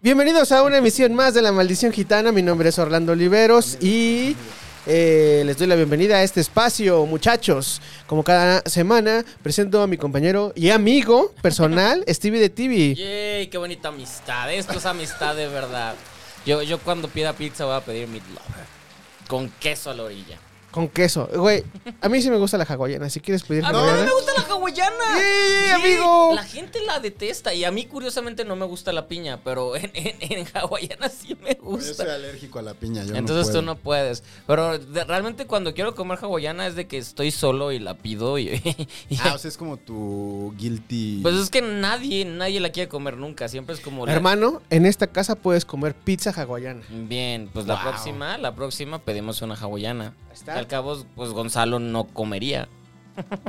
Bienvenidos a una emisión más de La Maldición Gitana. Mi nombre es Orlando Oliveros y eh, les doy la bienvenida a este espacio, muchachos. Como cada semana, presento a mi compañero y amigo personal, Stevie de TV. Yay, qué bonita amistad. Esto es amistad de verdad. Yo, yo cuando pida pizza voy a pedir meat lover. Con queso a la orilla. Con queso. Güey, a mí sí me gusta la hawaiana. Si quieres pedir A mí no hawaiana- me gusta la hawaiana. Yay, amigo. La gente la detesta y a mí curiosamente no me gusta la piña, pero en, en- en hawaiana sí me Yo soy gusta. alérgico a la piña. Yo Entonces no puedo. Ah, tú no puedes. Pero de- realmente cuando quiero comer hawaiana es de que estoy solo y la pido y... y- Ah, o sea, es como tu guilty. pues es que nadie, nadie la quiere comer nunca. Siempre es como... la- Hermano, en esta casa puedes comer pizza hawaiana. Bien, pues la Wow. próxima, la próxima pedimos una hawaiana. está. Al cabo, pues Gonzalo no comería.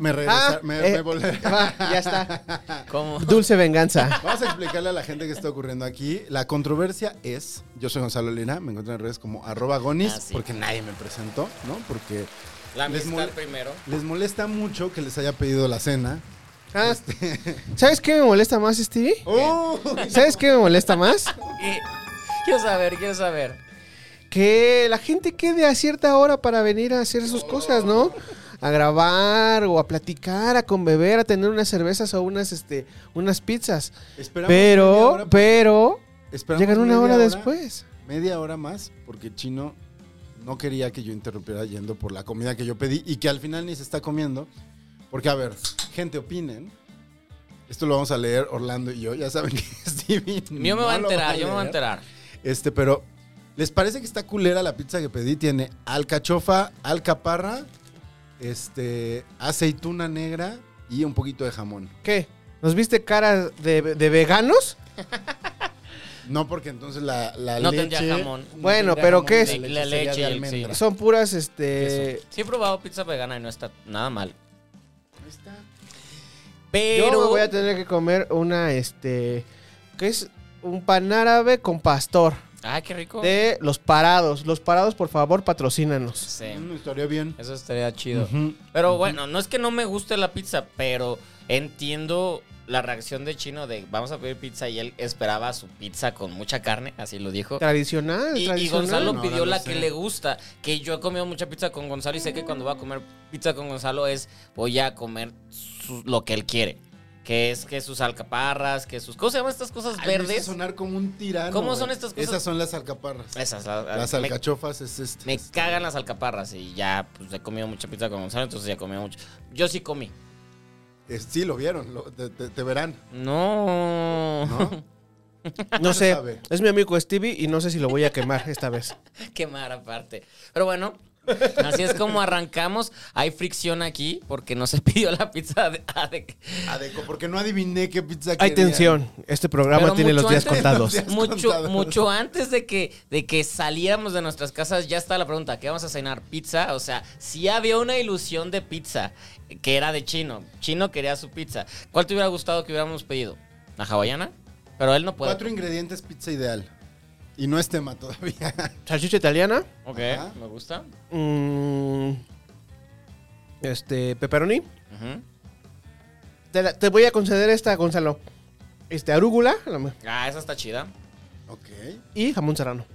me regresa, Ah, me, eh, me volé. Va, ya está. ¿Cómo? Dulce venganza. Vamos a explicarle a la gente qué está ocurriendo aquí. La controversia es, yo soy Gonzalo Lina, me encuentran en redes como arroba gonis, Ah, sí. porque nadie me presentó, ¿no? Porque La Les amistad mol- primero. les molesta mucho que les haya pedido la cena. Ah, ¿Sabes qué me molesta más, Stevie? ¡Oh! ¿Sabes qué me molesta más? Eh, Quiero saber, quiero saber. Que la gente quede a cierta hora para venir a hacer sus cosas, ¿no? A grabar o a platicar, a conbeber, a tener unas cervezas o unas, este, unas pizzas. Esperamos media Pero, hora, pero, esperamos llegan una media pues. hora después. Media hora más, porque Chino no quería que yo interrumpiera yendo por la comida que yo pedí y que al final ni se está comiendo. Porque, a ver, gente, opinen. Esto lo vamos a leer Orlando y yo. Ya saben que Stevie. Yo me no voy a lo enterar, yo me voy a ¿eh? leer. enterar. Este, pero. ¿Les parece que está culera la pizza que pedí? Tiene alcachofa, alcaparra, este, aceituna negra y un poquito de jamón. ¿Qué? ¿Nos viste cara de, de veganos? No, porque entonces la, la No leche... tendría jamón. Bueno, tendría pero jamón, ¿qué la es? La leche sería de leche y el- almendra. Son puras, este... Eh, Sí he probado pizza vegana y no está nada mal. Ahí está. Pero Yo me voy a tener que comer una, este... ¿Qué es? Un pan árabe con pastor. Ay, qué rico. de los parados. Los parados, por favor, patrocínanos. Sí, Mm, estaría bien. eso estaría chido. Ujú. Pero bueno, no es que no me guste la pizza, pero entiendo la reacción de Chino de vamos a pedir pizza y él esperaba su pizza con mucha carne, así lo dijo. Tradicional, Y, y tradicional. Gonzalo No, pidió no lo la sé. que le gusta. Que yo he comido mucha pizza con Gonzalo y sé que cuando voy a comer pizza con Gonzalo es voy a comer su- lo que él quiere. Que es que sus alcaparras, que sus... ¿Cómo se llaman estas cosas Ay, me hizo verdes? sonar como un tirano. ¿Cómo güey. son estas cosas? Esas son las alcaparras. Esas, la- la- las me, alcachofas es este. me este. cagan las alcaparras y ya pues, he comido mucha pizza con Gonzalo, entonces ya comí mucho. Yo sí comí. Eh, Sí, lo vieron, lo- te, te- te verán. No. ¿no? No sé, sabe. es mi amigo Stevie y no sé si lo voy a quemar esta vez. Quemar aparte. Pero bueno, así es como arrancamos. Hay fricción aquí porque no se pidió la pizza de- ah, de, Adeco, porque no adiviné qué pizza Hay querían. tensión. Este programa Pero tiene mucho los días antes- contados. Los días Mucho, contados. mucho antes de que, de que saliéramos de nuestras casas, ya está la pregunta: ¿qué vamos a cenar? ¿Pizza? O sea, si había una ilusión de pizza que era de chino. Chino quería su pizza. ¿Cuál te hubiera gustado que hubiéramos pedido? ¿La hawaiana? Pero él no puede. Cuatro ingredientes, pizza ideal. Y no es tema todavía. Salchicha italiana. Ok, Ajá. me gusta. mm, este, pepperoni. Ujú. Te, la- te voy a conceder esta, Gonzalo. Este, arúgula la ma- Ah, esa está chida. ok. y jamón serrano.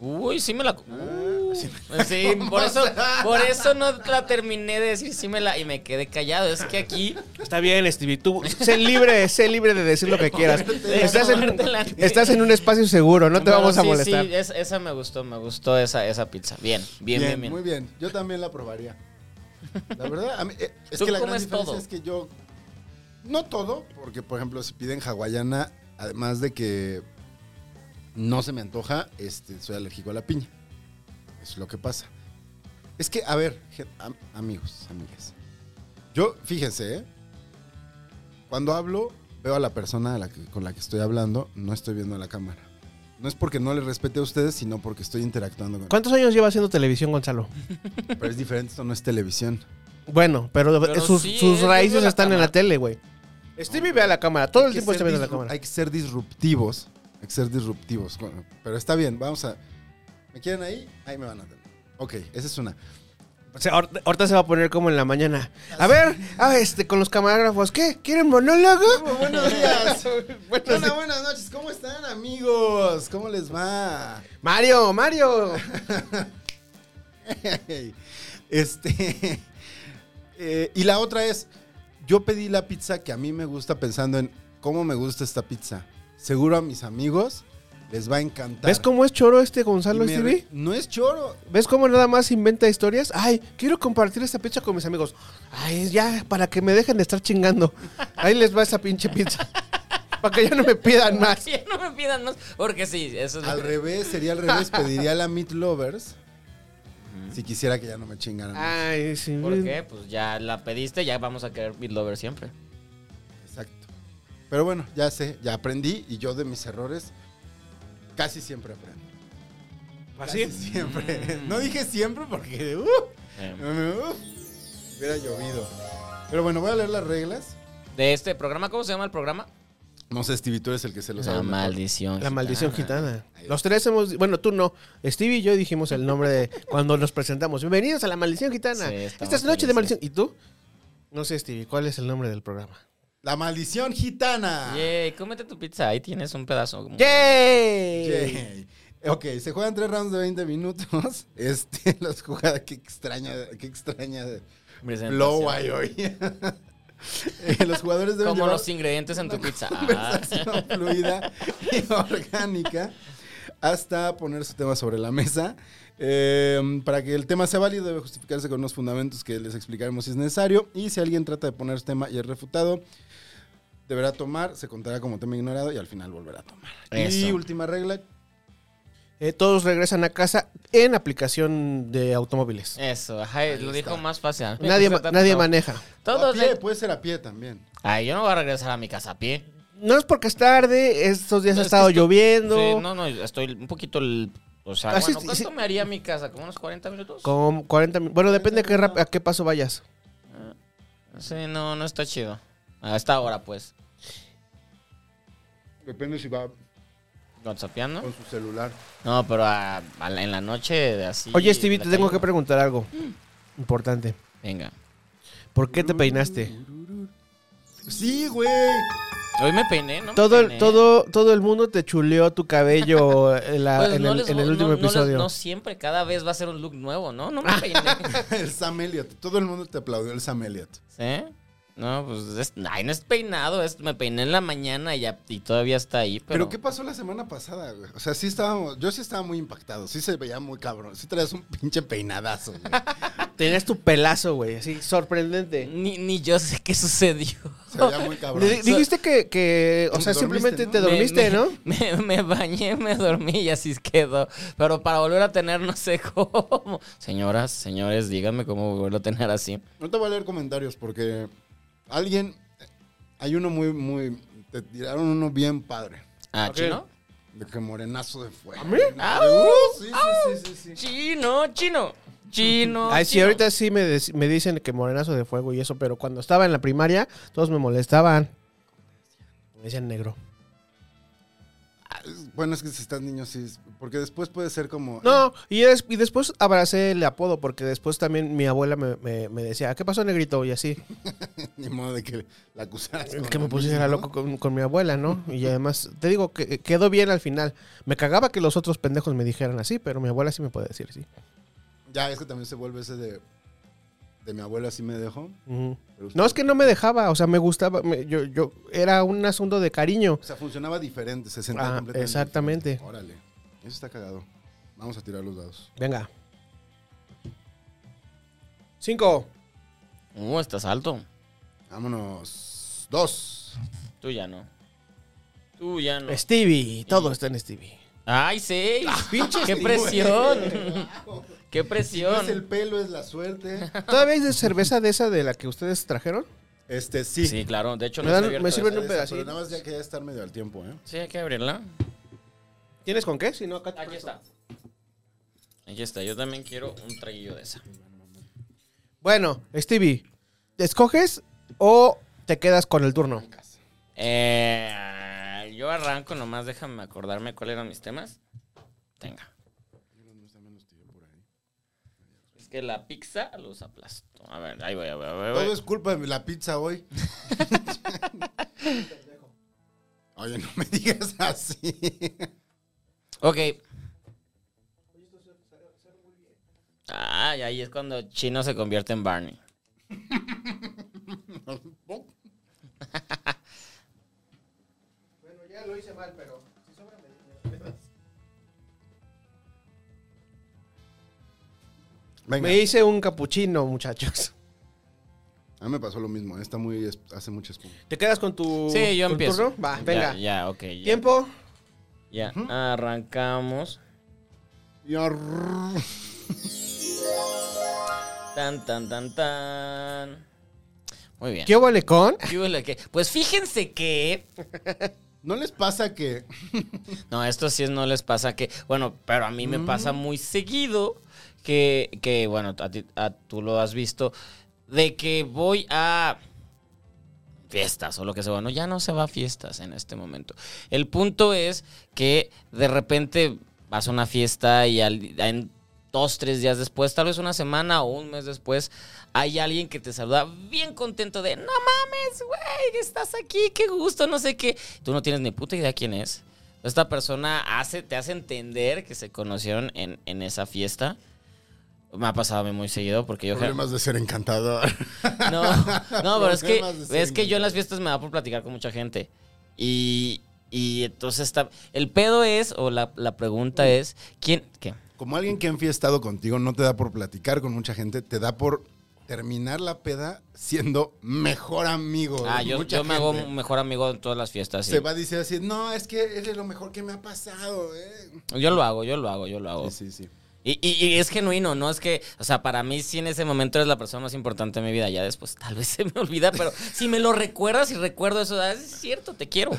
Uy, sí me la. Ah, Uh, sí, por eso, por eso no la terminé de decir sí me la. Y me quedé callado. Es que aquí. Está bien, Stevie. Tú, sé libre, sé libre de decir lo que quieras. Estás en, estás en un espacio seguro, no te Pero vamos a sí, molestar. Sí, es- esa me gustó, me gustó esa, esa pizza. Bien, bien, Bien, bien, bien. muy bien. Yo también la probaría. La verdad, a mí, eh, es Tú que la gran comes diferencia todo. es que yo. No todo, porque por ejemplo, si piden hawaiana, además de que no se me antoja, este, soy alérgico a la piña. Eso es lo que pasa. Es que, a ver, gen- am- amigos, amigas. Yo, fíjense, ¿eh? Cuando hablo, veo a la persona a la que- con la que estoy hablando, no estoy viendo a la cámara. No es porque no le respete a ustedes, sino porque estoy interactuando con ¿Cuántos años lleva haciendo televisión, Gonzalo? Pero es diferente, esto no es televisión. Bueno, pero, Pero sus, sí, sus él ve raíces la están en la cámara. tele, güey. Stevie ve a la cámara, todo el Hay que tiempo está ser viendo la disru- cámara. Hay que ser disruptivos. Hay que ser disruptivos. Bueno, Pero está bien, vamos a. ¿Me quieren ahí? Ahí me van a tener. Ok, esa es una. O sea, ahor- ahorita se va a poner como en la mañana. A ver, ah, este, con los camarógrafos, ¿qué? ¿Quieren monólogo? Buenos días. Hola, buenas noches. ¿Cómo están, amigos? ¿Cómo les va? Mario, Mario. Este. eh, y la otra es: yo pedí la pizza que a mí me gusta pensando en cómo me gusta esta pizza. Seguro a mis amigos les va a encantar. ¿Ves cómo es choro este Gonzalo Y me Stevie? re- No es choro. ¿Ves cómo nada más inventa historias? Ay, quiero compartir esta pizza con mis amigos. Ay, ya, para que me dejen de estar chingando. Ahí les va esa pinche pizza. Para que ya no me pidan más. Sí, no me pidan más. Porque sí, eso es lo Al que- revés, sería al revés. Pediría la Meat Lovers. Si quisiera que ya no me chingaran. Ay, sí. ¿Por qué? Pues ya la pediste, ya vamos a querer Meat Lover siempre. Exacto. Pero bueno, ya sé, ya aprendí y yo de mis errores casi siempre aprendo. ¿Así? Casi siempre. No dije siempre porque uh, Eh, uh, hubiera llovido. Pero bueno, voy a leer las reglas. De este programa, ¿cómo se llama el programa? No sé, Stevie, tú eres el que se los La maldición. La maldición gitana. Los tres hemos. Bueno, tú no. Stevie y yo dijimos el nombre de. Cuando nos presentamos. Bienvenidos a la maldición gitana. Sí, estamos Esta es noche de felices. maldición. ¿Y tú? No sé, Stevie, ¿cuál es el nombre del programa? La maldición gitana. Yay, cómete tu pizza, ahí tienes un pedazo. ¡Yay! Yay. Ok, se juegan tres rounds de 20 minutos. Este, los jugadas, qué extraña, qué extraña Presentación. flow hay hoy. Eh, los jugadores deben Como llevar los ingredientes en tu pizza. Ah, conversación fluida y orgánica hasta poner su tema sobre la mesa. Eh, para que el tema sea válido debe justificarse con unos fundamentos que les explicaremos si es necesario. Y si alguien trata de poner su tema y es refutado, deberá tomar, se contará como tema ignorado y al final volverá a tomar. Y Eso. última regla, Eh, todos regresan a casa en aplicación de automóviles. Eso, ajá, lo dijo más fácil. A mí me Nadie, cuesta ma- tanto nadie trabajo. maneja. a Todos pie, le- puede ser a pie también. Ay, yo no voy a regresar a mi casa a pie. No es porque es tarde, estos días No, ha es que estado esto- lloviendo. Sí, no, no, estoy un poquito. el- o sea, Así bueno, es, ¿cuánto sí. me haría mi casa? ¿Como unos 40 minutos? Con 40 min- Bueno, depende a qué, rap- a qué paso vayas. Sí, no, no está chido. A esta hora, pues. Depende si va ¿Whatsappeando? con su celular. No, pero a- a la- en la noche de así. Oye, Stevie, la te tengo calle, que preguntar algo importante. Venga. ¿Por qué te Mm. peinaste? Sí, güey. Hoy me peiné, ¿no? me Todo el, peiné. todo, todo el mundo te chuleó tu cabello en, la- Pues en no el, les- en el no- último no les- episodio. No, siempre, cada vez va a ser un look nuevo, ¿no? No me peiné. El Sam Elliott. Todo el mundo te aplaudió el Sam Elliott. ¿Sí? No, pues es, ay, no es peinado, es, me peiné en la mañana y, ya- y todavía está ahí. Pero, Pero, ¿qué pasó la semana pasada, güey? O sea, sí estábamos, yo sí estaba muy impactado, sí se veía muy cabrón, sí traías un pinche peinadazo, güey. Tenías tu pelazo, güey, así, sorprendente. ni, ni yo sé qué sucedió. Se veía muy cabrón. Di- Dijiste que, que, o sea, Dormiste, simplemente ¿no? te dormiste, me, ¿no? Me, me bañé, me dormí y así quedó. Pero para volver a tener, no sé cómo. Señoras, señores, díganme cómo volverlo a tener así. No te voy a leer comentarios porque alguien, hay uno muy, muy, te tiraron uno bien padre, Ah, Ok. chino. de que morenazo de fuego. Ah, Uh, sí, sí, sí, sí, sí. Chino, chino. Chino. Ay, sí, chino. ahorita sí me, dec- me dicen que morenazo de fuego y eso, pero cuando estaba en la primaria, todos me molestaban. Me decían negro. Ah, es- Bueno, es que si estás niño, sí, es- porque después puede ser como... No, y, des- y después abracé el apodo, porque después también mi abuela me, me- me decía, ¿qué pasó, negrito? Y así. eh, Ni modo de que la acusaras. con Que lo me pusiera mismo. loco con, con mi abuela, ¿no? Y además, te digo que quedó bien al final. Me cagaba que los otros pendejos me dijeran así, pero mi abuela sí me puede decir así. Ya, es que también se vuelve ese de, de mi abuela sí me dejó. Ujú. pero usted- No, es que no me dejaba, o sea, me gustaba, me- yo, yo, era un asunto de cariño. O sea, funcionaba diferente, se sentía Ah, completamente exactamente. diferente. Órale, eso está cagado. Vamos a tirar los dados. Venga. Cinco. Uh, estás alto. Vámonos. Dos. Tú ya no. Tú ya no. Stevie, todo está en Stevie. Ay, seis. Ah, ¡Qué presión! ¡Qué No es presión! el pelo, es la suerte. ¿Todavía hay de cerveza de esa de la que ustedes trajeron? Este, sí. Sí, claro. De hecho, Me no está dan- abierto me sirven desde- un Pero pedacito. nada más ya quería estar medio al tiempo, ¿eh? Sí, hay que abrirla. ¿Tienes con qué? Si no, acá te Aquí presto. está. Aquí está. Yo también quiero un traguillo de esa. Bueno, Stevie, ¿te ¿escoges o te quedas con el turno? Eh, yo arranco nomás. Déjame acordarme cuáles eran mis temas. Tenga. Es que la pizza los aplasto. A ver, ahí voy, ahí voy, ahí voy. Todo es culpa de la pizza hoy. Oye, no me digas así. Ok. Ah, y ahí es cuando Chino se convierte en Barney. Bueno, ya lo hice mal, pero si sobra Venga. Me hice un capuchino, muchachos. A mí me pasó lo mismo. eh, Está muy, es- hace mucha espuma. ¿Te quedas con tu, Sí, yo Uh, con tu empiezo. turno? Va, Ya, venga. Ya, ok. ya. Tiempo. Ya, arrancamos. Y arr- Tan, tan, tan, tan. Muy bien. ¿Qué huele con? ¿Qué huele qué? Pues fíjense que. ¿No les pasa que No, esto sí es no les pasa que. Bueno, pero a mí me pasa muy seguido que, que bueno, a ti, a- tú lo has visto, de que voy a fiestas o lo que sea. Bueno, ya no se va a fiestas en este momento. El punto es que de repente vas a una fiesta y al- en dos, tres días después, tal vez una semana o un mes después, hay alguien que te saluda bien contento de, no mames, güey, que estás aquí, qué gusto, no sé qué. Tú no tienes ni puta idea quién es. Esta persona hace, te hace entender que se conocieron en, en esa fiesta. Me ha pasado a mí muy seguido porque yo... problemas de ser encantador? No, no, pero es que, Problemas de es que yo en seguimiento. las fiestas me da por platicar con mucha gente. Y, y entonces está. El pedo es, o la, la pregunta es, ¿quién? ¿Qué? Como alguien que ha enfiestado contigo no te da por platicar con mucha gente, te da por terminar la peda siendo mejor amigo. de Ah, yo, mucha yo me hago gente. mejor amigo en todas las fiestas. sí. Se va a decir así, no, es que eres lo mejor que me ha pasado, eh. Yo lo hago, yo lo hago, yo lo hago. Sí, sí, sí. Y, y- y es genuino, ¿no? Es que, o sea, para mí sí en ese momento eres la persona más importante de mi vida. Ya después tal vez se me olvida, pero si me lo recuerdas y recuerdo eso, ah, es cierto, te quiero.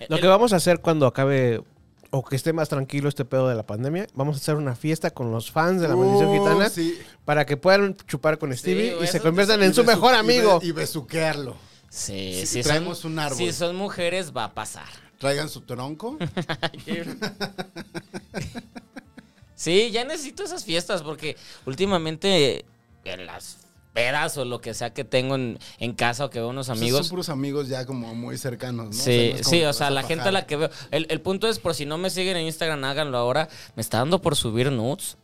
Eh, Lo que vamos a hacer cuando acabe o que esté más tranquilo este pedo de la pandemia, vamos a hacer una fiesta con los fans de la maldición Oh, gitana sí. para que puedan chupar con Stevie güey, y se eso conviertan te- en su Y besu- mejor y be- amigo. Y, besuquearlo. Sí, Sí, si traemos son- un árbol. Si son mujeres, va a pasar. Traigan su tronco. Sí, ya necesito esas fiestas porque últimamente en las pedas o lo que sea que tengo en, en casa o que veo unos Amigos. Son amigos. puros amigos ya como muy cercanos, ¿no? Sí, no es como sí, que o vas sea, la pajar. gente a la que veo. El, el punto es, por si no me siguen en Instagram, háganlo ahora. Me está dando por subir nudes.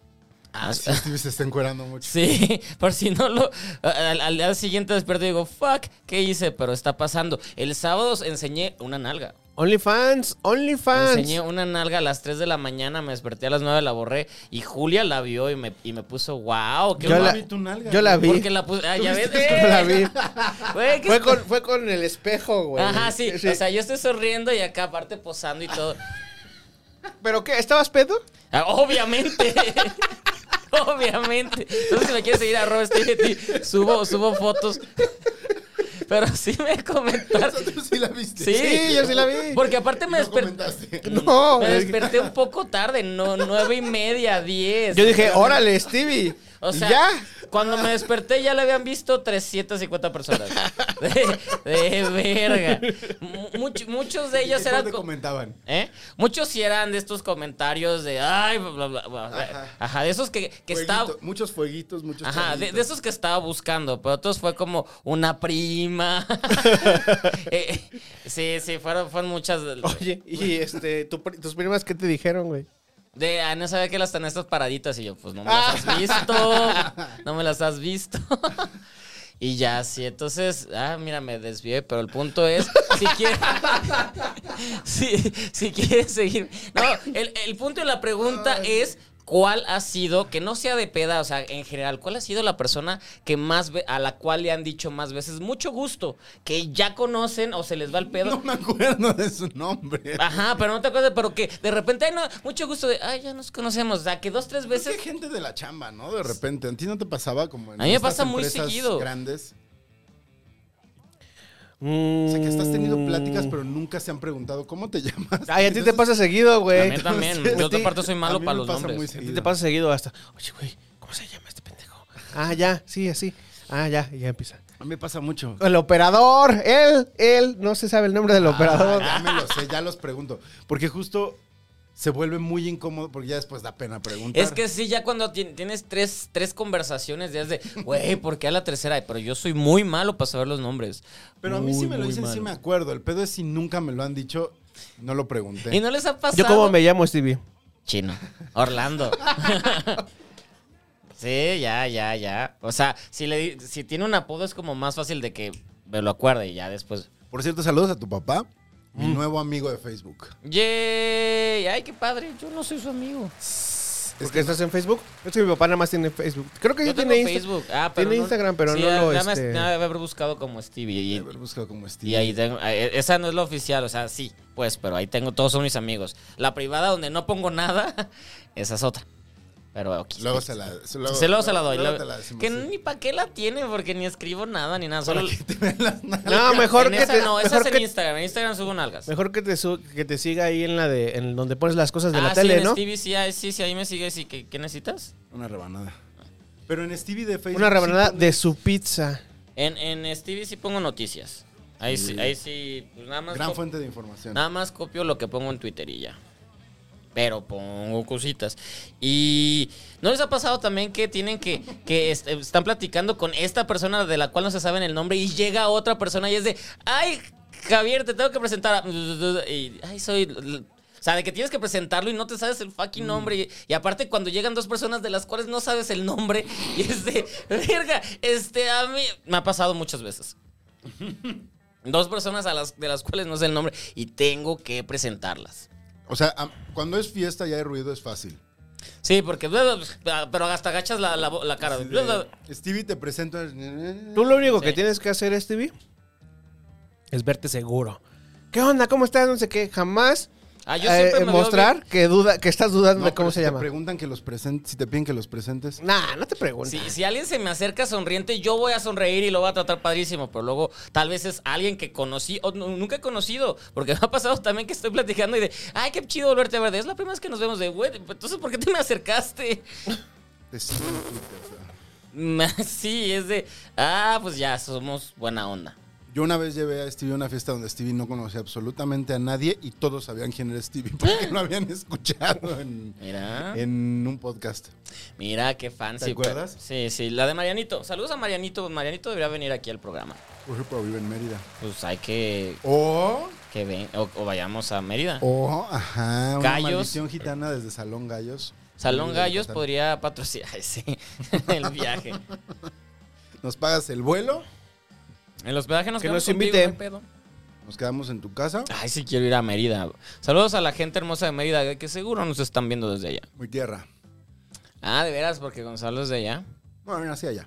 Ah, Sí, Stevie se está encuerando mucho. Sí, por si no lo. Al, al día siguiente despierto y digo, fuck, ¿qué hice? Pero está pasando. El sábado enseñé una nalga. OnlyFans, Enseñé OnlyFans. una nalga a las 3 de la mañana, me desperté a las 9, la borré. Y Julia la vio y me, y me puso, wow, qué Yo la- Yo la guapa". vi tu nalga. Yo la güey. vi. Porque la puse. Ah, ya ves. ¿Viste cómo la vi? Güey, ¿qué Fue es- con, fue con el espejo, güey. Ajá, sí. O sea, yo estoy sonriendo y acá aparte posando y todo. ¿Pero qué? ¿Estabas pedo? Ah, obviamente. obviamente. Entonces, si me quieres seguir, arroba estoy de ti. Subo, subo fotos. Pero sí me comentaron. ¿Tú sí la viste? Sí. Sí, yo sí la vi. Porque aparte Y me no desperté. comentaste. No, Me güey. desperté un poco tarde, no, nueve y media, diez. Yo dije, órale, Stevie. O sea, ya. cuando me desperté ya le habían visto 350 personas. De, de verga. Mu- much- muchos de ellos ¿Qué eran... te co- comentaban? ¿Eh? Muchos sí eran de estos comentarios de... Ay, bla, bla, bla, bla". Ajá. de esos que, que estaba... Fueguito, Muchos fueguitos, muchos Ajá, de, traguitos. de esos que estaba buscando, pero otros fue como una prima. Eh, sí, sí, fueron, fueron muchas. de- Oye, y este, tu pri- tus primas, ¿qué te dijeron, güey? De, ah, no sabía que las están estas paraditas. Y yo, pues no me las has visto. No me las has visto. Y ya, sí, entonces, ah, mira, me desvié, pero el punto es, si quieres, si, si quieres seguir, no, el, el punto de la pregunta es, ¿cuál ha sido, que no sea de peda, o sea, en general, cuál ha sido la persona que más, ve- a la cual le han dicho más veces, mucho gusto, que ya conocen o se les va el pedo, No me acuerdo de su nombre. Ajá, pero no te acuerdas, pero que de repente, ay, no, mucho gusto de, ay, ya nos conocemos, o sea, que dos, tres Es que hay veces. gente de la chamba, ¿no? De repente. ¿A ti no te pasaba como en A mí me estas pasa muy empresas seguido. grandes? O sea, que has tenido pláticas, pero nunca se han preguntado cómo te llamas. Ay, a ti te Entonces, pasa seguido, A güey. Pues mí A también. Entonces, Yo a ti- aparte soy malo a mí para me los pasa muy nombres. seguido. ti te pasa seguido hasta. Oye, güey, ¿cómo se llama este pendejo? Ah, ya, sí, así. Ah, ya, y ya empieza. A mí me pasa mucho. El operador, él, él, no se sabe el nombre del operador. Ah, ya me lo sé, ya los pregunto. Porque justo se vuelve muy incómodo porque ya después da pena preguntar. Es que sí, ya cuando ti- tienes tres, tres conversaciones, ya es de, güey, ¿por qué a la tercera? Pero yo soy muy malo para saber los nombres. Pero a mí sí Muy, me lo muy dicen, sí malo. me acuerdo. El pedo es si nunca me lo han dicho, no lo ¿Y pregunté. no les ha pasado? Yo cómo me llamo, Stevie. Chino. Orlando. sí, ya, ya, ya. O sea, si, le, di- si tiene un apodo es como más fácil de que me lo acuerde y ya después. Por cierto, saludos a tu papá, Mm. mi nuevo amigo de Facebook. ¡Yay! ¡Ay, qué padre! Yo no soy su amigo. ¿Porque estás en Facebook? Es que mi papá nada más tiene Facebook. Creo que Yo sí tengo tiene Insta- Facebook. Ah, pero tiene no- Instagram, pero sí, no lo nada más- este- nada de haber buscado como Stevie. Y Y, haber buscado como Steve. y ahí tengo. eh, Esa no es la oficial, o sea, sí, pues, pero ahí tengo todos son mis amigos. La privada donde no pongo nada, esa es otra. Pero aquí. Luego se la, se- luego- se, luego se la doy. luego luego- te la decimos, que sí. ni para qué la tiene, porque ni escribo nada, ni nada. Para Solo, que te vean las nalgas. No, mejor en que esa te, no, esa mejor es en que- Instagram. En Instagram subo nalgas. mejor que te su- que te siga ahí en la de en donde pones las cosas de la ah, sí, tele, en ¿no? Stevie, sí, ah, sí, sí, ahí me sigues. ¿Y qué, qué necesitas? Una rebanada. Pero en Stevie de Facebook. Una rebanada sí pone- de su pizza. En, en Stevie sí pongo noticias. Ahí sí, ahí sí pues nada más Gran co- fuente de información. Nada más copio lo que pongo en Twitter y ya. Pero pongo cositas. Y ¿no les ha pasado también que tienen que, que est- están platicando con esta persona de la cual no se saben el nombre y llega otra persona y es de, ay, Javier, te tengo que presentar. a-". Y, ay, soy... O sea, de que tienes que presentarlo y no te sabes el fucking nombre. Y, y aparte, cuando llegan dos personas de las cuales no sabes el nombre, y es de, verga, este, a mí me ha pasado muchas veces. Dos personas a las, de las cuales no sé el nombre y tengo que presentarlas. O sea, am- cuando es fiesta ya hay ruido, es fácil. Sí, porque. Pero hasta agachas la, la, la cara. Así de, Stevie te presento. Tú lo único que Sí. tienes que hacer, Stevie, es verte seguro. ¿Qué onda? ¿Cómo estás? No sé qué. Jamás Ah, yo eh, siempre me veo mostrar que duda, que estás dudando No, de pero cómo si se Te llama. preguntan que los presentes. Si te piden que los presentes. Nah, no te pregunto. Si, si alguien se me acerca sonriente, yo voy a sonreír y lo voy a tratar padrísimo. Pero luego, tal vez es alguien que conocí o nu- nunca he conocido. Porque me ha pasado también que estoy platicando y de, ay, qué chido volverte a ver. Es la primera vez que nos vemos de, güey, entonces, ¿por qué te me acercaste? Te siguen en Twitter, o sea. sí, es de, ah, pues ya, somos buena onda. Yo una vez llevé a Stevie a una fiesta donde Stevie no conocía absolutamente a nadie y todos sabían quién era Stevie porque lo habían escuchado en, Mira. en un podcast. Mira, qué fancy. ¿Te acuerdas? pero- Sí, sí, la de Marianito. Saludos a Marianito. Marianito debería venir aquí al programa. Por ejemplo, vive en Mérida. Pues hay que O, que ven o, o vayamos a Mérida. o ajá, una Gallos. maldición gitana desde Salón Gallos. Salón Mérida, Gallos Yucatán. podría patrocinar ay, sí, el viaje. Nos pagas el vuelo, El hospedaje nos Que quedamos nos contigo, invite. no hay pedo. nos quedamos en tu casa. Ay, sí quiero ir a Mérida. Saludos a la gente hermosa de Mérida que seguro nos están viendo desde allá. Muy tierra. Ah, de veras, porque Gonzalo es de allá. Bueno, nací allá.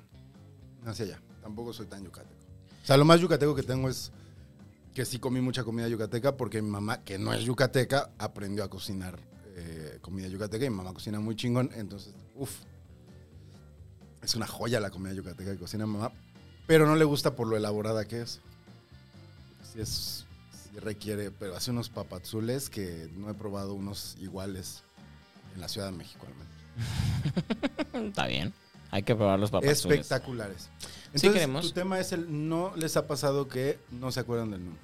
Nací allá. Tampoco soy tan yucateco. O sea, lo más yucateco que tengo es que sí comí mucha comida yucateca porque mi mamá, que no es yucateca, aprendió a cocinar eh, comida yucateca y mi mamá cocina muy chingón. Entonces, uff. Es una joya la comida yucateca que cocina mi mamá, pero no le gusta por lo elaborada que es. Sí es sí requiere, pero hace unos papazules que no he probado unos iguales en la Ciudad de México al menos Mm, Está bien. Hay que probar los papas. espectaculares. Entonces, queremos. tu tema es el no les ha pasado que no se acuerdan del nombre.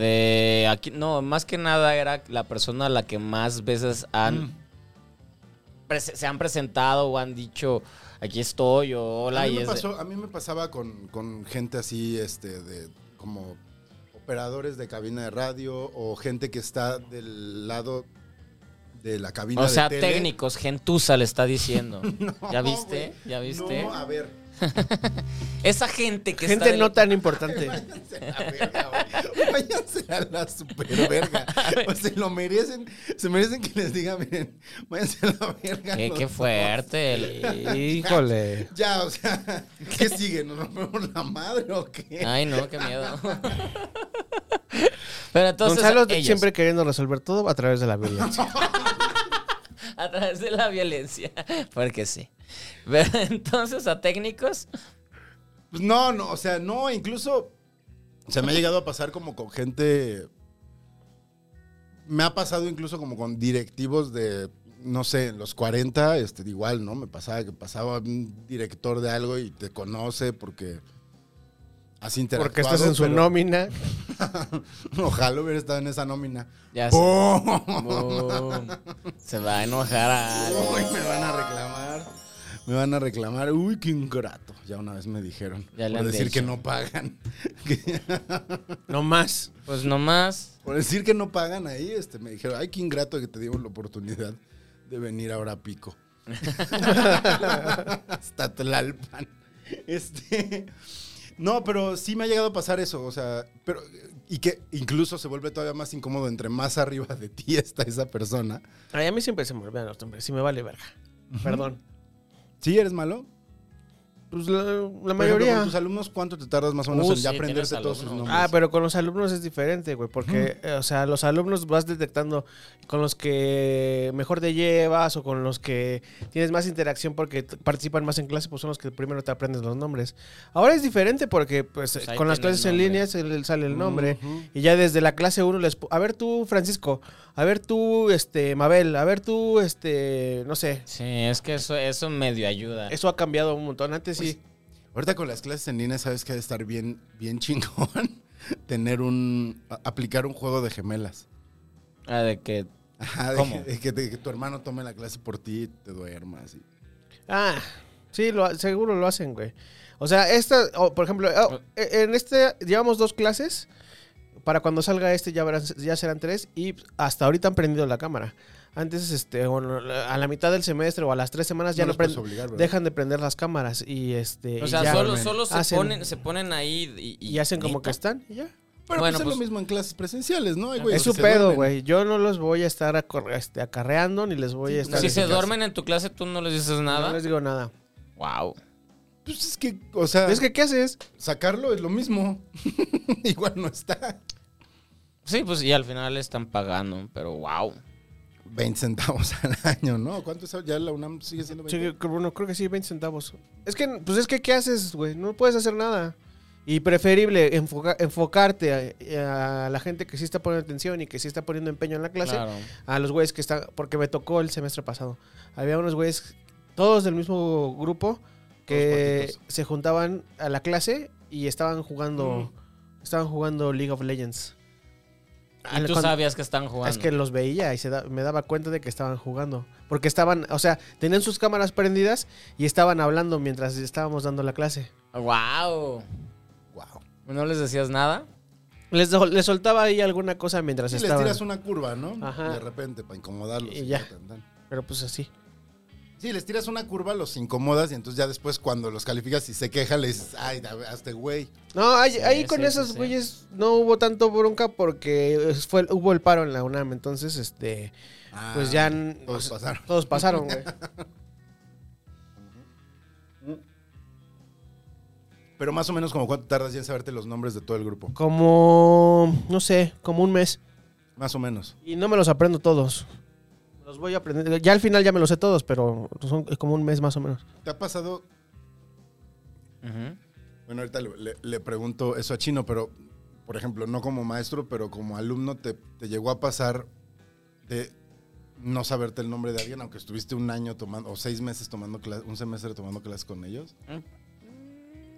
De aquí, no, más que nada era la persona a la que más veces han Mm. prese- se han presentado o han dicho aquí estoy o hola a, mí y me es de- pasó- a mí me pasaba con, con gente así, este, de como operadores de cabina de radio o gente que está del lado de la cabina o de sea, tele. técnicos, gentuza le está diciendo. No, ¿Ya viste? güey. ¿Ya viste? No, a ver. Esa gente que está Gente del- no tan importante. Váyanse a la verga, güey. Váyanse a la superverga. O se lo merecen, se merecen que les diga, miren, váyanse a la verga. Qué, los qué dos. fuerte. el- Híjole. Ya, o sea, ¿qué sigue? ¿Nos rompemos la madre o qué? Ay, no, qué miedo. Pero entonces Gonzalo ellos, siempre queriendo resolver todo a través de la violencia. a través de la violencia, porque sí. Pero entonces a técnicos Pues no, no, o sea, no, incluso Se me ha llegado a pasar como con gente. Me ha pasado incluso como con directivos de, no sé, en los 40, este, igual, ¿no? Me pasaba que pasaba un director de algo y te conoce porque has interactuado. Porque estás en su pero- nómina. Ojalá hubiera estado en esa nómina. Ya sé. ¡Pum! Boom. Se va a enojar a Uy, me van a reclamar. Me van a reclamar. Uy, qué ingrato. Ya una vez me dijeron. Ya le han por decir dicho. que no pagan. No más. Pues nomás. por decir que no pagan ahí, este, me dijeron, ay, qué ingrato que te dimos la oportunidad de venir ahora a pico. Hasta Tlalpan. Este. No, pero sí me ha llegado a pasar eso, o sea, pero y que incluso se vuelve todavía más incómodo entre más arriba de ti está esa persona. Ay, a mí siempre se me olvidan los nombres. Sí me vale verga. Perdón. ¿Sí eres malo? Pues la, la Por ejemplo, mayoría. con tus alumnos, ¿cuánto te tardas más o menos Uh, en sí, ya tienes aprenderte todos sus alumnos. nombres? Ah, pero con los alumnos es diferente, güey, porque, eh, o sea, los alumnos vas detectando con los que mejor te llevas o con los que tienes más interacción porque t- participan más en clase, pues son los que primero te aprendes los nombres. Ahora es diferente porque, pues, Pues eh, ahí con las tiene el clases en nombre. línea se le sale el nombre Ujú. y ya desde la clase uno les... pu- A ver tú, Francisco, a ver tú, este, Mabel, a ver tú, este, no sé. Sí, es que eso, eso medio ayuda. Eso ha cambiado un montón. Antes sí. Pues Ahorita con las clases en línea sabes que ha de estar bien, bien chingón tener un... a- aplicar un juego de gemelas. Ah, de que. Ajá, de ¿Cómo? que- de que, de que tu hermano tome la clase por ti y te duermas. y- Ah, sí, lo, ha- seguro lo hacen, güey. O sea, esta, o, por ejemplo, Ah. oh, e- en este llevamos dos clases. Para cuando salga este ya, habrán- ya serán tres y hasta ahorita han prendido la cámara. Antes, este, bueno, la- a la mitad del semestre o a las tres semanas ya No no, los puedes prenden- obligar, ¿verdad? dejan de prender las cámaras y este. O y sea, ya. solo, solo se, Hacen- ponen, se ponen ahí y. y hacen como que están y ya. Pero Bueno, pues es pues- lo mismo en clases presenciales, ¿no? Hay güeyes es que su Pues, se pedo, duermen. güey. Yo no los voy a estar acor- este, acarreando ni les pues, voy a estar. Si se diciendo- duermen en tu clase, tú no les dices nada. No les digo nada. Wow. Pues es que, o sea, Es que, ¿qué haces? sacarlo es lo mismo. Igual no está. Sí, pues y al final están pagando, pero wow. 20 centavos al año, ¿no? ¿Cuánto es? Ya la UNAM sigue siendo 20. Sí, que- que- bueno, creo que sí, 20 centavos. Es que, pues es que, ¿qué haces, güey? No puedes hacer nada. Y preferible enfoca- enfocarte a, a la gente que sí está poniendo atención y que sí está poniendo empeño en la clase, Claro. a los güeyes que están, porque me tocó el semestre pasado. Había unos güeyes, todos del mismo grupo, que Todos se juntaban a la clase y estaban jugando, estaban jugando League of Legends. Y Al- tú cuando- sabías que están jugando. es que los veía y se da- me daba cuenta de que estaban jugando. Porque estaban, o sea, tenían sus cámaras prendidas y estaban hablando mientras estábamos dando la clase. Wow. Wow. ¿No les decías nada? Les, do- les soltaba ahí alguna cosa mientras Sí, les estaban. tiras una curva, ¿no? Pues Ajá. De repente, para incomodarlos. Y ya. Tan, tan. Pero pues así. Sí, les tiras una curva, los incomodas y entonces ya después cuando los calificas y se quejan, les dices, ay, a ver, hazte güey. No, ahí, ahí sí, con sí, esos sí. güeyes no hubo tanto bronca porque es- fue, hubo el paro en la UNAM. Entonces, este, pues ya n- Ah, todos pasaron. todos pasaron, güey. Pero más o menos como cuánto tardas ya en saberte los nombres de todo el grupo. Como, no sé, como un mes. Más o menos. Y no me los aprendo todos. Los voy a aprender. Ya al final ya me los sé todos, pero son como un mes más o menos. ¿Te ha pasado? Bueno, ahorita le, le- le pregunto eso a Chino, pero, por ejemplo, no como maestro, pero como alumno, ¿te, te llegó a pasar de no saberte el nombre de alguien, aunque estuviste un año tomando, o seis meses tomando clases, un semestre tomando clases con ellos? Mm.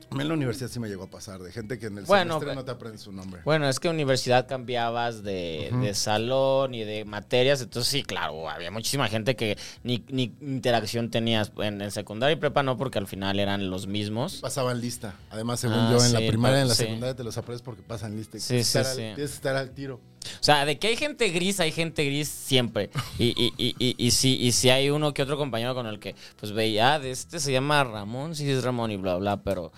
A mí en la universidad sí me llegó a pasar, de gente que en el Bueno, semestre pe- no te aprende su nombre. Bueno, es que en universidad cambiabas de, de salón y de materias, entonces sí, claro, había muchísima gente que ni, ni interacción tenías en, en secundaria y prepa, no, porque al final eran los mismos. Pasaban lista. Además, según Ah, yo, en sí, la primaria, en la sí. secundaria te los aprendes porque pasan lista. y Sí, tienes sí, que estar al- sí. Tienes que estar al tiro. O sea, de que hay gente gris, hay gente gris siempre. Y, y, y, y, y sí, y sí hay uno que otro compañero con el que, pues veía, ah, de este se llama Ramón, sí es Ramón y bla, bla, pero...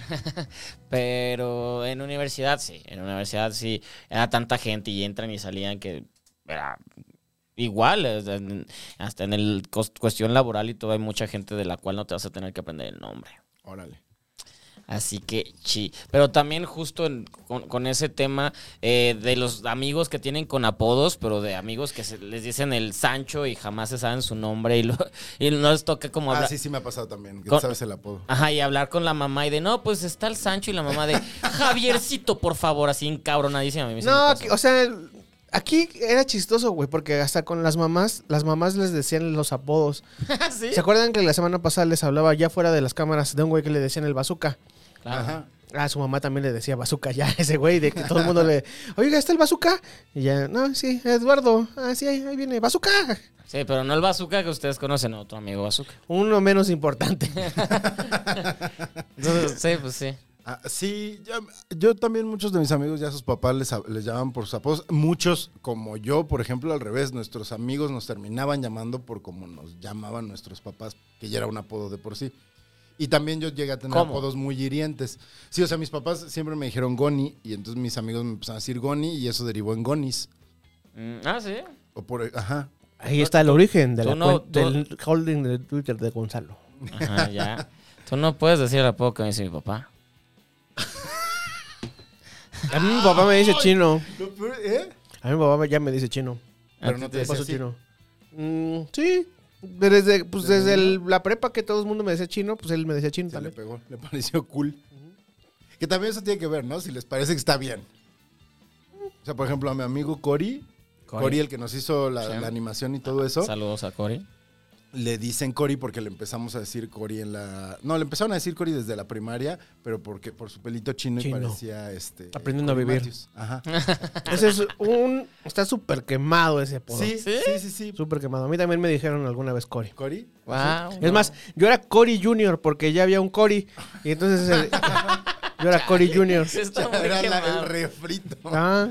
pero en universidad sí, en universidad sí, era tanta gente y entran y salían que era igual, o sea, en- hasta en el cos- cuestión laboral y todo hay mucha gente de la cual no te vas a tener que aprender el nombre. Órale. Así que sí. Pero también justo en- con, con ese tema eh, de los amigos que tienen con apodos, pero de amigos que se- les dicen el Sancho y jamás se saben su nombre y, lo- y no les toca como Ah, hablar. sí, sí me ha pasado también. Que Con- sabes el apodo. Ajá, y hablar con la mamá y de, no, pues está el Sancho y la mamá de, Javiercito, por favor, así encabronadísima. A mí sí me No, pasó. que- o sea, el- aquí era chistoso, güey, porque hasta con las mamás, las mamás les decían los apodos. ¿Sí? ¿Se acuerdan que la semana pasada les hablaba ya fuera de las cámaras de un güey que le decían el bazooka? Claro. Ajá. Ah, su mamá también le decía bazooka ya, ese güey, de que todo el mundo le, oiga, ¿está el bazooka? Y ya, no, sí, Eduardo, ah, sí, ahí, ahí viene, bazooka. Sí, pero no el bazooka que ustedes conocen, otro amigo bazooka. Uno menos importante. Entonces, sí, pues sí. Ah, sí, ya- yo también muchos de mis amigos ya sus papás les, les llaman por sus apodos. Muchos, como yo, por ejemplo, al revés, nuestros amigos nos terminaban llamando por como nos llamaban nuestros papás, que ya era un apodo de por sí. Y también yo llegué a tener ¿Cómo? apodos muy hirientes. Sí, o sea, mis papás siempre me dijeron Goni y entonces mis amigos me empezaron a decir Goni y eso derivó en Gonis. Mm, ah, sí. O por, ajá. Ahí está el origen de Tú la no, cuen- tú- del holding de Twitter de Gonzalo. Ajá, ya. Tú no puedes decir el apodo que me dice mi papá. A mí mi papá me dice chino. ¿Eh? A mí mi papá ya me dice chino. Ah, Pero no te ¿Qué decía pasó así. chino? Mm, sí. Desde, pues, desde el- la prepa que todo el mundo me decía chino, pues él me decía chino Se le también. pegó, le pareció cool. Que también eso tiene que ver, ¿no? Si les parece que está bien. O sea, por ejemplo, a mi amigo Cory, Cory. Cory el que nos hizo la, Sí. la animación y todo eso, Saludos a Cory. le dicen Cory porque le empezamos a decir Cory en la... No, le empezaron a decir Cory desde la primaria, pero porque por su pelito chino, Chino. y parecía este... Aprendiendo Cory a vivir. Matthews. Ajá. Ese es un... Está súper quemado ese apodo. Sí, sí, sí, sí. Súper quemado. A mí también me dijeron alguna vez Cory. Cory. Wow. Es más, yo era Cory Junior porque ya había un Cory. Y entonces el- yo era Cory Junior. Sí, está muy Era la- quemado. el refrito. Ah,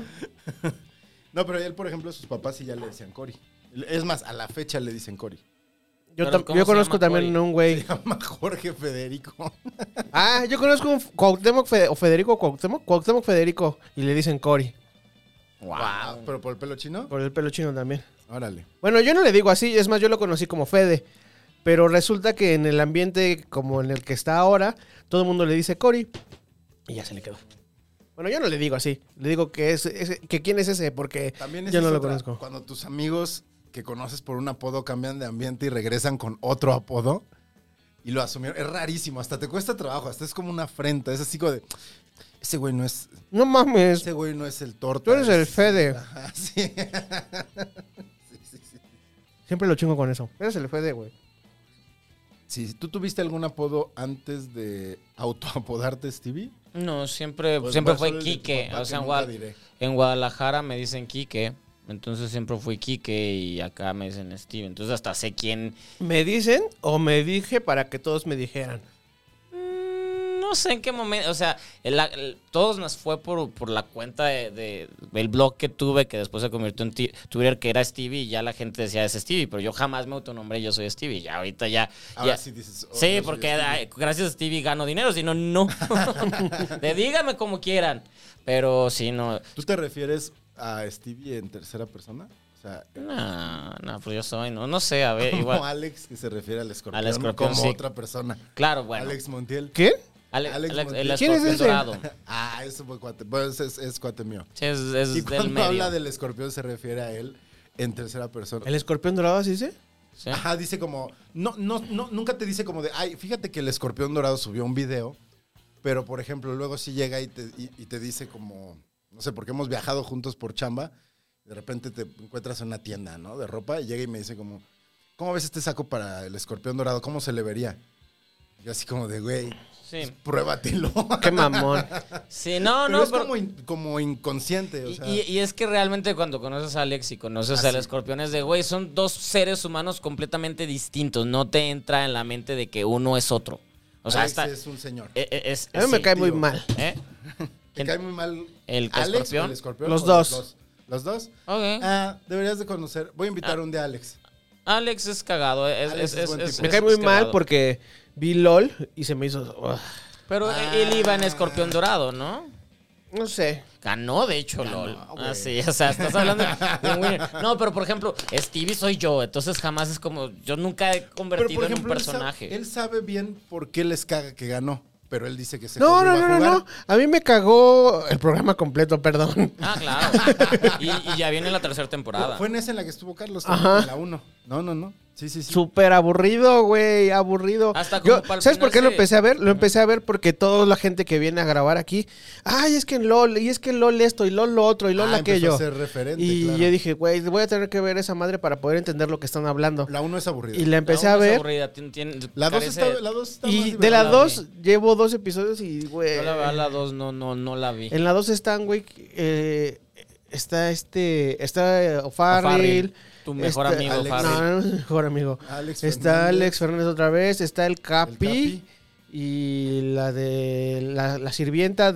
No, pero él, por ejemplo, sus papás sí ya le decían Cory. Es más, a la fecha le dicen Cory. yo, Pero tam- ¿cómo yo se conozco llama también Cory? a un güey. Se llama Jorge Federico. Ah, yo conozco un F- Cuauhtémoc Fe- o Federico Cuauhtémoc. Cuauhtémoc Federico. Y le dicen Cory. Wow. ¿Pero por el pelo chino? Por el pelo chino también. Órale. Bueno, yo no le digo así, es más, yo lo conocí como Fede. Pero resulta que en el ambiente como en el que está ahora, todo el mundo le dice Cory. Y ya se le quedó. Bueno, yo no le digo así. Le digo que es, es- que quién es ese, porque También esa yo no es lo otra. conozco. Cuando tus amigos que conoces por un apodo cambian de ambiente y regresan con otro apodo y lo asumieron. Es rarísimo, hasta te cuesta trabajo, hasta es como una afrenta. Es así como de. Ese güey no es. No mames. Ese güey no es el torta. Tú eres el es- Fede. Ajá, sí. Siempre lo chingo con eso. Eres el Fede, güey. Sí, ¿Tú tuviste algún apodo antes de autoapodarte, Stevie? No, siempre, Pues siempre va fue solo el de tu Quique. papá O sea, que en, nunca Guad- diré. en Guadalajara me dicen Quique. Entonces siempre fui Quique y acá me dicen Steve. Entonces hasta sé quién. ¿Me dicen o me dije para que todos me dijeran? Mm, No sé en qué momento. O sea, el- el- todos nos fue por, por la cuenta de, de- del blog que tuve, que después se convirtió en ti- Twitter, que era Stevie. Y ya la gente decía es Stevie. Pero yo jamás me autonombré, yo soy Stevie. Ya ahorita ya. Ahora ya- sí dices. oh, yo Sí, soy porque Stevie. ay, gracias a Stevie gano dinero, si no, no. De dígame como quieran. Pero si no. ¿Tú te refieres a Stevie en tercera persona? O sea, No, no, pues yo soy, no, no sé, a ver, Como igual. Alex que se refiere al escorpión, Al escorpión, como sí. otra persona. Claro, bueno. Alex Montiel. ¿Qué? Ale- Alex Alex- el Montiel. ¿Quién es escorpión ese? dorado. Ah, eso fue cuate. Bueno, ese es, es cuate mío. Sí, es, es y del cuando medio. habla del escorpión se refiere a él en tercera persona. ¿El escorpión dorado así dice? Sí. Ajá, dice como, no, no, no, nunca te dice como de, ay, fíjate que el escorpión dorado subió un video, pero por ejemplo, luego sí llega y te, y- y te dice como, no sé, porque hemos viajado juntos por chamba, de repente te encuentras en una tienda, ¿no? De ropa, y llega y me dice como, ¿cómo ves este saco para el escorpión dorado? ¿Cómo se le vería? Y así como de, güey, pues, Sí. pruébatelo. Qué mamón. Sí, no, Pero no, es pero- como, in- como inconsciente, o Y, sea. y- y es que realmente cuando conoces a Alex y conoces Ah, al sí. escorpión es de, güey, son dos seres humanos completamente distintos. No te entra en la mente de que uno es otro. O sea, Alex hasta... es un señor. eh, eh, es- A mí me sí. cae muy tío. mal. ¿Eh? Te cae muy mal ¿El Alex o escorpión? el escorpión Los o dos. ¿Los dos? Ok. Ah. Ah, deberías de conocer. Voy a invitar un día a Alex. Alex es cagado. Es, es- Alex es es- buen es- tipo. Me es- cae muy es mal cagado. porque vi LOL y se me hizo... ugh. Pero Ah. él iba en escorpión dorado, ¿no? no sé. Ganó, de hecho, Ganó, LOL. güey. Ah, sí, o sea, estás hablando de un winner. No, pero por ejemplo, Stevie soy yo, entonces jamás es como. Yo nunca he convertido en un él sa- personaje. Él sabe, bien por qué les caga que ganó. pero él dice que se No, no, corrió a no, no, jugar. no. A mí me cagó el programa completo, perdón. Ah, claro. Y, y ya viene la tercera temporada. Fue en esa en la que estuvo Carlos, Ajá. en la 1. No, no, no. Sí, sí, sí. Súper aburrido, güey, aburrido. Hasta como Yo, para el ¿Sabes por final qué lo se- empecé a ver? Lo empecé a ver porque toda la gente que viene a grabar aquí, ay, es que en LOL, y es que en LOL esto, y LOL lo otro, y LOL Ah, empezó aquello. a ser referente, y claro. yo dije, güey, voy a tener que ver esa madre para poder entender lo que están hablando. La 1 es aburrida. Y la empecé a uno es ver. aburrida, tiene- tiene- la 2 carece- está, la dos está más Y de divertida. la la 2 llevo dos episodios y, güey. Yo la verdad eh, la 2 no, no, no la vi. En la 2 están, güey, eh, está este, está eh, O'Farrill. O'Farrill, tu mejor está- amigo, Alex- O'Farrill. No, no es mi mejor amigo. Alex está Fernández. Alex Fernández otra vez, está el Capi, Capi. y la de la, la sirvienta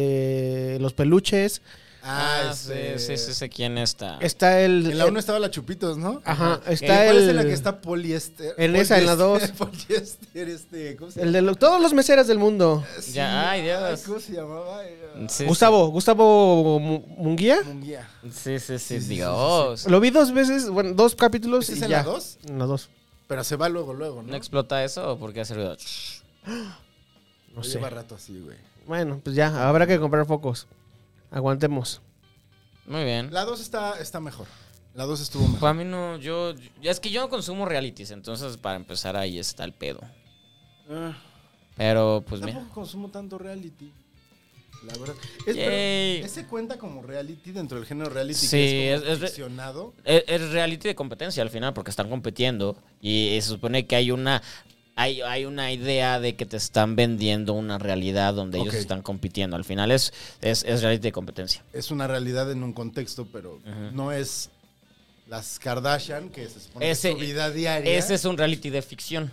de los peluches. Ah, Ah, sí, sí, sí, sé quién está. Está el... En la 1 estaba la Chupitos, ¿no? Ajá, ¿Y está cuál el... es en la que está poliéster? En esa, en la Poliéster, Poliéster, este, ¿cómo se el de lo- todos los meseras del mundo. Sí, Ya, ay, Dios. ¿Cómo se llamaba? Era- Sí, Gustavo, Gustavo Mu- Munguía. Munguía. Sí, sí, sí, sí, sí, Dios. Lo vi dos veces, bueno, dos capítulos ¿Ese y Pues es ya. en la dos? En la dos. Pero se va luego, luego, ¿no? ¿No explota eso o por qué hace ruido? No sé. Lleva rato así, güey. Bueno, pues ya, habrá que comprar focos. Aguantemos. Muy bien. La 2 está, está mejor. La 2 estuvo mejor. Pues a mí no, yo, yo- Es que yo no consumo realities, entonces para empezar ahí está el pedo. Ah, Pero pues tampoco mira. consumo tanto reality. La verdad. Es- Yay. pero, ¿Ese cuenta como reality dentro del género reality? Sí, que es como es- es- ficcionado? Es, es reality de competencia al final porque están compitiendo y se supone que hay una. Hay, hay una idea de que te están vendiendo una realidad donde Ok. ellos están compitiendo. Al final es, es, es reality de competencia. es una realidad en un contexto, pero no es las Kardashian, que se supone que es Ese- su vida diaria. Ese es un reality de ficción.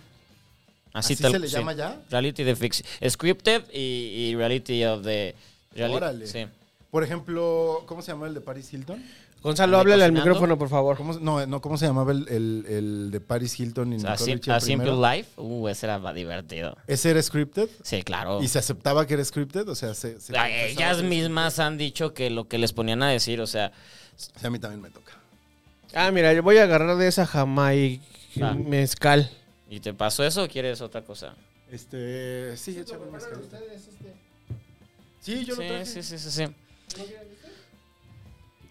Así, ¿Así tal- se le sí. llama ya? Reality de ficción. Scripted y, y reality of the. reali- Órale. Sí. Por ejemplo, ¿cómo se llamaba el de Paris Hilton? Gonzalo, ¿Me háblale al cocinando? micrófono, por favor. ¿Cómo se- no, no, ¿cómo se llamaba el, el- el de Paris Hilton y A, Nicole Sim- Richie el a Simple primero? Life. Uh, ese era divertido. ¿Ese era scripted? Sí, claro. ¿Y se aceptaba que era scripted? O sea, se, se Ay, confesaba Ellas que- mismas han dicho que lo que les ponían a decir, o sea, O sea, a mí también me toca. Ah, mira, yo voy a agarrar de esa jamai Va. mezcal. Ah. ¿y te pasó eso o quieres otra cosa? Este, sí, échame más caliente. Sí, yo lo Sí, traje. sí, sí, sí, sí.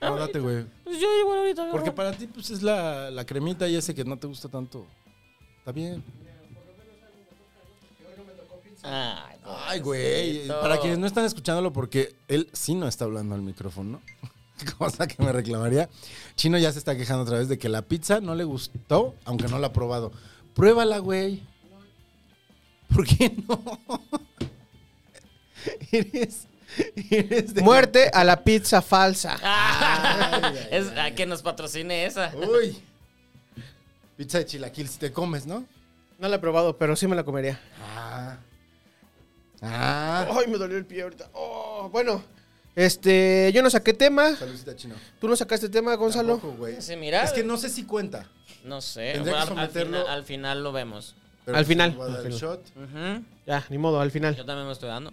No, date, güey. Pues yo igual ahorita. Porque para ti, pues, es la, la cremita y ese que no te gusta tanto. Está bien. Ay, Ay, güey. pobrecito. Para quienes no están escuchándolo, porque él sí no está hablando al micrófono, cosa que me reclamaría. Chino ya se está quejando otra vez de que la pizza no le gustó, aunque no la ha probado. Pruébala, güey. ¿Por qué no? eres, eres de... Muerte a la pizza falsa. Ah, es a que nos patrocine esa. Uy. Pizza de chilaquil si te comes, ¿no? No la he probado, pero sí me la comería. Ah. Ah. Ay, me dolió el pie ahorita. Oh, bueno, este, yo no saqué tema. Saludcita, Chino. ¿Tú no sacaste tema, Gonzalo? Tampoco, güey. Sí, mira. Es que no sé si cuenta. No sé. Tendría Bueno, que al- al, someterlo- final, al final lo vemos. Pero Al sí final, le voy a al dar el final. shot. Ujú. Ya, ni modo, al Yo final. también me estoy dando.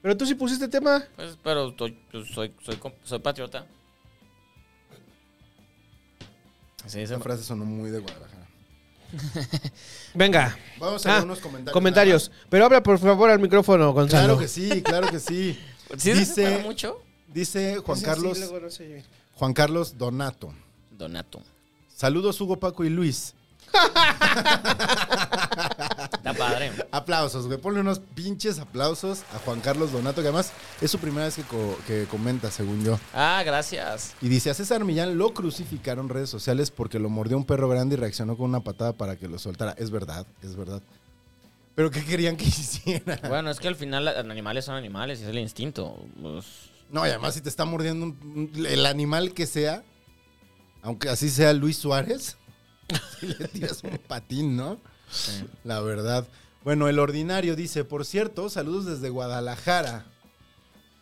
Pero tú sí pusiste tema. Pues, pero estoy- pues, soy, soy, com- soy patriota. Sí, se Esa me- frase sonó muy de Guadalajara. Venga. Vamos a ver Ah, unos comentarios. Ah, Comentarios. Pero habla, por favor, al micrófono, Gonzalo. Claro que sí, claro que sí. ¿Sí se separa dice, mucho? dice Juan Sí, sí, Carlos, luego no sé bien. Juan Carlos Donato. Donato. Saludos Hugo, Paco y Luis. Está padre. Aplausos, güey. Ponle unos pinches aplausos a Juan Carlos Donato, que además es su primera vez que, co- que comenta, según yo. Ah, gracias. Y dice, a César Millán lo crucificaron redes sociales porque lo mordió un perro grande y reaccionó con una patada para que lo soltara. Es verdad, es verdad. Pero ¿qué querían que hiciera? Bueno, es que al final los animales son animales y es el instinto. Pues, No, y además si te está mordiendo un- un- el animal que sea, aunque así sea Luis Suárez, si le tiras un patín, ¿no? La verdad. Bueno, el ordinario dice, por cierto, saludos desde Guadalajara,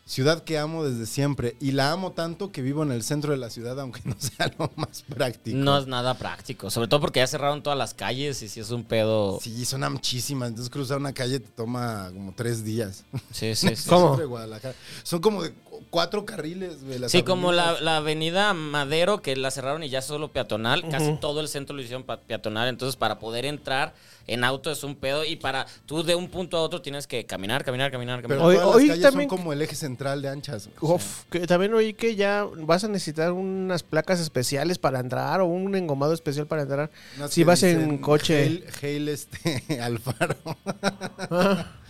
ciudad que amo desde siempre, y la amo tanto que vivo en el centro de la ciudad, aunque no sea lo más práctico. no es nada práctico. Sobre todo porque ya cerraron todas las calles y si es un pedo. Sí, son muchísimas, entonces cruzar una calle te toma como tres días. Sí, sí, sí. ¿Cómo? Centro de Guadalajara. Son como de cuatro carriles, güey. las Sí, como avenidas. la, la avenida Madero, que la cerraron y ya solo peatonal. Casi todo el centro lo hicieron pa- peatonal. Entonces, para poder entrar en auto es un pedo. Y para tú de un punto a otro tienes que caminar, caminar, caminar, Pero caminar. Hoy- todas las hoy calles también- son como el eje central de anchas. güey. Uf, que también oí que ya vas a necesitar unas placas especiales para entrar o un engomado especial para entrar Unas si que vas en dicen, coche. Hail, Hail, este Alfaro.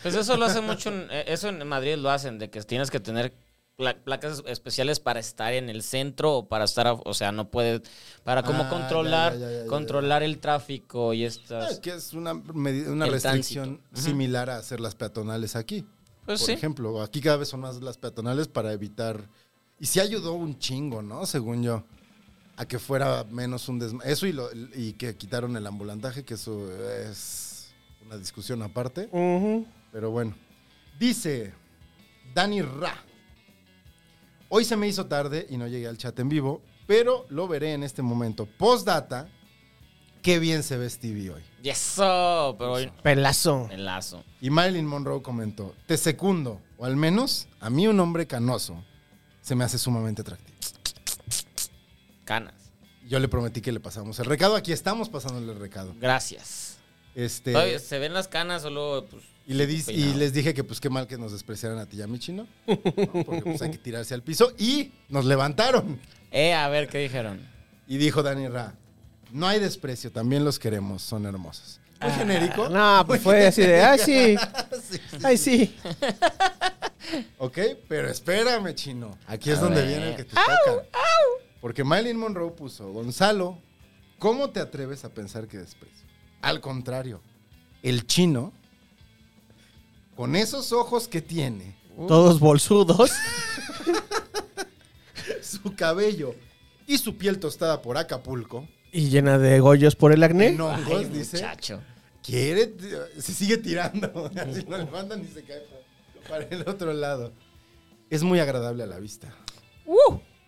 Pues eso lo hacen mucho. en- eh, eso en Madrid lo hacen, de que tienes que tener pla- placas especiales para estar en el centro o para estar. a- O sea, no puedes. Para como Ah, ya, controlar, ya, ya, ya, ya. controlar el tráfico y estas. que es una, medida- una El restricción tránsito. similar a hacer las peatonales aquí. Pues por sí. ejemplo, aquí cada vez son más las peatonales para evitar. Y sí ayudó un chingo, ¿no? Según yo. A que fuera menos un desma... Eso y, lo- y que quitaron el ambulantaje, que eso es una discusión aparte. Ujú. Pero bueno. Dice Dani Ra. Hoy se me hizo tarde y no llegué al chat en vivo, pero lo veré en este momento. Postdata, qué bien se ve Stevie hoy. Y eso. Pero hoy. Pelazo. El lazo. Y Marilyn Monroe comentó, te secundo, o al menos a mí un hombre canoso se me hace sumamente atractivo. Canas. Yo le prometí que le pasamos el recado, aquí estamos pasándole el recado. Gracias. Este, Todavía ¿Se ven las canas o luego, pues, y, le dis- y peinado. les dije que pues qué mal que nos despreciaran a ti y a mi chino, ¿no? porque pues hay que tirarse al piso y nos levantaron. Eh, a ver, ¿qué dijeron? Y dijo Dani Ra, no hay desprecio, también los queremos, son hermosos. Muy genérico. Ah, No, pues fue así de, ay sí, ay sí. Ok, pero espérame, chino. Aquí es A donde ver. viene el que te toca. Porque Marilyn Monroe puso, Gonzalo, ¿cómo te atreves a pensar que desprecio? Al contrario, el chino, con esos ojos que tiene, Todos bolsudos. su cabello y su piel tostada por Acapulco, Y llena de gollos por el acné. en hongos, Ay, dice, muchacho. quiere, t- se sigue tirando. Así lo levantan y se cae pa- para el otro lado. Es muy agradable a la vista.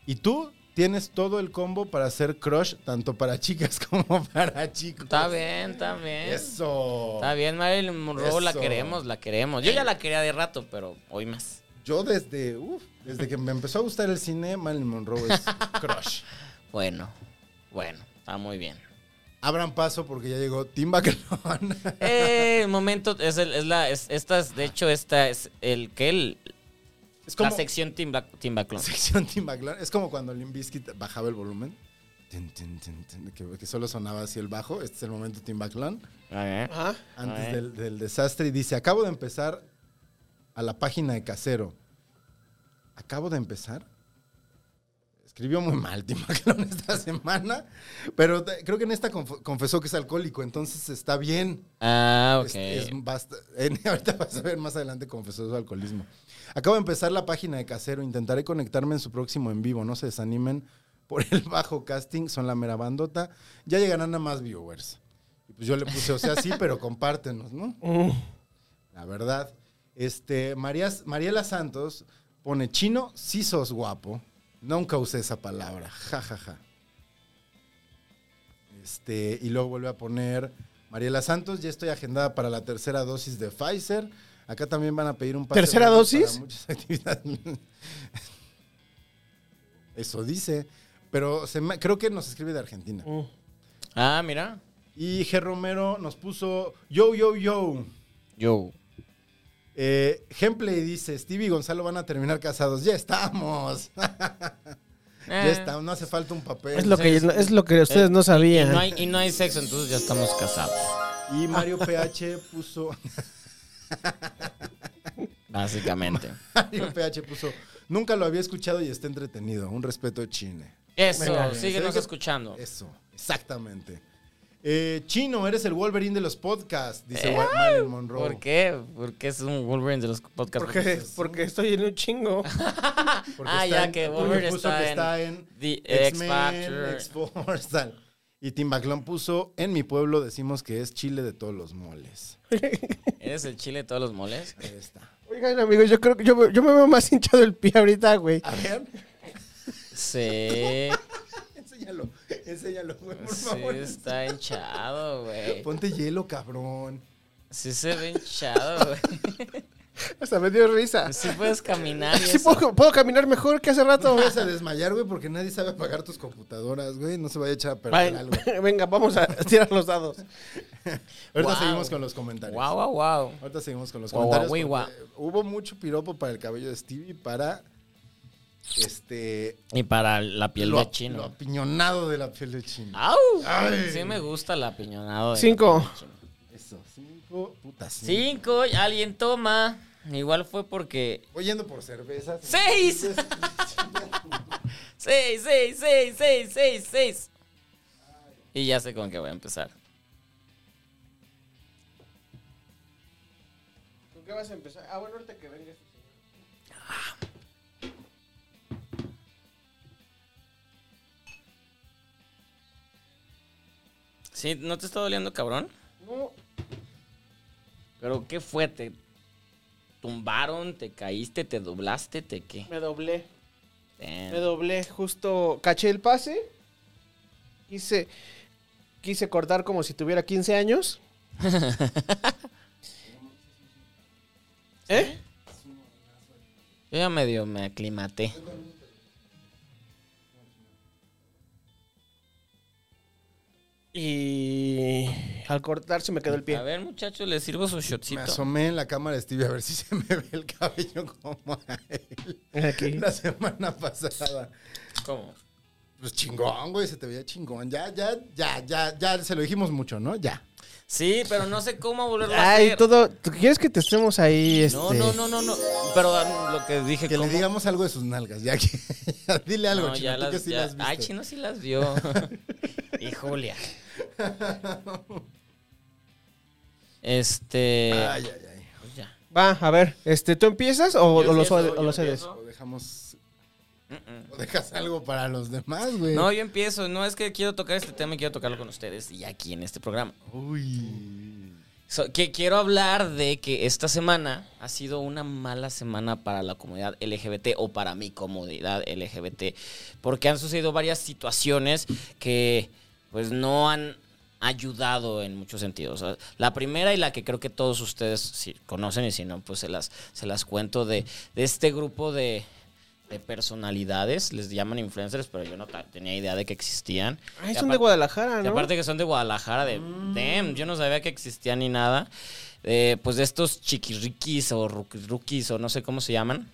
Y tú tienes todo el combo para hacer crush, tanto para chicas como para chicos. Está bien, está bien. Eso. Está bien, Marilyn Monroe, la Eso. queremos, la queremos. Yo ya la quería de rato, pero hoy más. Yo desde, uf, desde que me empezó a gustar el cine, Marilyn Monroe es crush. Bueno, bueno, está muy bien. Abran paso porque ya llegó Tim Bacalón. Eh, momento, es, el- es la, es- estas, de hecho, esta es el que el, Es la como sección Timba- Timbaclón. sección Tim Bacalón. Es como cuando Limp Bizkit bajaba el volumen. Tin, tin, tin, tin, que, que solo sonaba así el bajo. Este es el momento Tim Bacalón. A ver. Ajá. antes Ay. del, del desastre y dice, acabo de empezar a la página de casero. ¿Acabo de empezar? Escribió muy mal Tim McLaren esta semana, pero te- creo que en esta conf- confesó que es alcohólico, entonces está bien. Ah, ok. Es- es basta- en- ahorita vas a ver más adelante confesó su alcoholismo. Acabo de empezar la página de casero, intentaré conectarme en su próximo en vivo, no se desanimen por el bajo casting, son la mera bandota, ya llegarán a más viewers. Y pues yo le puse, o sea, sí, pero compártenos, ¿no? La verdad. Este, María, Mariela Santos pone chino, sí sos guapo. Nunca usé esa palabra. Ja, ja, ja. Este, y luego vuelve a poner Mariela Santos, ya estoy agendada para la tercera dosis de Pfizer. Acá también van a pedir un pase ¿Tercera para dosis? muchas actividades. Eso dice. Pero se me- creo que nos escribe de Argentina. Ah, mira. Y G. Romero nos puso yo, yo, yo. Yo. Eh, Hempley dice, Stevie y Gonzalo van a terminar casados. Ya estamos. ya estamos. No hace falta un papel. Eh. Es lo que, es lo que ustedes no Eh, Y sabían. no, hay, y no hay sexo, entonces ya estamos casados. Y Mario PH puso... Básicamente. Mario PH puso... Nunca lo había escuchado y está entretenido. Un respeto chine. Eso, Venga, síguenos sigue- escuchando. Eso, exactamente. Eh, Chino, eres el Wolverine de los podcasts, dice Eh. Wa- Marilyn Monroe. ¿Por qué? Porque es un Wolverine de los podcasts. Porque, porque estoy en un chingo. Porque ah, está ya en- que uno Wolverine puso está, que en está en The X X-Men, Factor. X-Force, tal. Y Tim Baclón puso, en mi pueblo decimos que es chile de todos los moles. ¿Eres el chile de todos los moles? Ahí está. Oigan, amigos, yo creo que yo, me- yo me veo más hinchado el pie ahorita, güey. A ver, Sí. enséñalo, enséñalo, güey, por sí, favor. Pues está hinchado, güey. Ponte hielo, cabrón. Sí se ve hinchado, güey. Hasta me dio risa. Sí puedes caminar. y Sí, eso. puedo, puedo caminar mejor que hace rato. Te vas a desmayar, güey, porque nadie sabe apagar tus computadoras, güey. No se vaya a echar a perder Vale. algo. Venga, vamos a tirar los dados. Ahorita Guau. seguimos con los comentarios. Guau, guau, guau. Ahorita seguimos con los Guau, comentarios. guau, guau, porque Hubo mucho piropo para el cabello de Stevie para este Y para la piel lo, de ap- chino. Ah. lo apiñonado de la piel de chino. ¡Au! Ay. Sí me gusta la piñonada. de- Cinco. Eso, cinco putas. Cinco, alguien toma. Igual fue porque... Voy yendo por cervezas. ¡Seis! ¡Seis, seis, seis, seis, seis, seis! Y ya sé con qué voy a empezar. ¿Con qué vas a empezar? Ah, bueno, ahorita que venga. Sí, ¿no te está doliendo, cabrón? No, ¿Pero qué fue? ¿Te tumbaron? ¿Te caíste? ¿Te doblaste? ¿Te qué? me doblé. Me Damn. doblé justo, caché el pase. Quise, quise cortar como si tuviera 15 años. ¿Eh? Yo ya medio me aclimaté. Y al cortar se me quedó el pie. A ver, muchachos, les sirvo su Me shotcito. asomé en la cámara de Stevie a ver si se me ve el cabello como a él. Aquí. La semana pasada. ¿Cómo? Pues chingón, güey, se te veía chingón. Ya, ya, ya, ya, ya, se lo dijimos mucho, ¿no? Ya. Sí, pero no sé cómo volverlo a Ay, hacer. todo. ¿tú ¿Quieres que te estemos ahí? Este? No, no, no, no, no. Pero ah, lo que dije, Que ¿cómo? le digamos algo de sus nalgas, ya que. ya, dile algo, No, chino, ya tú que las, sí ya- las viste. Ay, Chino sí las vio. y Julia. Este... Ay, ay, ay. pues ya. Va, a ver. Este, ¿Tú empiezas o, Yo o lo, empiezo, cedes- o yo lo cedes? empiezo. O dejamos. Mm, Mm-mm. O dejas algo para los demás, güey. No, yo empiezo. No, es que quiero tocar este tema y quiero tocarlo con ustedes y aquí en este programa. Uy. So, que quiero hablar de que esta semana ha sido una mala semana para la comunidad LGBT o para mi comunidad LGBT, porque han sucedido varias situaciones que pues no han ayudado en muchos sentidos. O sea, La primera y la que creo que todos ustedes sí conocen y si no, pues se las, se las cuento de, de este grupo de, de personalidades, les llaman influencers, pero yo no ta- tenía idea de que existían. Ay, son Ah, Y de aparte- Guadalajara, y ¿no? Mm. aparte que son de Guadalajara, de damn, yo no sabía que existían ni nada. Eh, pues de estos chiquirriquis o ruquirruquis o no sé cómo se llaman.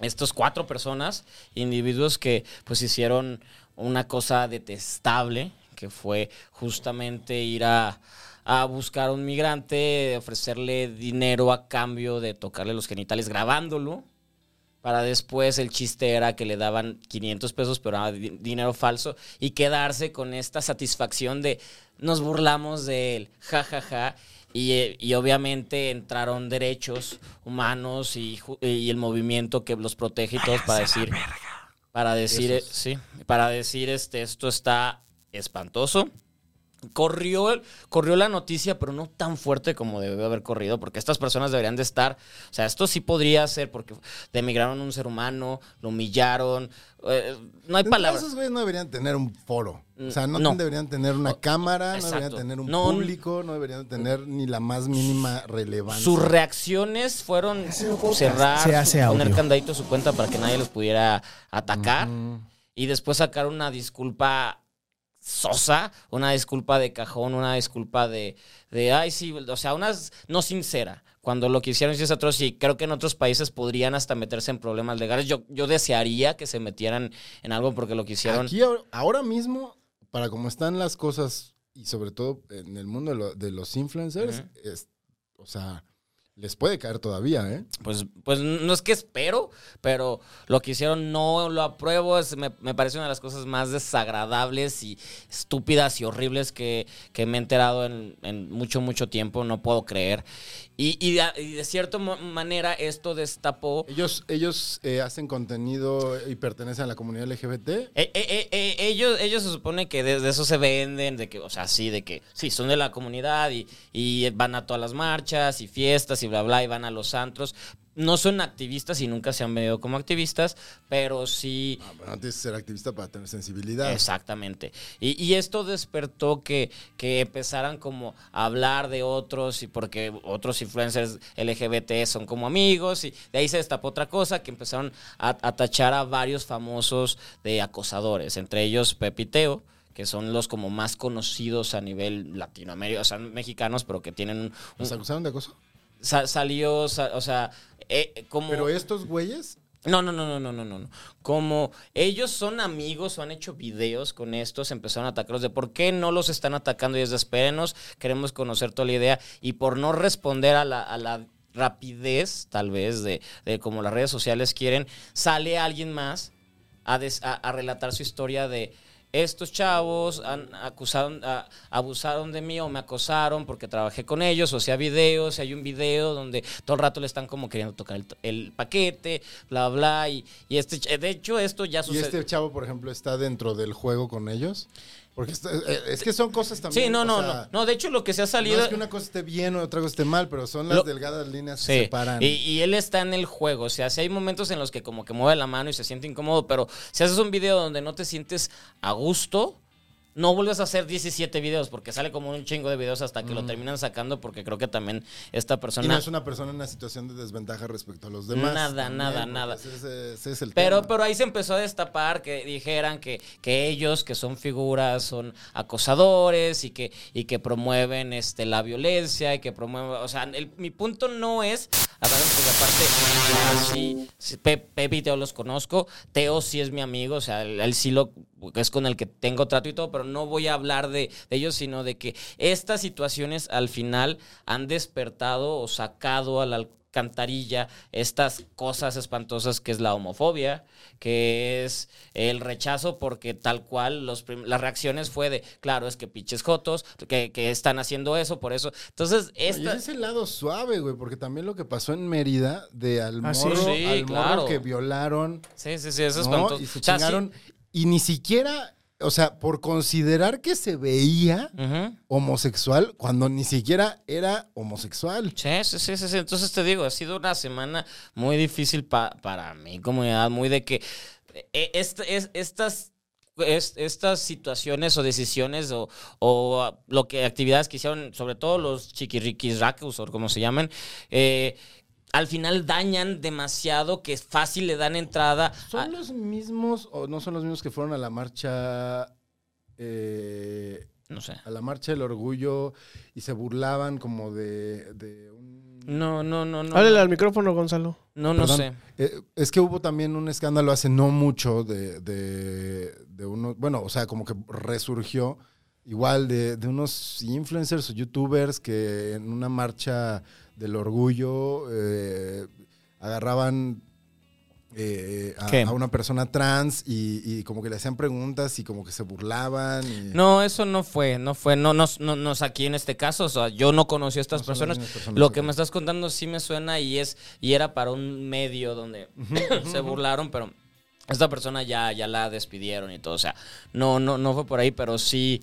Estos cuatro personas, individuos que pues hicieron una cosa detestable, que fue justamente ir a, a buscar a un migrante, ofrecerle dinero a cambio de tocarle los genitales grabándolo. Para después el chiste era que le daban 500 pesos, pero era di- dinero falso, y quedarse con esta satisfacción de nos burlamos de él, ja, ja, ja. Y, eh, y obviamente entraron derechos humanos y, ju- y el movimiento que los protege y todos para decir, para decir, eh, sí, para decir, este, esto está espantoso. Corrió, corrió la noticia, pero no tan fuerte como debió haber corrido, porque estas personas deberían de estar. O sea, esto sí podría ser, porque demigraron a un ser humano, lo humillaron. eh, no hay palabras. Esos güeyes no deberían tener un foro. O sea, no, No. deberían tener una cámara, exacto. no deberían tener un No, público, no deberían tener ni la más mínima relevancia. Sus reacciones fueron cerrar, Se hace su- audio. poner candadito a su cuenta para que nadie los pudiera atacar y después sacar una disculpa sosa, una disculpa de cajón, una disculpa de, de ay, sí, o sea, una s- no sincera. Cuando lo que hicieron sí es atroz y creo que en otros países podrían hasta meterse en problemas legales. Yo, yo desearía que se metieran en algo porque lo que hicieron... Aquí ahor- ahora mismo, para cómo están las cosas, y sobre todo en el mundo de, lo- de los influencers, es- o sea, les puede caer todavía, ¿eh? pues, pues no es que espero, pero lo que hicieron no lo apruebo. Es- me, me parece una de las cosas más desagradables y estúpidas y horribles que, que me he enterado en, en mucho, mucho tiempo. No puedo creer. Y, y de, y de cierta mo- manera esto destapó... Ellos, ellos eh, hacen contenido y pertenecen a la comunidad LGBT. Eh, eh, eh, eh, ellos, ellos se supone que desde eso se venden, de que, o sea, sí, de que sí, son de la comunidad y, y van a todas las marchas y fiestas y bla, bla, y van a los antros. No son activistas y nunca se han medido como activistas, pero sí... Ah, pero antes ser activista para tener sensibilidad. Exactamente. Y, y esto despertó que, que empezaran como a hablar de otros y porque otros influencers LGBT son como amigos y de ahí se destapó otra cosa que empezaron a, a tachar a varios famosos de acosadores, entre ellos Pepiteo que son los como más conocidos a nivel latinoamérica, o sea, mexicanos, pero que tienen un... un- ¿Nos acusaron de acoso? sa- salió, sa- o sea, eh, como... Pero estos güeyes, No, no, no, no, no, no, no, no. Como ellos son amigos o han hecho videos con estos, empezaron a atacarlos de por qué no los están atacando y es de espérenos, queremos conocer toda la idea y por no responder a la, a la rapidez, tal vez, de, de como las redes sociales quieren, sale alguien más a, des- a- a relatar su historia de estos chavos han acusaron, a- abusaron de mí o me acosaron porque trabajé con ellos o hacía videos, y hay un video donde todo el rato le están como queriendo tocar el, el paquete, bla, bla, y, y este, ch- de hecho esto ya y sucede. este chavo, por ejemplo, está dentro del juego con ellos. Porque está- eh, es que son cosas también. sí, no, o no, sea, no, no, de hecho lo que se ha salido... No es que una cosa esté bien o otra cosa esté mal, pero son las Lo- delgadas líneas Sí, que separan. Y, y él está en el juego. O sea, si hay momentos en los que como que mueve la mano y se siente incómodo, pero si haces un video donde no te sientes a gusto, no vuelves a hacer 17 videos porque sale como un chingo de videos hasta que lo terminan sacando porque creo que también esta Mm. Y persona... no es una persona en una situación de desventaja respecto a los demás. Nada, también, nada, porque nada. Ese, es- ese es el Pero, tema. pero ahí se empezó a destapar que dijeran que, que ellos, que son figuras, son acosadores y que, y que promueven este, la violencia y que promueven... O sea, el- mi punto no es... A ver, porque aparte, ah, sí, sí, Pe- Pepe y Teo los conozco. Teo sí es mi amigo, o sea, él, él sí lo es con el que tengo trato y todo, pero no voy a hablar de, de ellos, sino de que estas situaciones al final han despertado o sacado al al- cantarilla estas cosas espantosas que es la homofobia, que es el rechazo, porque tal cual los prim- las reacciones fue de, claro, es que pinches jotos, que, que están haciendo eso, por eso. Entonces, Y ese esta... es el lado suave, güey, porque también lo que pasó en Mérida de al Ah, sí. morro, Sí, al morro claro. que violaron Sí, sí, sí, eso es ¿no? espantoso. y se O sea, sí- chingaron. Y ni siquiera, o sea, por considerar que se veía Ujú. homosexual cuando ni siquiera era homosexual. Sí, sí, sí, sí, sí. Entonces te digo, ha sido una semana muy difícil pa- para mi comunidad, muy de que eh, est- es- estas... es- estas situaciones o decisiones o, o, ah, lo que actividades que hicieron, sobre todo los chiquirriquis racus o como se llaman, eh, al final dañan demasiado que fácil le dan entrada. a- ¿Son los mismos o no son los mismos que fueron a la marcha eh, no sé. a la marcha del orgullo y se burlaban como de, de un... No, no, no, no. Háblale No, al micrófono, Gonzalo. no, no Perdón. sé. Eh, es que hubo también un escándalo hace no mucho de, de, de unos, bueno, o sea, como que resurgió igual de, de unos influencers o youtubers que en una marcha del orgullo eh, agarraban eh, a, ¿Qué? a una persona trans y, y como que le hacían preguntas y como que se burlaban. y- No, eso no fue, no fue, no, no, no, no es aquí en este caso, o sea, yo no conocí a estas No son las personas. mismas personas, Lo que ok. me estás contando sí me suena y es, y era para un medio donde se burlaron, pero esta persona ya, ya la despidieron y todo, o sea, no, no, no fue por ahí, pero sí.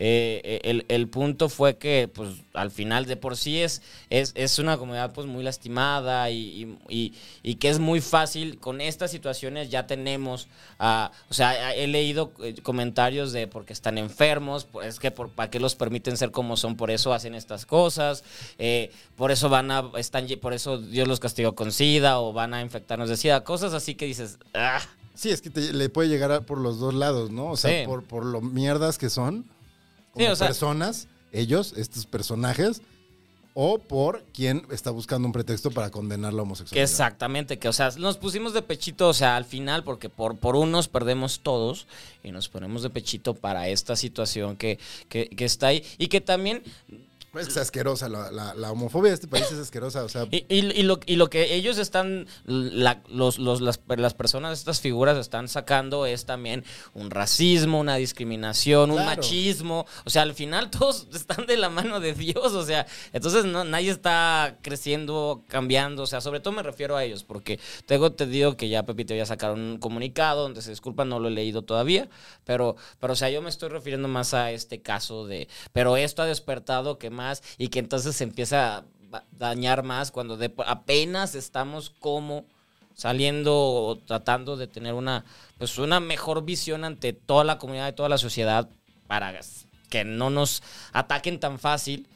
eh, el, el punto fue que pues al final de por sí es, es, es una comunidad pues muy lastimada y, y- y- y que es muy fácil con estas situaciones ya tenemos ah, o sea he leído eh, comentarios de porque están enfermos pues, es que por, para qué los permiten ser como son por eso hacen estas cosas eh, por eso van a están lle- por eso Dios los castigó con sida o van a infectarnos de sida cosas así que dices ah, Sí, es que te- le puede llegar a- por los dos lados, ¿no? O sea, Sí. por, por lo mierdas que son, como Sí, o sea- personas, ellos, estos personajes, o por quien está buscando un pretexto para condenar la Que homosexualidad. exactamente, que o sea, nos pusimos de pechito, o sea, al final, porque por, por unos perdemos todos y nos ponemos de pechito para esta situación que, que, que está ahí y que también, Es que es asquerosa, la, la- la homofobia de este país es asquerosa, o sea... y, y- y lo, y lo que ellos están, la- los, los- las, las personas, estas figuras están sacando es también un racismo, una discriminación, un Claro. machismo, o sea, al final todos están de la mano de Dios, o sea, entonces no, nadie está creciendo, cambiando, o sea, sobre todo me refiero a ellos, porque tengo entendido que ya Pepito ya sacaron un comunicado donde se disculpan, no lo he leído todavía, pero, pero o sea, yo me estoy refiriendo más a este caso de, pero esto ha despertado que más y que entonces se empieza va- dañar más cuando de- apenas estamos como saliendo o tratando de tener una, pues una mejor visión ante toda la comunidad y toda la sociedad para que no nos ataquen tan fácil.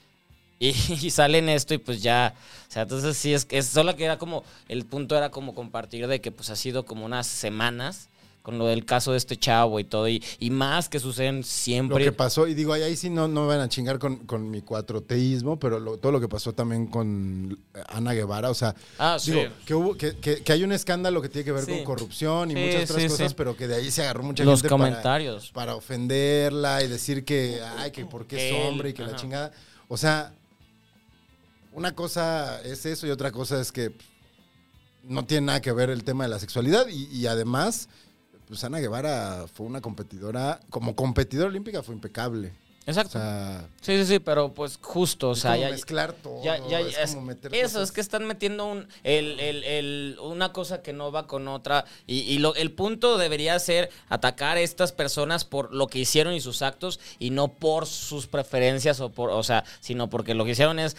Y, y salen esto y pues ya, o sea, entonces sí, es, es solo que era como, el punto era como compartir de que pues ha sido como unas semanas con lo del caso de este chavo y todo, y, y más que suceden Lo siempre. que pasó, y digo, ahí, ahí sí no, no van a chingar con, con mi cuatroteísmo, pero lo- todo lo que pasó también con Ana Guevara, o sea, Ah, sí. digo, que, hubo, que, que- que hay un escándalo que tiene que ver Sí. con corrupción y Sí, muchas otras sí, cosas, sí. pero que de ahí se agarró mucha Los gente para- comentarios. Para, ofenderla y decir que, ay, que porque Que es él, hombre y que la ajá. chingada. O sea, una cosa es eso y otra cosa es que pff, no tiene nada que ver el tema de la sexualidad y, y además... Pues Ana Guevara fue una competidora, como competidora olímpica fue impecable. O Exacto. sea, sí, sí, sí, pero pues justo, o es sea, como ya, mezclar todo. ya- ya- Oh, es, es- como meter eso, cosas. es que están metiendo un, el- el- el- una cosa que no va con otra. Y, y lo, el punto debería ser atacar a estas personas por lo que hicieron y sus actos y no por sus preferencias o por, o sea, sino porque lo que hicieron es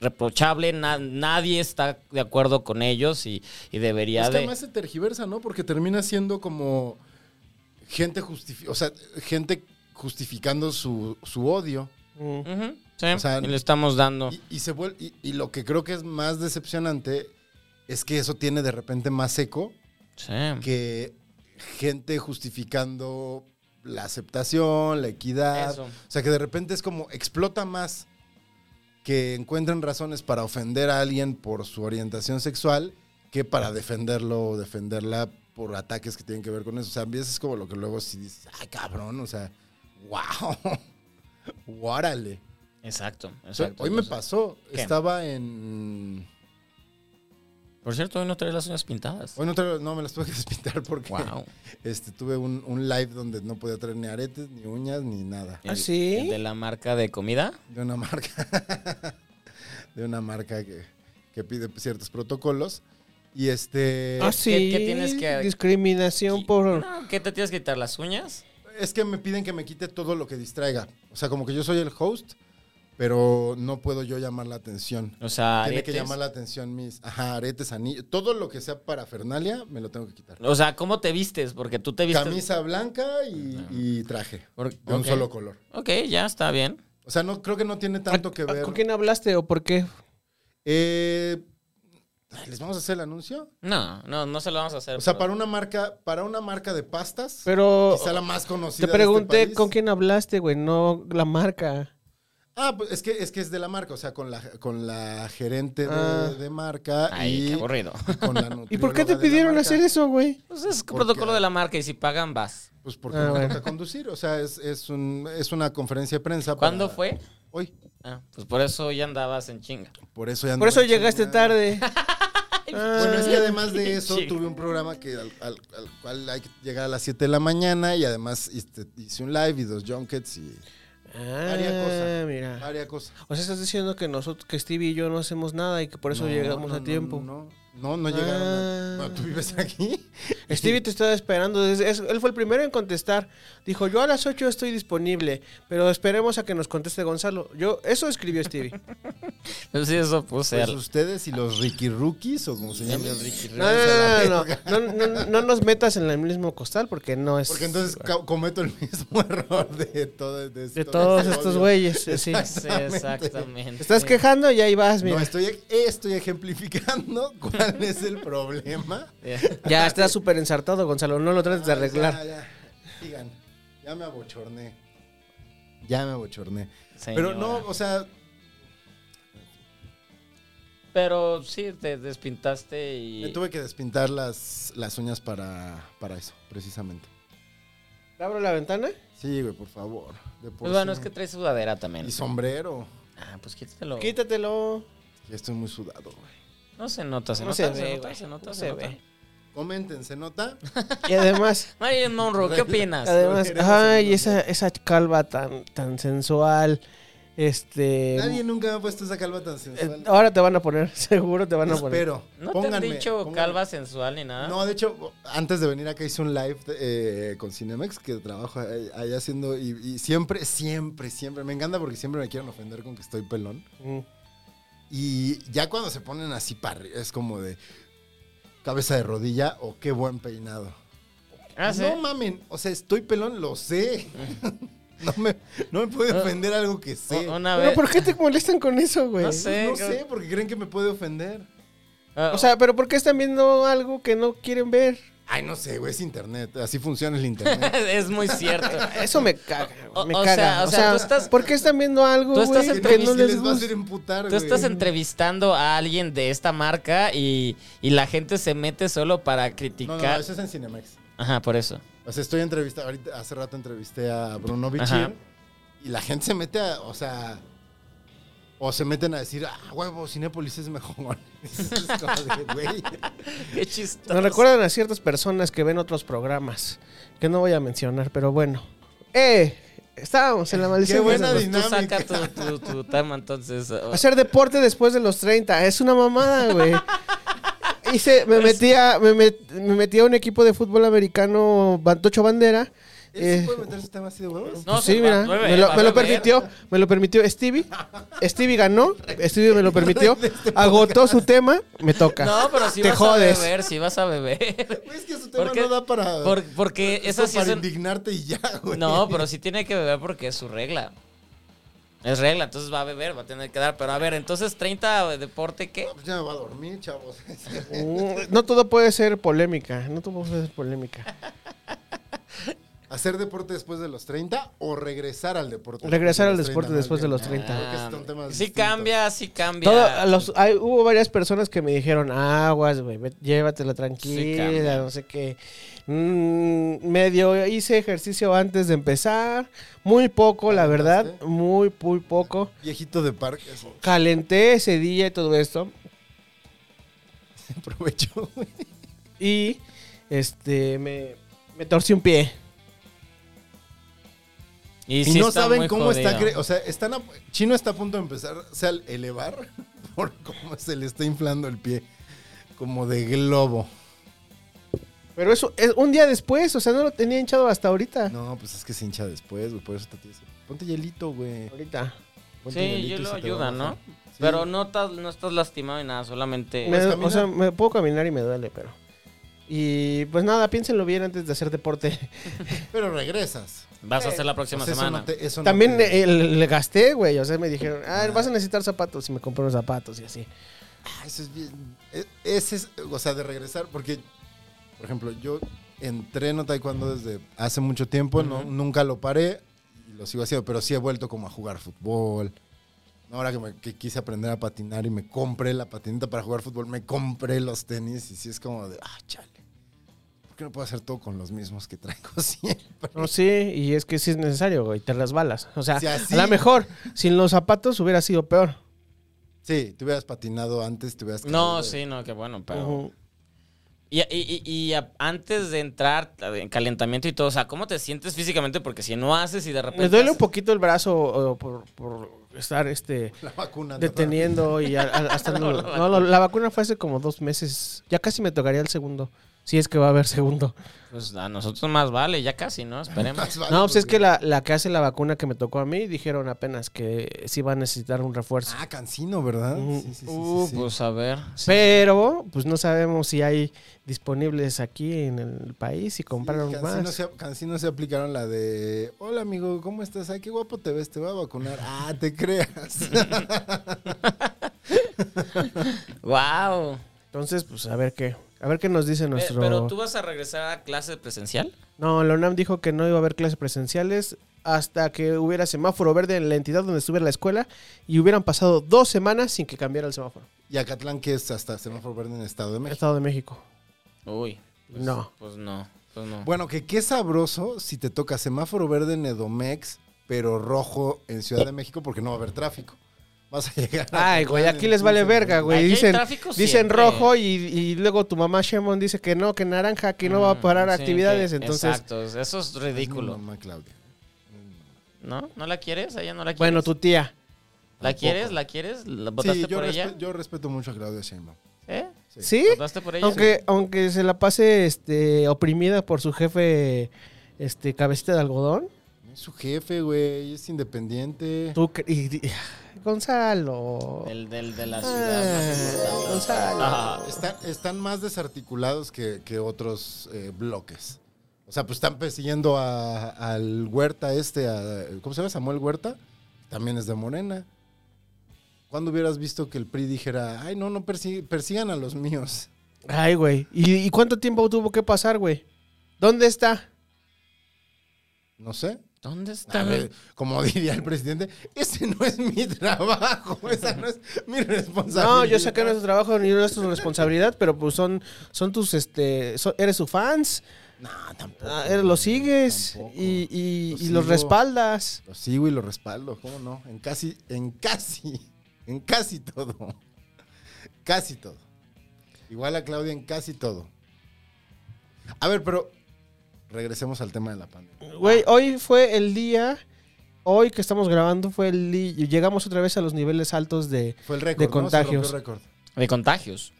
reprochable, na- nadie está de acuerdo con ellos y, y debería Es que de... además se tergiversa, ¿no? Porque termina siendo como gente justifi- o sea, gente justificando su, su odio. Mm. Ujú, sí, O sea, y le estamos dando... Y, y se vuel- y, y lo que creo que es más decepcionante es que eso tiene de repente más eco sí. que gente justificando la aceptación, la equidad. Eso. O sea, que de repente es como explota más que encuentren razones para ofender a alguien por su orientación sexual que para defenderlo o defenderla por ataques que tienen que ver con eso. O sea, a veces es como lo que luego sí dices, ay, cabrón, o sea, wow, órale. Exacto, O sea, exacto. hoy me Entonces- pasó, ¿Qué? estaba en... Por cierto, hoy no traes las uñas pintadas. Hoy no, traigo- no, me las tuve que despintar porque... Wow. Este, tuve un, un live donde no podía traer ni aretes, ni uñas, ni nada. ¿Ah, sí? el de la marca de comida. De una marca. de una marca que, que pide ciertos protocolos. Y este. Ah, ¿qué- qué tienes que- Discriminación Y- por... No, ¿Qué te tienes que quitar las uñas? Es que me piden que me quite todo lo que distraiga. O sea, como que yo soy el host, pero no puedo yo llamar la atención. O sea, Tiene que aretes. llamar la atención mis. Ajá, aretes, anillos. Todo lo que sea para Fernalia me lo tengo que quitar. O sea, ¿cómo te vistes? Porque tú te vistes. Camisa blanca y, y traje. Por- de un ok. solo color. Ok, ya está bien. O sea, no, creo que no tiene tanto que ver. ah, ¿Con quién hablaste o por qué? Eh, ay, ¿Les vamos a hacer el anuncio? No, no, no se lo vamos a hacer. O sea, pero- para una marca, para una marca de pastas, Pero quizá la más conocida. te de este pregunté país. con quién hablaste, güey, no la marca. Ah, pues es que es que es de la marca, o sea, con la con la gerente de, Ah. de marca Ay, y, qué aburrido. y con la ¿Y por qué nutrióloga de te la pidieron marca. hacer eso, güey? Pues es ¿Por protocolo qué? de la marca y si pagan vas. Pues porque Ah, me bueno. toca conducir, o sea, es, es un es una conferencia de prensa. para- ¿Cuándo fue? Hoy. Ah, pues por eso ya andabas en chinga. Por eso ya Por eso andaba llegaste chingada. tarde. Bueno, es que además de eso, Sí. tuve un programa que al, al- al cual hay que llegar a las 7 de la mañana y además este, hice un live y dos junkets y Varia Ah, cosa. mira. varias cosas. O sea, estás diciendo que nosotros, que Stevie y yo no hacemos nada y que por eso No, llegamos no, a no, tiempo. No, no, no llegaron. a- Ah. Bueno, ¿Tú vives aquí? Pues Stevie te estaba esperando. desde- es- él fue el primero en contestar. Dijo, yo a las 8 estoy disponible, pero esperemos a que nos conteste Gonzalo. Yo, eso escribió Stevie. Pues sí, eso puse. Pues ustedes y los Ricky Rookies o como se llama. No, no, no, no, no, no, no, no nos metas en el mismo costal porque no es... Porque entonces ca- cometo el mismo error de, todo, de, De todo todos este estos odio. güeyes, eh, sí. Sí, exactamente. Estás quejando y ahí vas, No, mira. estoy, estoy ejemplificando cuál es el problema. Ya está súper ensartado, Gonzalo. No lo trates de Ah, arreglar. Ya, ya. Digan, ya me abochorné. Ya me abochorné. Señora. Pero no, o sea, Pero sí, te despintaste y. me tuve que despintar las, las uñas para, para eso, precisamente. ¿Te abro la ventana? Sí, güey, por favor. De por Pues bueno, sí. es que traes sudadera también. Y sombrero. Ah, pues quítatelo. Quítatelo. Ya estoy muy sudado, güey. No se nota, se No nota, se se, ve, nota, güey. se nota, No se, se nota. ve. Comenten, ¿se nota? Y además, Marilyn Monroe, ¿qué opinas? además, veremos en ay, dónde. esa, esa calva tan, tan sensual. Este. Nadie nunca me ha puesto esa calva tan eh, sensual. ahora te van a poner, seguro te van a poner. Espero. ¿No te Pónganme, han dicho ¿ah? pónganme. calva sensual ni nada? No, de hecho, antes de venir acá hice un live eh, con Cinemex que trabajo ahí- ahí haciendo y, y siempre, siempre, siempre. Me encanta porque siempre me quieren ofender con que estoy pelón. Mm. Y ya cuando se ponen así para arriba, es como de cabeza de rodilla o qué buen peinado. Ah, sí. Pues No mamen, o sea, estoy pelón, lo sé. no, me, no me puede Ah. ofender algo que sé. U- No, Una Pero vez. ¿por qué te molestan con eso, güey? No sé. creo- sé, porque creen que me puede ofender. Ah, O sea, pero ¿por qué están viendo algo que no quieren ver? Ay, no sé, güey, es internet. Así funciona el internet. es muy cierto. Eso me caga, O- güey, me o caga. sea, o sea, tú estás- ¿por qué están viendo algo, tú estás güey, Que que no no si les les va a hacer gusta? emputar, Tú güey. estás entrevistando a alguien de esta marca y, y la gente se mete solo para No, criticar. no, no, eso es en Cinemex. Ajá, por eso. O sea, estoy entrevistando, ahorita, hace rato entrevisté a Bruno Ajá. Bichir y la gente se mete a, o sea, o se meten a decir, ah, huevo, Cinépolis es mejor. Es como de, güey. Qué chistoso. Nos recuerdan a ciertas personas que ven otros programas, que no voy a mencionar, pero bueno. ¡Eh! Estábamos en la maldición. Qué buena de- Pues tú dinámica. saca tu, tu, tu tema entonces. o- Hacer deporte después de los 30 es una mamada, güey. Hice, me Pues metí a, me, met- me metí a un equipo de fútbol americano Bantocho Bandera. ¿Él Eh, sí puede meter su tema así de huevos? No, pues se sí, mira, va- va a me lo, ver, me lo va a ver. permitió, me lo permitió Stevie. Stevie ganó, Stevie me lo permitió, agotó su tema, me toca. No, pero si te vas jodes. a beber, si vas a beber. Güey, es que su tema ¿Por qué? no da para... Por- porque eso esa sí para es un- indignarte y ya, güey. No, pero sí tiene que beber porque es su regla. Es regla, entonces va a beber, va a tener que dar. Pero a ver, entonces 30 deporte, ¿qué? Pues ya me va a dormir, chavos. Mm, No todo puede ser polémica, no todo puede ser polémica. ¿Hacer deporte después de los 30 o regresar al deporte? Regresar después al de los deporte 30, más después de bien? los 30. Creo que son temas Ah, sí distintos. cambia, sí cambia. Todo- los- hay- hubo varias personas que me dijeron, aguas, güey, ve- llévatela tranquila, cambia. no sé qué. Mm, medio hice ejercicio antes de empezar, muy poco, la verdad, ¿Calentaste? muy, muy poco. Viejito de parque, así. Calenté ese día y todo esto, Aprovecho, güey. y este, me, me torcí un pie. Y, Y, sí no está saben muy cómo está. jodido. cre- O sea, están a- Chino está a punto de empezar, o sea, a elevar por cómo se le está inflando el pie. Como de globo. Pero eso es un día después, o sea, no lo tenía hinchado hasta ahorita. No, pues es que se hincha después, güey. Por eso te tienes. Ponte hielito, güey. Ahorita. Ponte Sí, hielito yo y lo se te va a ayuda, ¿no? bajar. Sí. Pero no, estás- no estás lastimado ni nada, solamente. Me- ¿Puedes o sea, me puedo caminar y me duele, pero. Y pues nada, piénsenlo bien antes de hacer deporte. Pero regresas. Vas a hacer la O próxima sea, Pues eso semana. no te- eso no También te- eh, le, le gasté, güey. O sea, me dijeron, ah, vas a necesitar zapatos y me compré unos zapatos y así. Ah, eso es bien. e- Ese es, o sea, de regresar, porque, por ejemplo, yo entreno taekwondo desde hace mucho tiempo, no, nunca lo paré y lo sigo haciendo, pero sí he vuelto como a jugar fútbol. Ahora que, me- que quise aprender a patinar y me compré la patineta para jugar fútbol, me compré los tenis y sí es como de, ah, chale. ¿Por qué no puedo hacer todo con los mismos que traigo siempre? No, sí, y es que sí es necesario, güey. Te resbalas. O sea, Si así- a lo mejor, sin los zapatos hubiera sido peor. Sí, te hubieras patinado antes, te hubieras... No, caído. sí, no, qué bueno, pero. Ujú. Y, y- y- y a- antes de entrar en calentamiento y todo, o sea, ¿cómo te sientes físicamente? Porque si no haces y de repente. Me duele un haces- poquito el brazo o, por, por estar este La vacuna. anda deteniendo y a- a- hasta no, lo- no, lo- la vacuna fue hace como dos meses. Ya casi me tocaría el segundo. Si es que va a haber segundo. Pues a nosotros más vale, ya casi, ¿no? Esperemos. rápido. No, pues es que la, la que hace la vacuna que me tocó a mí dijeron apenas que sí va a necesitar un refuerzo. Ah, cansino, ¿verdad? Ujú. Uh, pues a ver. Pero, pues no sabemos si hay disponibles aquí en el país y compraron Sí, Cancino más. se, Cancino se aplicaron la de, hola amigo, ¿cómo estás? Ay, qué guapo te ves, te voy a vacunar. Ah, te creas. ¡Wow! Entonces, pues a ver qué. A ver qué nos dice nuestro. Pero tú vas a regresar a clase presencial. No, la UNAM dijo que no iba a haber clases presenciales hasta que hubiera semáforo verde en la entidad donde estuviera la escuela y hubieran pasado dos semanas sin que cambiara el semáforo. y Acatlán, que es hasta semáforo verde en Estado de México. Estado de México. Uy. pues- No. Pues no. Pues no. Bueno, que qué sabroso si te toca semáforo verde en Edomex, pero rojo en Ciudad de México porque no va a haber tráfico. Vas a llegar. a Ay, güey, Acatlán aquí en les vale 15 verga, minutos. güey. Aquí hay Dicen, tráfico dicen siempre. rojo y, y luego tu mamá Shemon dice que no, que naranja, que no va a parar Mm, sí, actividades. que- Entonces, Mm. Exacto, eso es Ay, ridículo. mi mamá Claudia. ¿No? ¿No la quieres? ¿A ella no la quieres? bueno, tu tía. ¿La quieres? ¿La quieres? ¿La votaste Sí, yo, por ella? respe- yo respeto mucho a Claudia Sheinbaum. ¿Eh? Sí. ¿Sí? ¿Votaste por ella? Aunque, aunque se la pase este, oprimida por su jefe este, cabecita de algodón. Es su jefe, güey. Es independiente. Tú cre- y- y- Gonzalo. Del, del, de la ciudad. Ah, Gonzalo. Ajá. Están, están más desarticulados que, que otros eh, bloques. O sea, pues están persiguiendo a- al Huerta este, a- ¿cómo se llama? Samuel Huerta. También es de Morena. ¿Cuándo hubieras visto que el PRI dijera, ay, no, no persi- persigan a los míos? Ay, güey. ¿Y, y cuánto tiempo tuvo que pasar, güey? ¿Dónde está? No sé. ¿Dónde está? A ver, como diría el presidente, ese no es mi trabajo, esa no es mi responsabilidad. No, yo sé que no es tu trabajo ni no es tu responsabilidad, pero pues son, son tus, este, so- eres su fans, No, tampoco. ah, eres- los sigues Tampoco. y, y- Los y los sigo. respaldas. Lo sigo y lo respaldo, ¿cómo no? En casi, en casi, en casi todo. Casi todo. Igual a Claudia en casi todo. A ver, pero regresemos al tema de la pandemia. Güey, hoy fue el día, hoy que estamos grabando fue el día, llegamos otra vez a los niveles altos de... Fue el récord. De ¿no? Se rompió contagios. récord. De contagios.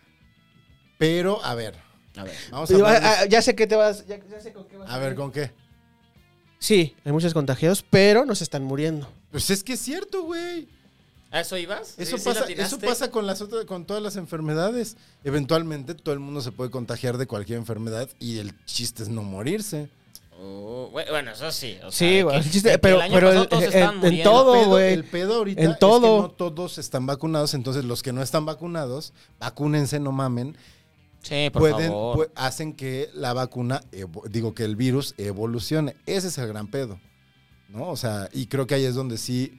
Pero, a ver, A ver. vamos a Digo, ah, hablar ah, ya sé que te vas, ya, ya sé con qué de- vas. A ver, ¿con qué? Sí, hay muchos contagiados, pero nos están muriendo. Pues es que es cierto, güey. ¿A eso ibas? Eso, ¿Sí- sí pasa, le eso atinaste? pasa con las otras, con todas las enfermedades. Eventualmente todo el mundo se puede contagiar de cualquier enfermedad y el chiste es no morirse. Oh, güey, bueno, eso sí. o sea, Sí, de güey, que- el chiste- de que pero- el año pero pasado en- todos en- estaban en muriendo. todo. pedo- güey. El pedo ahorita En es todo. que no todos están vacunados, entonces los que no están vacunados, vacúnense, no mamen, Sí, por pues, pueden, favor. pu- hacen que la vacuna, evo- digo, que el virus evolucione. Ese es el gran pedo, ¿no? O sea, y creo que ahí es donde sí,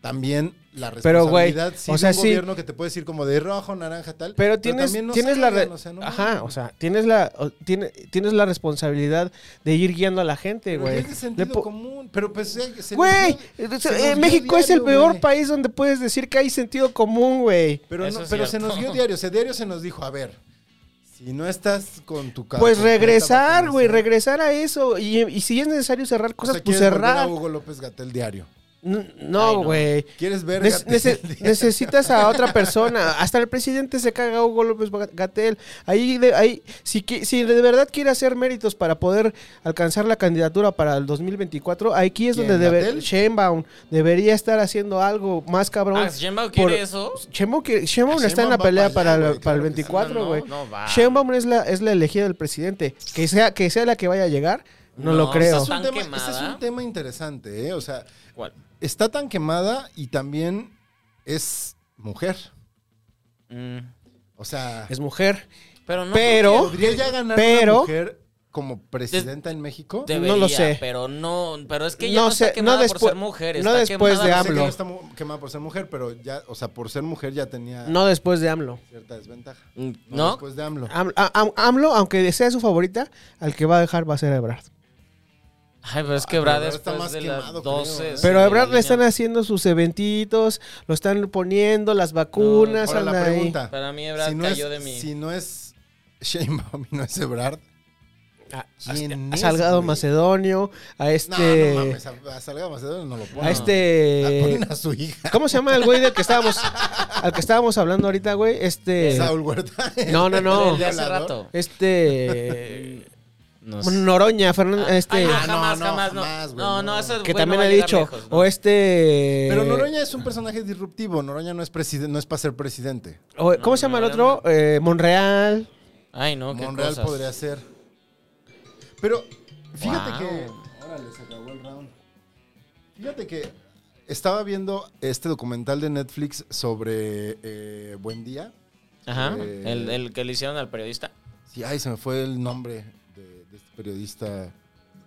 también la Pero, güey, responsabilidad, sí, o de sea, un sí. gobierno que te puede decir como de rojo, naranja, tal. Pero tienes, también no tienes la, salgan, re- o sea, no mamen. ajá, o sea, tienes la, o- tiene- tienes la responsabilidad de ir guiando a la gente, Pero güey. es de Le sentido po- común, pero pues... se- se Güey, nos dio- eh, se nos eh, dio México es el diario, peor güey. país donde puedes decir que hay sentido común, güey. Pero, Eso no- es pero se cierto. nos dio diario. O sea, diario se nos dijo, a ver, si no estás con tu cara. Pues completa regresar, vacunación, güey, regresar a eso. Y, y si es necesario cerrar o cosas, sea, pues quieres volver cerrar. A Hugo López Gatel diario. N- Ay, No, no. güey. ¿Quieres ver Nece- Gatel nece- diario? necesitas a otra persona. Hasta el presidente se caga Hugo López Gatel. Ahí, de- ahí si, qui- si de verdad quiere hacer méritos para poder alcanzar la candidatura para el 2024, aquí es ¿Quién, donde debe, Gatell? Sheinbaum debería estar haciendo algo más cabrón. Ah, Sheinbaum quiere por- eso. Sheinbaum quiere- Sheinbaum está en Ah, Sheinbaum la va pelea para para, allá, la- güey, para el claro que sí. 24, No, güey. no Ah. va. Sheinbaum es la, es la elegida del presidente. Que sea, que sea la que vaya a llegar, no, No, lo o creo. sea, Es un Tan tema- quemada. Ese es un tema interesante, ¿eh? O sea, ¿Cuál? está tan quemada y también es mujer. Mm, O sea, Es mujer. Pero no. Pero- ¿podría ya ganar pero- una mujer como presidenta en México? creo que no lo debería, sé. Pero no. Pero es que No ya no, sé, está quemada no por después- ser mujer. no está después Sé quemada de que por- AMLO. no está mu- quemada por ser mujer, pero ya, o sea, por ser mujer ya tenía No después de AMLO. cierta desventaja. Mm, No, ¿No? Después de AMLO. Am- a- am- AMLO, aunque sea su favorita, al que va a dejar va a ser Ebrard. Ay, pero es que Ah, pero Brad Brad está después más de quemado, las creo, 12. ¿eh? sí, Pero a de Ebrard la le están línea. haciendo sus eventitos, lo están poniendo, las vacunas, Ahora la anda ahí. pregunta. Para mí Brad si no cayó es, de mí. Si no es Sheinbaum y no es Ebrard, ¿quién A es, Ah, Salgado güey? Macedonio, a No, este. no mames, a, a Salgado Macedonio no lo ponen. a Ah, este. ponen a su hija. ¿Cómo se llama el güey del que estábamos. al que estábamos hablando ahorita, güey? Este. Saúl Huerta. No, no, no. El de hace hablador. rato. Este. No sé. Noroña, Fernan- Ay, este. no, Ah, no, jamás, no, jamás, no. jamás, güey, no, no. no, eso es que güey, no también va a he llegar dicho. lejos, ¿no? O este. Pero Noroña es un personaje disruptivo. Noroña no es, preside- no es para ser presidente. o- ¿Cómo se llama el otro? Eh, Monreal. Ay, no, qué Monreal cosas. podría ser. Pero fíjate Wow. que. Órale, se acabó el round. Fíjate que estaba viendo este documental de Netflix sobre eh, Buen Día. Ajá, Eh, el, el que le hicieron al periodista. Sí, ay, se me fue el nombre de, de este periodista.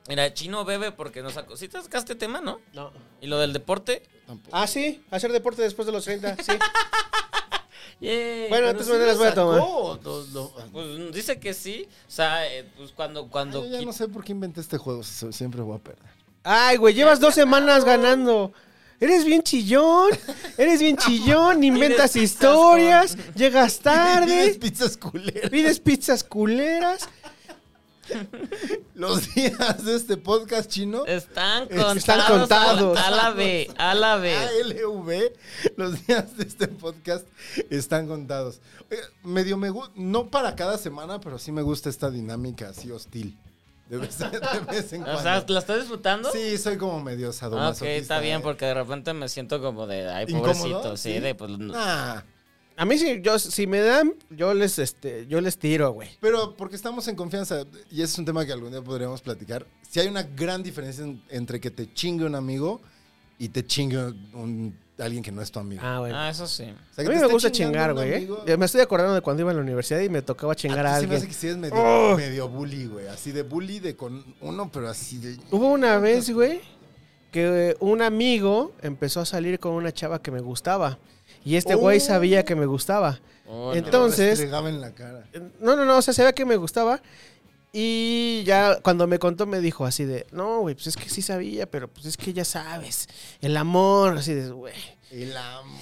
Mira, Chino bebe porque nos sacó. ¿Sí te sacaste tema, no? No. Y lo del deporte. Tampoco. Ah, sí, hacer deporte después de los 30, sí. Yay, Bueno, pero entonces sí me lo las voy a sacó. tomar. Pues dice que sí. O sea, eh, pues cuando. cuando Yo ya quit- no sé por qué inventé este juego. se- Siempre voy a perder. Ay, güey, llevas dos semanas ganando. Eres bien chillón, eres bien chillón, inventas pizzas historias, llegas Pides tarde, pizzas culeras. pides pizzas culeras. Los días de este podcast chino. Están contados. Están contados. A la B, a la B. ALV, los días de este podcast están contados. Eh, Oiga, Medio me gusta, no para cada semana, pero sí me gusta esta dinámica así hostil. de vez, de vez en O cuando. sea, ¿la estás disfrutando? Sí, soy como medio Ah, ok, sadomasoquista. está bien, eh. porque de repente me siento como de, ay, ¿Incómodo? pobrecito, sí, de pues... no. Ah, Nah, A mí sí, yo, si me dan, yo les, este, yo les tiro, güey. pero porque estamos en confianza, y ese es un tema que algún día podríamos platicar. Si hay una gran diferencia en- entre que te chingue un amigo y te chingue un- alguien que no es tu amigo. Ah, bueno. Ah, eso sí. O a sea, que mí te me esté gusta chingando chingar, un güey. ¿eh? amigo- Yo Me estoy acordando de cuando iba a la universidad y me tocaba chingar a, ti se alguien. me Oh. hace que sí es medio, medio bully, güey. Así de bully de con uno, pero así de. Hubo una vez, güey, que eh, un amigo empezó a salir con una chava que me gustaba. Y este güey Oh. sabía que me gustaba. Oh, no. Entonces- Restregaba en la cara. No, no, no, o sea, sabía que me gustaba. Y ya cuando me contó me dijo así de, no, güey, pues es que sí sabía, pero pues es que ya sabes, el amor, así de, güey. El amor.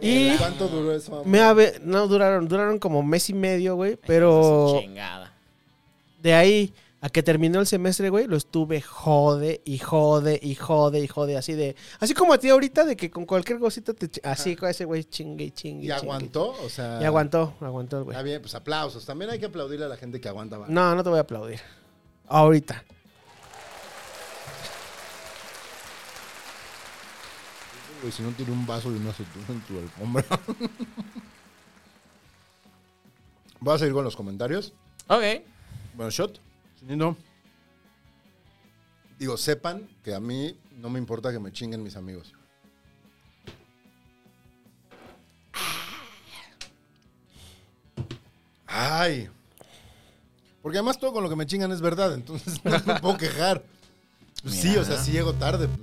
Y- ¿Cuánto duró eso? amor? Me ave- no duraron, duraron como mes y medio, güey, Esa pero es Chingada. de ahí a que terminó el semestre, güey, lo estuve jode y jode y jode y jode, así de, así como a ti ahorita de que con cualquier cosita te, ch- así con ese güey chingue y chingue. Y chingue. aguantó, o sea. Y aguantó, aguantó el güey. Está bien, pues aplausos. También hay que aplaudirle a la gente que aguanta. vara. No, no te voy a aplaudir. Ahorita. Güey, si no tiene un vaso de una aceituna en tu alfombra. ¿Vas a ir con los comentarios? Ok. Bueno, shot. Sonido. Digo, sepan que a mí no me importa que me chinguen mis amigos. Ay. Porque además todo con lo que me chingan es verdad, entonces no me puedo quejar. Pues Sí, Mira. o sea, si llego tarde. Pues,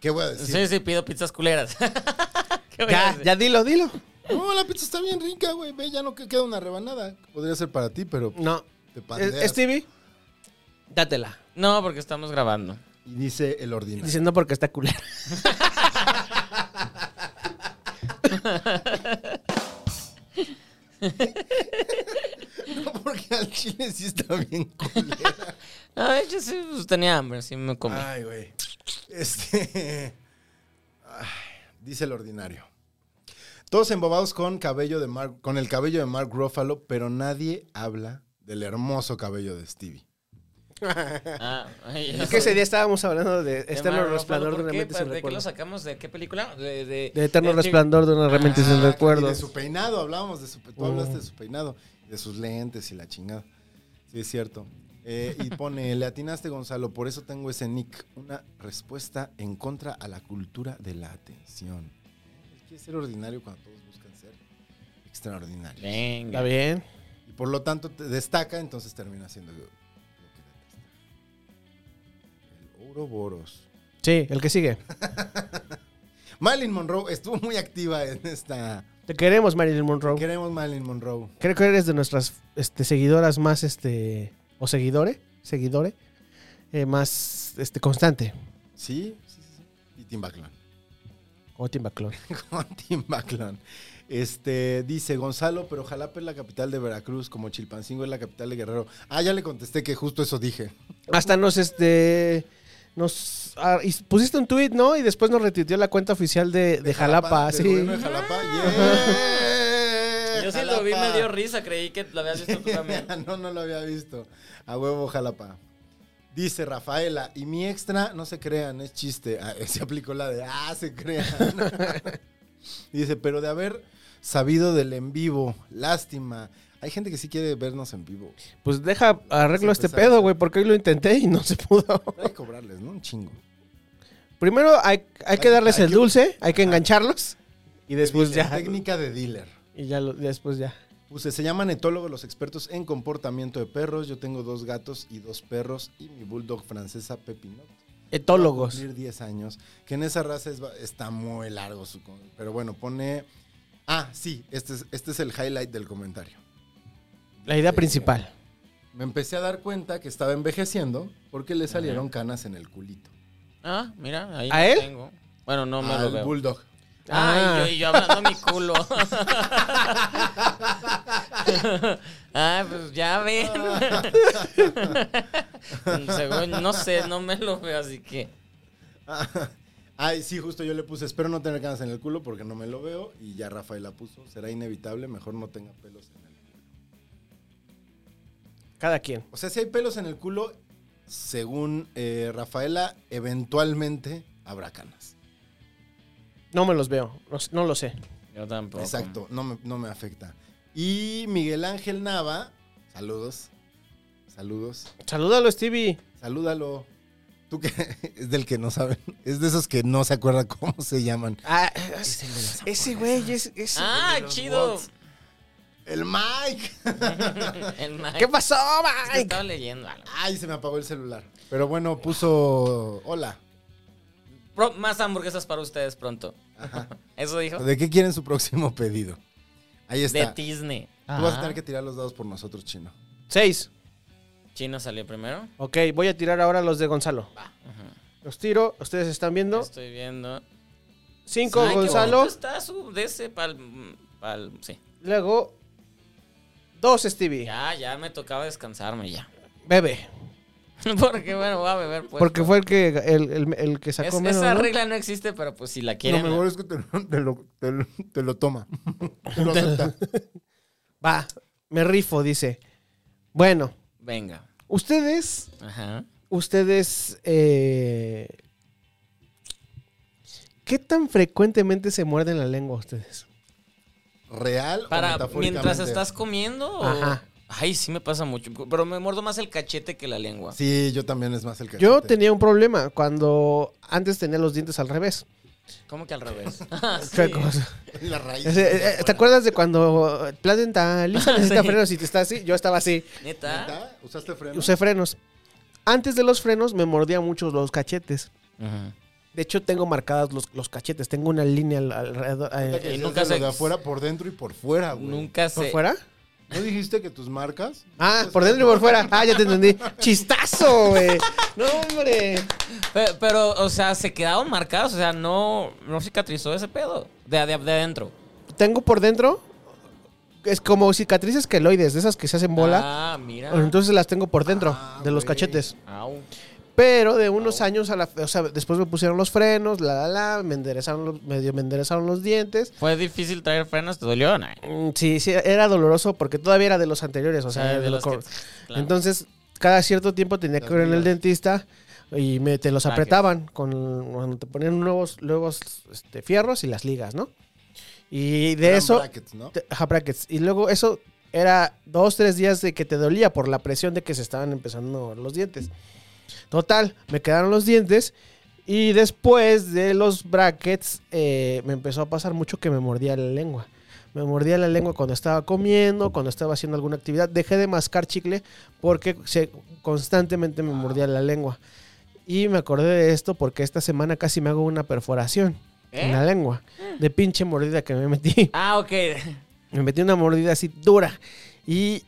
¿Qué voy a Sí, decir? sí, pido pizzas culeras. ¿Qué voy a Ya, decir? ya dilo, dilo. No, la pizza está bien rica, güey. Ve, ya no que- queda una rebanada. Podría ser para ti, pero No. te pandeas. Eh, Stevie, dátela. No, porque estamos grabando. Y dice el ordinario. Dice no porque está culera. No, porque al chile sí está bien culera. Ay, yo sí pues, tenía hambre, sí me comí. Ah. Ay, güey. Este. ay, dice el ordinario. Todos embobados con, cabello de Mark- con el cabello de Mark Ruffalo, pero nadie habla del hermoso cabello de Stevie. Ah, ay, Es que ese día estábamos hablando de Eterno Mark Ruffalo, Resplandor de ¿por una qué? mente sin ¿De qué lo recuerdos. sacamos? ¿De qué película? De, de- De Eterno de- Resplandor de una mente sin Ah, y De recuerdos. su peinado, hablábamos de su pe- Tú hablaste de su peinado, de sus lentes y la chingada. Sí, es cierto. Eh, y pone, le atinaste, Gonzalo, por eso tengo ese nick. Una respuesta en contra a la cultura de la atención. Él quiere ser ordinario cuando todos buscan ser extraordinario. Venga. Está bien. Y por lo tanto te destaca, entonces termina siendo lo que detesta. El Ouroboros. Sí, el que sigue. Marilyn Monroe estuvo muy activa en esta. Te queremos, Marilyn Monroe. Queremos Marilyn Monroe. Creo que eres de nuestras este, seguidoras más, este, o seguidore, seguidore, eh, más este, constante. Sí, sí, sí, sí. Y Tim Backlund. O Tim McClure. con Tim Backlund. Este, dice Gonzalo, pero Jalapa es la capital de Veracruz, como Chilpancingo es la capital de Guerrero. Ah, ya le contesté que justo eso dije. Hasta nos, este, nos ah, y pusiste un tweet, ¿no? Y después nos retuiteó la cuenta oficial de, de Jalapa, del sí. gobierno de Jalapa. Yeah, Yo sí lo Jalapa. vi, me dio risa, creí que lo habías visto tú también. no, no lo había visto. A huevo, Jalapa. Dice Rafaela, y mi extra, no se crean, es chiste. Ah, se aplicó la de, ah, se crean. Dice, pero de haber sabido del en vivo, lástima. Hay gente que sí quiere vernos en vivo. Pues deja, arreglo Sí, este pues, ah, pedo, güey, porque hoy lo intenté y no se pudo. Hay que cobrarles, ¿no? Un chingo. Primero hay, hay que Hay- darles hay el que- dulce, hay que engancharlos y después Dealer, ya. Técnica de dealer. Y ya lo- después ya. Puse, se llaman etólogos los expertos en comportamiento de perros. Yo tengo dos gatos y dos perros y mi bulldog francesa Pepinot. Etólogos. cumplir 10 años. Que en esa raza es ba- está muy largo su... con- Pero bueno, pone... Ah, sí, este es, este es el highlight del comentario. pues, La idea principal. Me empecé a dar cuenta que estaba envejeciendo porque le salieron canas en el culito. Ah, mira, ahí ¿A lo él? Ah. tengo. Bueno, no me lo Al veo. bulldog. Ay, yo, y yo hablando a mi culo. Ay, pues ya ven. Según, no sé, no me lo veo, así que. Ay, sí, justo yo le puse, espero no tener canas en el culo porque no me lo veo. Y ya Rafael la puso, será inevitable, mejor no tenga pelos en el culo. Cada quien. O sea, si hay pelos en el culo, según eh, Rafaela, eventualmente habrá canas. No me los veo, no, no lo sé. Yo tampoco. Exacto, no me, no me afecta. Y Miguel Ángel Nava, saludos, saludos, Salúdalo, Stevie. salúdalo. Tú que es del que no saben, es de esos que no se acuerda cómo se llaman. Ah, ese güey es. ese güey Ah, de los chido. bots. El Mike. El Mike. ¿Qué pasó, Es que Mike? Estaba leyendo algo. Ay, se me apagó el celular. Pero bueno, puso hola. Pro- más hamburguesas para ustedes pronto. ¿Eso dijo? ¿De qué quieren su próximo pedido? Ahí De Ah. está. Disney. Tú vas a tener que tirar los dados por nosotros, chino. Seis. ¿Chino salió primero? Ok, voy a tirar ahora los de Gonzalo. Los tiro, ustedes están viendo. Estoy viendo. Cinco, Este. Ay, qué Gonzalo. bonito Está su DC pal, pal, sí. Luego. Dos, Stevie. Ya, ya me tocaba descansarme ya. Bebe. Porque bueno, voy a beber pues. Porque fue el que, el, el- el que Es- sacó menos. esa ¿no? regla no existe, pero pues si la Lo quieren. mejor es que te, te lo, te lo- te lo toma. Te lo acepta. Va, me rifo, dice. Bueno, Venga. ustedes. Ajá. Ustedes. eh, ¿Qué tan frecuentemente se muerden la lengua ustedes? ¿Real o Para metafóricamente? mientras estás comiendo. o- Ajá. Ay, sí me pasa mucho. Pero me muerdo más el cachete que la lengua. Sí, yo también es más el que. Yo tenía un problema cuando antes tenía los dientes al revés. ¿Cómo que al revés? Chuecos. La raíz. Ese, eh, eh, ¿Te acuerdas de cuando Planta Lisa necesita frenos y te está así? Yo estaba así. Neta. ¿Neta? ¿Usaste freno? Usé frenos. Antes de los frenos me mordía mucho los cachetes. Ajá. De hecho, tengo marcadas los, los cachetes. Tengo una línea al- alrededor. eh, Ahorita que Y decías nunca de lo se- de afuera, por dentro y por fuera, güey. Nunca ¿Por se. fuera? ¿No dijiste que tus marcas? Ah, por dentro y por fuera. Ah, ya te entendí. ¡Chistazo, güey! ¡No, hombre! Pe- Pero, o sea, se quedaron marcados. O sea, no, no cicatrizó ese pedo. De, de, de adentro. Tengo por dentro. Es como cicatrices queloides, de esas que se hacen bola. Ah, mira. Entonces las tengo por dentro Ah, de los güey. cachetes. Au. Pero de unos años a la. O sea, después me pusieron los frenos, la, la, la. Me enderezaron los, medio me enderezaron los dientes. ¿Fue difícil traer frenos? ¿Te dolió? No. Mm, Sí, sí, era doloroso porque todavía era de los anteriores, o sea, Sí, de de lo los que- cor- claro. Entonces, cada cierto tiempo tenía que ir en el dentista y me, te los Trajes. apretaban con cuando te ponían nuevos, nuevos este, fierros y las ligas, ¿no? Y de Eran eso, brackets, ¿no? te- ajá, brackets. Y luego eso era dos, tres días de que te dolía por la presión de que se estaban empezando a mover los dientes. Total, me quedaron los dientes y después de los brackets eh, me empezó a pasar mucho que me mordía la lengua. Me mordía la lengua cuando estaba comiendo, cuando estaba haciendo alguna actividad. Dejé de mascar chicle porque se- constantemente me mordía la lengua. Y me acordé de esto porque esta semana casi me hago una perforación en ¿Eh? la lengua. De pinche mordida que me metí. Ah, ok. Me metí una mordida así dura. Y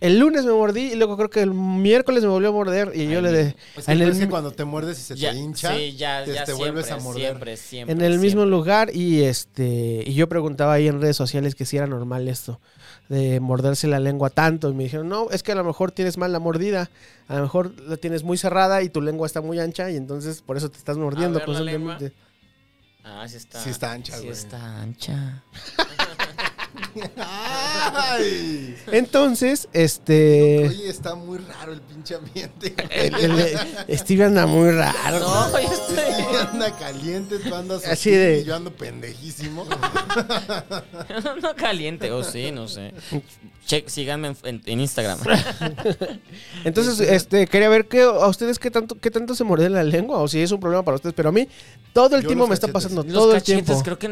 el lunes me mordí y luego creo que el miércoles me volvió a morder. Y yo Ay, le de- Pues que en el, parece mi- cuando te muerdes y se Ya, te hincha, sí, ya, te, ya te siempre, vuelves a morder. Siempre, siempre. en el mismo siempre. lugar y este y yo preguntaba ahí en redes sociales que si era normal esto de morderse la lengua tanto y me dijeron no es que a lo mejor tienes mal la mordida a lo mejor la tienes muy cerrada y tu lengua está muy ancha y entonces por eso te estás mordiendo pues, ver la lengua. constantemente Ah, sí está. Sí está ancha, Sí güey. está ancha. ¡Ay! entonces este Oye, está muy raro el pinche ambiente. el- el- Steve anda muy raro No, yo estoy. Este anda caliente, tú andas Así de- y yo ando pendejísimo. No caliente, o sí, no sé. Che- síganme en, en- en Instagram. Entonces, este, quería ver que a ustedes qué tanto, qué tanto se morde la lengua o si es un problema para ustedes, pero a mí todo el Yo tiempo los me está cachetes. pasando, Los todo el cachetes, tiempo. creo que.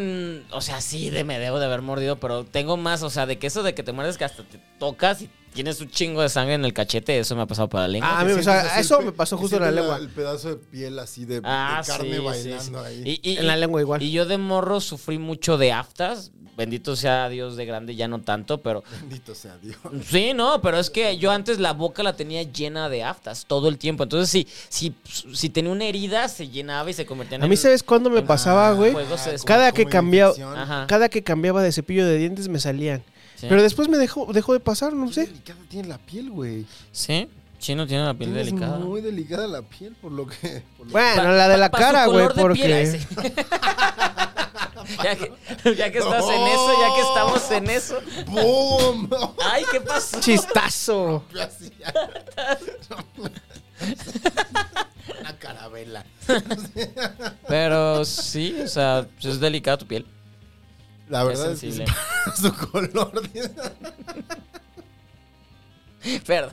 mm, O sea, sí, de, me debo de haber mordido, pero tengo más. O sea, de que eso de que te muerdes que hasta te tocas y tienes un chingo de sangre en el cachete, eso me ha pasado para la lengua. Ah, a mí me- o sea, Sientes así eso el pe- me pasó y justo en la sientes lengua. El pedazo de piel así de, de Ah, carne sí, bailando sí, sí. ahí. Y, y- En la lengua igual. Y yo de morro sufrí mucho de aftas. Bendito sea Dios de grande, ya no tanto, pero. Bendito sea Dios. Sí, no, pero es que yo antes la boca la tenía llena de aftas todo el tiempo. Entonces, si, si, si tenía una herida, se llenaba y se convertía en. A mí, ¿sabes cuándo me en- pasaba, güey? Juegos es- Cada que cambiaba- Ajá. Ajá. Cada que cambiaba de cepillo de dientes me salían. Sí. Pero después me dejó, dejó de pasar, no sé. ¿Qué delicada tiene la piel, güey? Sí, chino tiene la piel Tienes delicada. Muy delicada la piel, por lo que. por lo Bueno, Pa- Ah, la de pa- la pa' su cara, güey, color de piel, ay, porque sí. ya, que, ya que estás en eso, ya que estamos en eso. que- ¡Boom! Ay, ¿qué pasó? chistazo. Yo así, vela. Pero sí, o sea, pues es delicada tu piel. La Es verdad es, que sensible. es su color. Perdón.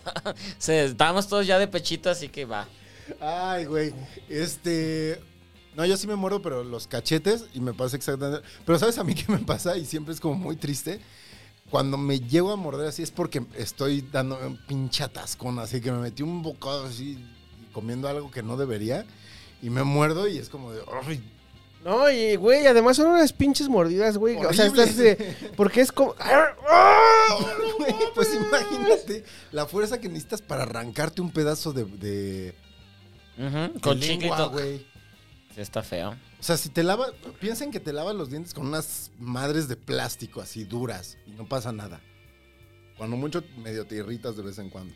Se- estábamos todos ya de pechito, así que va. Ay, güey. Este. No, yo sí me muero, pero los cachetes y me pasa exactamente. Pero ¿sabes a mí qué me pasa? Y siempre es como muy triste. Cuando me llego a morder así es porque estoy dándome un pinche atascón, así que me metí un bocado así y comiendo algo que no debería. Y me muerdo y es como de. "Ay". No, y güey, además son unas pinches mordidas, güey. O sea, Horrible. estás de. Porque es como. Güey, pues imagínate la fuerza que necesitas para arrancarte un pedazo de. de- Ujú, de Con lengua, chinglito. güey. Sí, está feo. O sea, si te lavas, piensen que te lavas los dientes con unas madres de plástico así duras y no pasa nada. Cuando mucho medio te irritas de vez en cuando.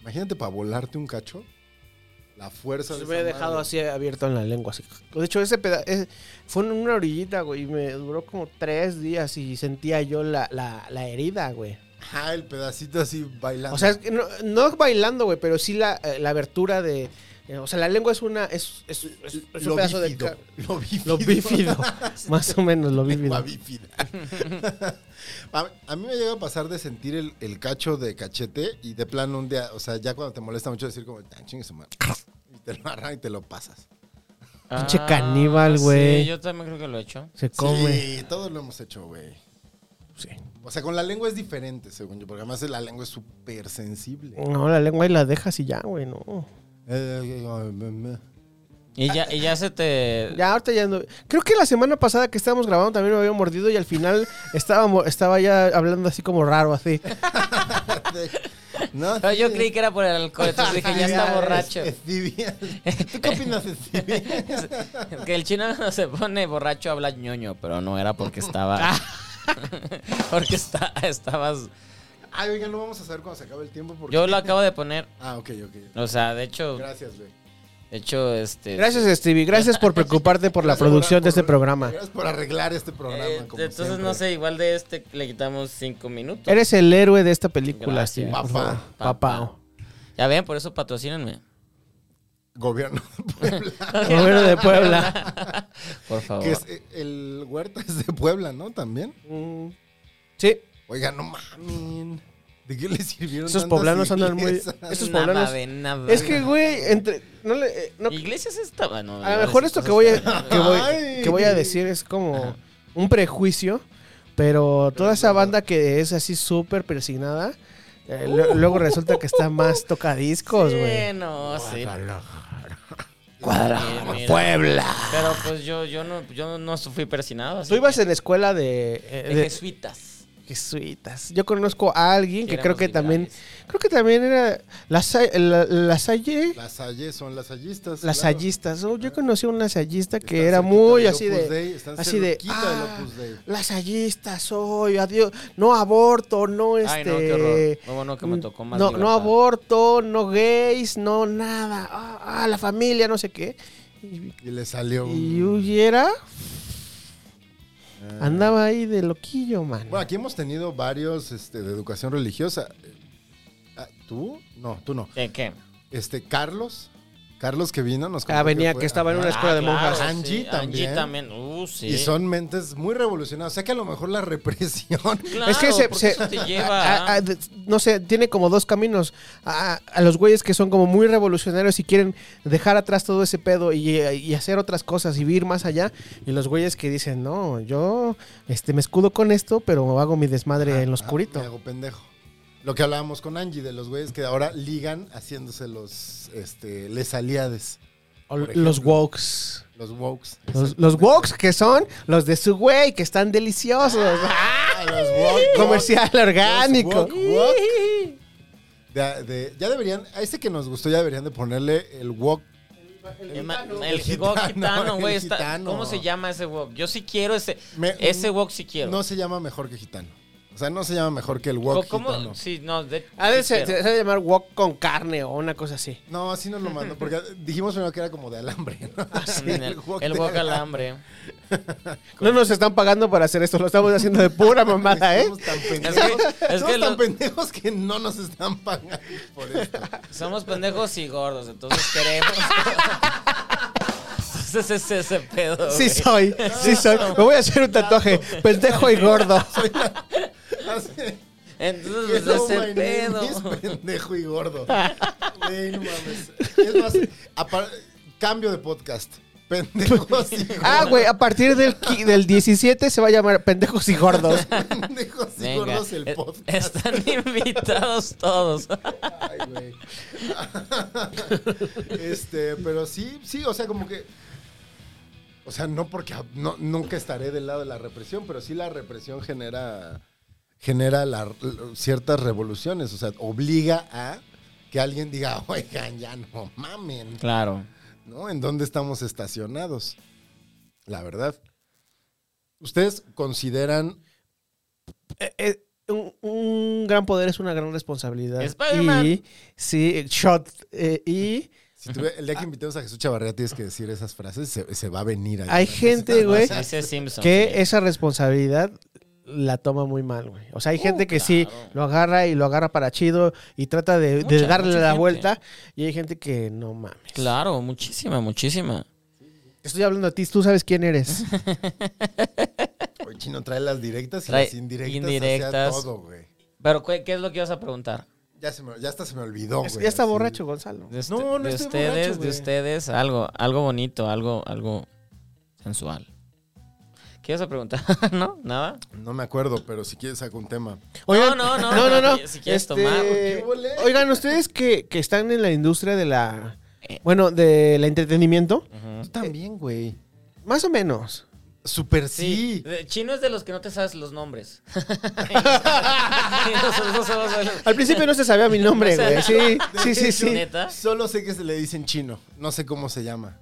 Imagínate para volarte un cacho, la fuerza Se de me he esa Pues dejado madre. así abierto en la lengua. Así. De hecho, ese peda es- fue en una orillita, güey. y Me duró como tres días y sentía yo la, la, la herida, güey. Ajá, el pedacito así bailando. O sea, es que no, no bailando, güey, pero sí la, eh, la abertura de. eh, o sea, la lengua es una. Es, es, es- es un pedazo bífido, de. ca- Lo bífido. Lo bífido. más o menos, lo Lengua bífido. bífida. a, a mí me llega a pasar de sentir el, el cacho de cachete y de plano un día, o sea, ya cuando te molesta mucho decir como, "Ah, chingue su madre", Y te lo arranca y te lo pasas. Pinche caníbal, güey. Ah, Sí, yo también creo que lo he hecho. Se come. Sí, todos lo hemos hecho, güey. Sí. O sea, con la lengua es diferente, según yo, porque además la lengua es súper sensible. No, la lengua ahí la dejas y ya, güey, no. Y ya, y ya se te. Ya, ahorita ya ando- Creo que la semana pasada que estábamos grabando también me había mordido y al final estaba, mo- estaba ya hablando así como raro, así. No, Ah, Yo sí. creí que era por el alcohol, entonces dije, ya está Es- borracho. es tibia. ¿Tú qué opinas, Stevie? Que el chino no se pone borracho habla ñoño, pero no era porque estaba. porque está, estabas. Ay, oigan, no vamos a saber cuando se acabe el tiempo porque... Yo lo acabo de poner. Ah, ok, ok. O sea, de hecho, Gracias, güey. de hecho, este. Gracias, Stevie. Gracias por preocuparte por la Gracias producción por- de este por- programa. Gracias por arreglar este programa. Eh, como entonces, siempre. no sé, igual de este le quitamos cinco minutos. Eres el héroe de esta película, Gracias. Stevie. Papá. Papá. Ya ven, por eso patrocínenme. Gobierno de Puebla. Gobierno de Puebla. Por favor. que es, eh, el huerta es de Puebla, ¿no? También. Mm, Sí, Oiga, no mamen. ¿De qué le sirvieron esos tantas poblanos andan muy. iglesias? Esos Nada poblanos. de nada. Es que, güey, entre. No le- eh, no- Iglesias estaba, no. a iba lo mejor decir esto que cosas voy feas. a, que voy, Ay. que voy a decir es como un prejuicio, pero toda esa banda que es así súper persignada, eh, lo- luego resulta que está más tocadiscos, güey. Sí, no, sí. Mira, mira. Puebla. Pero pues yo, yo no, yo no fui persinado. así Tú ibas que- en la escuela de, eh, de de jesuitas. jesuitas. Yo conozco a alguien que Éramos creo que también, liberales. creo que también era la, sa- la, la Salle, Las salles son las sallistas. las claro. sallistas. Oh, yo conocí a una sayista que Están era cerquita muy del así Opus de, Dei, están así de, cerquita del "Ah, Opus Dei". lasallista soy, adiós, no aborto, no este, Ay, no, qué horror. No, bueno, que me tocó más no, no libertad. aborto, no gays, no nada, ah, ah, la familia, no sé qué. Y, Y le salió un- y huyera, Mm. Ah. andaba ahí de loquillo, man. Bueno, aquí hemos tenido varios este, de educación religiosa. Ah, ¿Tú? No, tú no. ¿De qué? Este, Carlos. Carlos que vino nos contó Ah, venía, fue- que estaba en Ajá. una escuela de claro, monjas. sí. Angie también. Angie también. Uh, sí. Y son mentes muy revolucionadas. O sea que a lo mejor la represión. Claro, es que se, porque se- eso te a- lleva. a- a- de- no sé, tiene como dos caminos. A, a- a los güeyes que son como muy revolucionarios y quieren dejar atrás todo ese pedo y, y hacer otras cosas y vivir más allá. Y los güeyes que dicen, no, yo este, me escudo con esto, pero hago mi desmadre en lo oscurito. Ah, me hago pendejo. Lo que hablábamos con Angie de los güeyes que ahora ligan haciéndose los este, les aliades. O por los ejemplo. wokes. Los wokes. Los, los wokes que son los de su güey, que están deliciosos. Ah, los woke, Comercial orgánico. Los woke, woke. De- de- ya deberían, a este que nos gustó ya deberían de ponerle el wok. el ma- el el wok gitano, gitano, güey. el está- gitano. ¿Cómo se llama ese wok? Yo sí quiero ese. Me- ese wok sí quiero. No se llama mejor que gitano. O sea, no se llama mejor que el wok ¿Cómo? gitano. Sí, no. de- Ha de sí ser- quiero. se ha de llamar wok con carne o una cosa así. No, así nos lo mandó, porque dijimos primero que era como de alambre. ¿no? Así, Ah, el, el wok wok, de al hambre. No nos están pagando para hacer esto, lo estamos haciendo de pura mamada, ¿eh? Somos tan Es pendejos, que- es somos que tan lo- pendejos que no nos están pagando por esto. Somos pendejos y gordos, entonces queremos. haces ese, ese pedo. Sí güey. soy, sí soy. Me voy a hacer un tatuaje, pendejo y gordo. Así. Entonces, pues, Hello, ese my name is pedo. pendejo y gordo. Güey, no mames. Es más, apar- cambio de podcast. Pendejos y gordos. Ah, güey, a partir del, qui- del 17 se va a llamar pendejos y gordos. Pendejos y Venga, gordos el eh, podcast. Están invitados todos. Ay, güey. este, pero sí, sí, o sea, como que. O sea, no porque no, nunca estaré del lado de la represión, pero sí la represión genera, genera la- ciertas revoluciones. O sea, obliga a que alguien diga, oigan, ya no mamen, Claro. ¿no? ¿En dónde estamos estacionados? La verdad. ¿Ustedes consideran Eh, eh, un, un gran poder es una gran responsabilidad. Spider-Man. Y, sí, eh, shot. eh, y Si tuve- el día Ah. que invitemos a Jesús Chavarría tienes que decir esas frases, se, se va a venir. a- hay gente, güey, Dice Simpson. que esa responsabilidad la toma muy mal, güey. O sea, hay gente que sí Uh, claro. lo agarra y lo agarra para chido y trata de, de Mucha, darle mucha la gente. vuelta. Y hay gente que no mames. Claro, muchísima, muchísima. Te estoy hablando a ti, tú sabes quién eres. Oye, Chino trae las directas y Trae las indirectas. indirectas. hacia todo, güey. Pero, ¿qué, qué es lo que ibas a preguntar? Ya, se me- ya hasta se me olvidó, Es- Oh, güey. ya está así. borracho, Gonzalo. De, No, uste- no de estoy ustedes, borracho, de güey. ustedes, algo, algo bonito, algo, algo sensual. ¿Qué ibas a preguntar? ¿No? ¿Nada? No me acuerdo, pero si quieres saco un tema. Oigan, no, no, no, no, no. Este, si quieres tomar. ¿Qué huele? Oigan, ustedes que, que están en la industria de la. Eh. Bueno, del entretenimiento, Tú Eh, también, güey. más o menos. Súper sí. De- Chino es de los que no te sabes los nombres. Y nosotros somos los- Al principio no se sabía mi nombre, No sé. güey. Sí, sí, sí, sí. ¿Neta? Solo sé que se le dicen chino. No sé cómo se llama.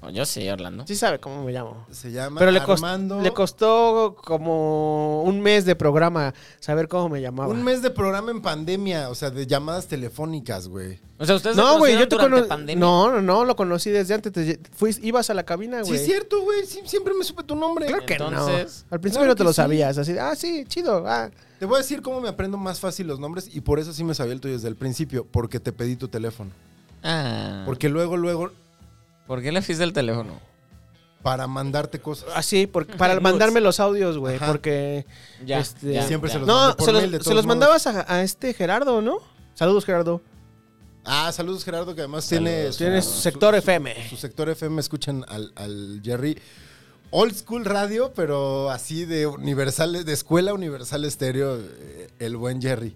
No, yo sí, Orlando. Sí sabe cómo me llamo. Se llama Pero le, cost- Armando. le costó como un mes de programa saber cómo me llamaba. un mes de programa en pandemia, o sea, de llamadas telefónicas, güey. O sea, ustedes No, güey, yo te conozco. conocí. No, no, no, lo conocí desde antes. te- fuis- ibas a la cabina, Sí, güey. es cierto, güey. Sí, siempre me supe tu nombre. Claro que Entonces, no. Al principio claro no te que lo sí. sabías. Así, ah, sí, chido. Ah. Te voy a decir cómo me aprendo más fácil los nombres y por eso sí me sabía el tuyo desde el principio, porque te pedí tu teléfono. Ah, ¿por, Porque luego, luego, qué le fuiste el teléfono? para mandarte cosas. Así, Ah, porque, para Nudes. mandarme los audios, güey. Ajá. Porque. Ya, Este- ya, Siempre se ya. los no, mandé por se los, mail de se todos los modos. mandabas a, a este Gerardo, ¿no? Saludos, Gerardo. Ah, saludos Gerardo, que además tiene, su- Tienes ah, sector FM. su sector FM, escuchan al, al Jerry. Old school radio, pero así de universal, de escuela universal estéreo, eh, el buen Jerry.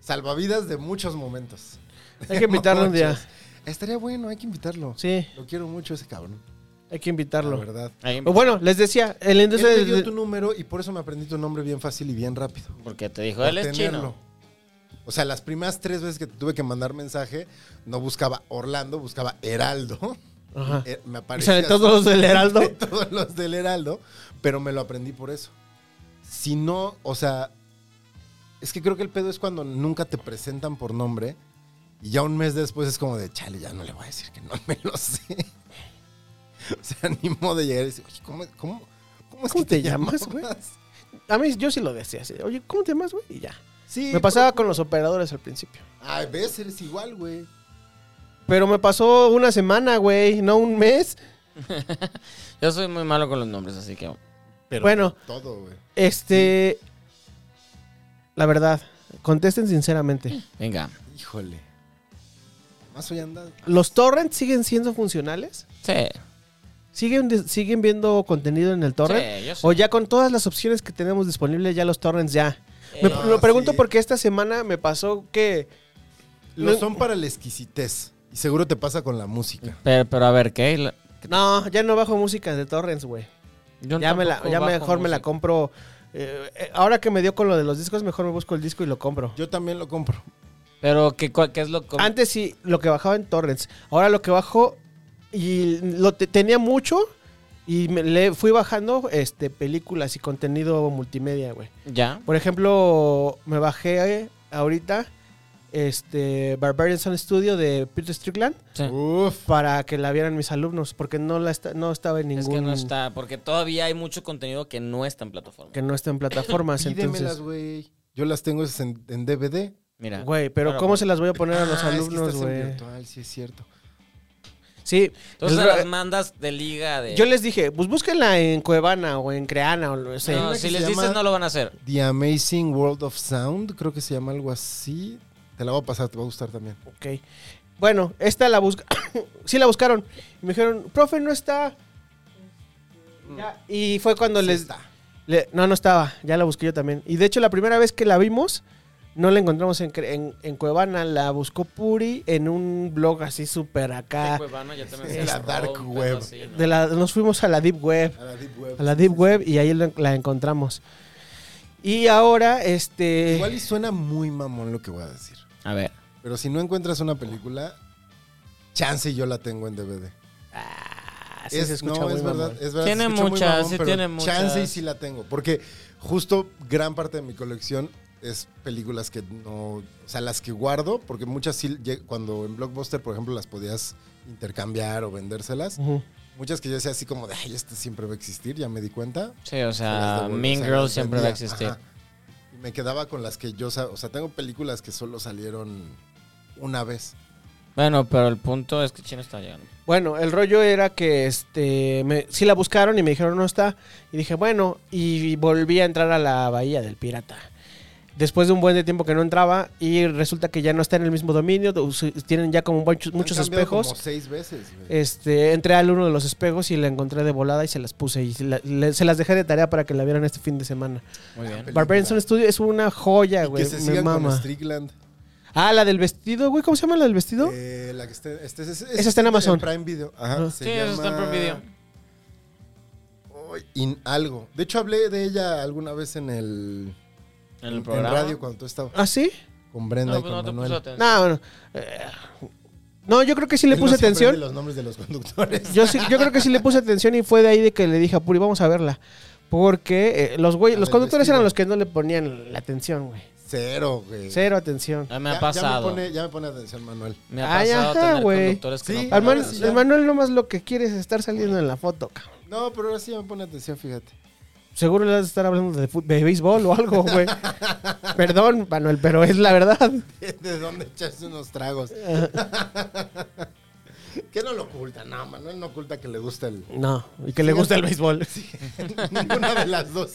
Salvavidas de muchos momentos. Hay que invitarlo un día. Muchos. Estaría bueno, hay que invitarlo. Sí, Lo quiero mucho ese cabrón. hay que La invitarlo. eh, verdad. Ahí- O bueno, les decía, el industria Él me dio del- tu número y por eso me aprendí tu nombre bien fácil y bien rápido. Porque te dijo, Pues él es tenerlo. chino. O sea, las primeras tres veces que te tuve que mandar mensaje, no buscaba Orlando, buscaba Heraldo. Ajá. Eh, me Y aparecía salen todos los del Heraldo. todos los del Heraldo, pero me lo aprendí por eso. Si no, o sea, es que creo que el pedo es cuando nunca te presentan por nombre y ya un mes después es como de, chale, ya no le voy a decir que no me lo sé. O sea, ni modo de llegar y decir, oye, ¿cómo, cómo, cómo es ¿Cómo que te llamas, güey? A mí yo sí lo decía. así, Oye, ¿cómo te llamas, güey? Y ya. Sí. Me pasaba con los operadores al principio. A veces eres igual, güey. Pero me pasó una semana, güey, no un mes. Yo soy muy malo con los nombres, así que. Pero Bueno. Todo, güey. Este. La verdad, contesten sinceramente. Venga. Híjole. Más hoy anda. ¿Los torrents siguen siendo funcionales? Sí. ¿Siguen, de- siguen viendo contenido en el torrent? Sí, yo sí. O ya con todas las opciones que tenemos disponibles, ya los torrents ya. Me- Eh, lo pregunto sí. porque esta semana me pasó que. Lo No- son para la exquisitez. Y seguro te pasa con la música. Pero, pero a ver, ¿qué? La- No, ya no bajo música de torrents, güey. yo Ya, me la, tampoco ya bajo mejor me la música. compro. eh, eh, ahora que me dio con lo de los discos, mejor me busco el disco y lo compro. Yo también lo compro. Pero, ¿qué, cuál- qué es lo com- Antes sí, lo que bajaba en torrents. Ahora lo que bajo y lo te- tenía mucho y me- le fui bajando este películas y contenido multimedia, güey. Ya. Por ejemplo, me bajé eh, ahorita este Barbarian Sound Studio de Peter Strickland sí. Uf. para que la vieran mis alumnos porque no la esta- no estaba en ningún Es que no está. Porque todavía hay mucho contenido que no está en plataforma. que no está en plataformas, Pídemelas, entonces. güey. Yo las tengo esas en, en DVD. Mira. Güey, pero Claro, ¿cómo güey. se las voy a poner a los Ah, es que alumnos, estás en güey? virtual, sí es cierto. Sí. Entonces El- a las mandas de liga de... yo les dije, pues búsquenla en Cuevana o en Creana o lo sé. No, que si se les dices llama- no lo van a hacer. The Amazing World of Sound, creo que se llama algo así. Te la voy a pasar, te va a gustar también. Ok. Bueno, esta la busca. sí la buscaron. Y me dijeron, profe, no está. Mm. Ya, Y fue cuando les. le- no, no estaba. Ya la busqué yo también. Y de hecho, la primera vez que la vimos, no la encontramos en, Cre- en, en Cuevana. La buscó Puri en un blog así súper acá. Cuevana ya pues, también de la cerró, dark un pedo web. así, ¿no? De la- nos fuimos a la Deep Web. A la Deep Web. A la Deep Web y ahí la, la encontramos. Y ahora, este. Igual y suena muy mamón lo que voy a decir. A ver. Pero si no encuentras una película, chance yo la tengo en DVD. Ah, sí se escucha no, muy es verdad, mamón. es verdad. Tiene se escucha muy muchas, sí pero tiene muchas. Chance y sí la tengo. Porque justo gran parte de mi colección es películas que no. O sea, las que guardo, porque muchas sí, lleg- cuando en Blockbuster, por ejemplo, las podías intercambiar o vendérselas. Ujú. Muchas que yo decía así como de, ay, este siempre va a existir, ya me di cuenta. Sí, o Se las sea, devolví, Mean o sea, Girls las siempre va a vendía, existir. ajá. Y me quedaba con las que yo, sa- o sea, tengo películas que solo salieron una vez. Bueno, pero el punto es que Chino está llegando. Bueno, el rollo era que este me, sí la buscaron y me dijeron no está. Y dije, bueno, y volví a entrar a la bahía del pirata. Después de un buen de tiempo que no entraba y resulta que ya no está en el mismo dominio, us- tienen ya como muchos, muchos Han cambiado espejos. Como seis veces. güey. Este, entré al uno de los espejos y la encontré de volada y se las puse y se, la- le- se las dejé de tarea para que la vieran este fin de semana. Muy bien. Película. Barbarian Studio es una joya, Y güey. que se Me sigan con mama. Strickland. Ah, la del vestido, güey. ¿Cómo se llama la del vestido? Eh, la que está, este, este- este- Esa está en Amazon. Prime Video. Ajá, Ah. se Sí, eso está en Prime Video. llama- Ay, in algo. De hecho, hablé de ella alguna vez en el, En el en programa. radio cuando tú estabas ¿Ah, sí? con Brenda No, y pues con no te puso Manuel. atención. No, no. Eh, no, yo creo que sí le Él puse no se aprende atención. los nombres de los conductores. Yo, sí- yo creo que sí le puse atención y fue de ahí de que le dije a Puri, vamos a verla. Porque eh, los güey, La los del conductores vestido. eran los que no le ponían la atención, güey. Cero, güey. Cero atención. Ah, me Ya- ha pasado. Ya, me pone, ya me pone atención, Manuel. Me ha Ay, pasado ajá, tener güey. conductores que Sí. no Al Al ponen man- man, ahora sí ya. atención. el Manuel nomás lo que quiere es estar saliendo en la foto, cabrón. No, pero ahora sí ya me pone atención, fíjate. Seguro le vas a estar hablando de, fut- de béisbol o algo, güey. Perdón, Manuel, pero es la verdad. ¿De dónde echaste unos tragos? que no lo oculta, no, Manuel no oculta que le gusta el. No, y que le gusta el béisbol. Ninguna de las dos.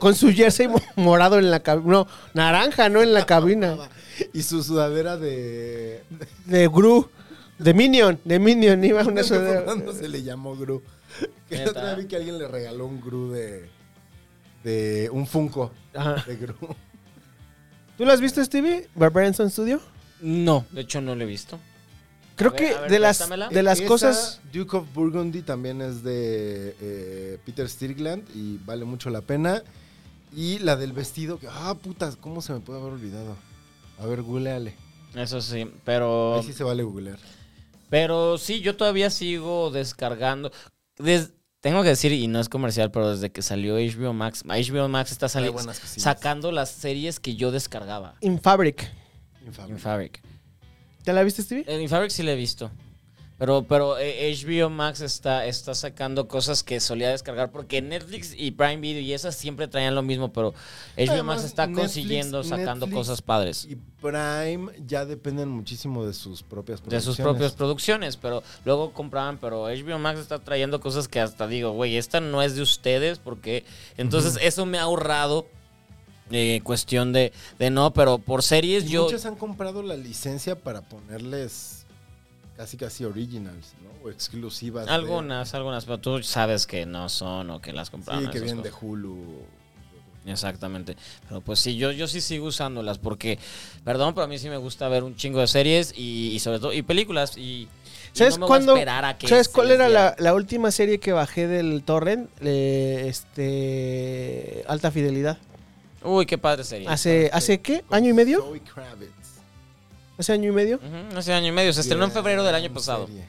Con su jersey mo- morado en la cabina. No, naranja, no en la cabina. Y su sudadera de. De Gru. De Minion. De Minion. Iba una No sé por sudadera. cuándo se le llamó Gru. Que la Neta. otra vez vi que alguien le regaló un Gru de. de un Funko Ajá. de Gru. ¿Tú lo has visto, Stevie? Barbarian Sound Studio. No, de hecho no lo he visto. Creo A ver, que a ver, de las préstamela. de las Esa, cosas. Duke of Burgundy también es de eh, Peter Stirland y vale mucho la pena. Y la del vestido, que. ¡Ah, putas! ¿Cómo se me puede haber olvidado? A ver, googleale. Eso sí, pero... Ahí sí se vale googlear. Pero sí, yo todavía sigo descargando. Des- tengo que decir, y no es comercial, pero desde que salió HBO Max, HBO Max está sali- Hay buenas cosillas. sacando las series que yo descargaba. In Fabric. Infame. En Fabric. ¿Te la viste, Stevie? En Fabric sí la he visto. Pero, pero eh, HBO Max está, está sacando cosas que solía descargar porque Netflix y Prime Video y esas siempre traían lo mismo, pero HBO Max Además, está Netflix- consiguiendo sacando Netflix cosas padres. Y Prime ya dependen muchísimo de sus propias de producciones. sus propias producciones, pero luego compraban, pero HBO Max está trayendo cosas que hasta digo, güey, esta no es de ustedes, porque entonces eso me ha ahorrado eh, cuestión de, de no, pero por series Y yo... Muchos han comprado la licencia para ponerles casi casi originals, ¿no? O exclusivas. de- Algunas, algunas, pero tú sabes que no son o que las compraron. ¿eh? Sí, que esas vienen de cosas. Hulu. Exactamente. Pero pues sí, yo, yo sí sigo usándolas porque, perdón, pero a mí sí me gusta ver un chingo de series y, y sobre todo, y películas y... y ¿Sabes no me voy a cuándo- esperar a que ¿Sabes se cuál les era diera. la, la última serie que bajé del torrent? Eh, este. Alta Fidelidad. Uy, qué padre serie. ¿Hace, ¿Hace qué? ¿Año y medio? Zoe Kravitz. ¿Hace año y medio? Ujú, hace año y medio, se estrenó en Gran febrero del año pasado. serie.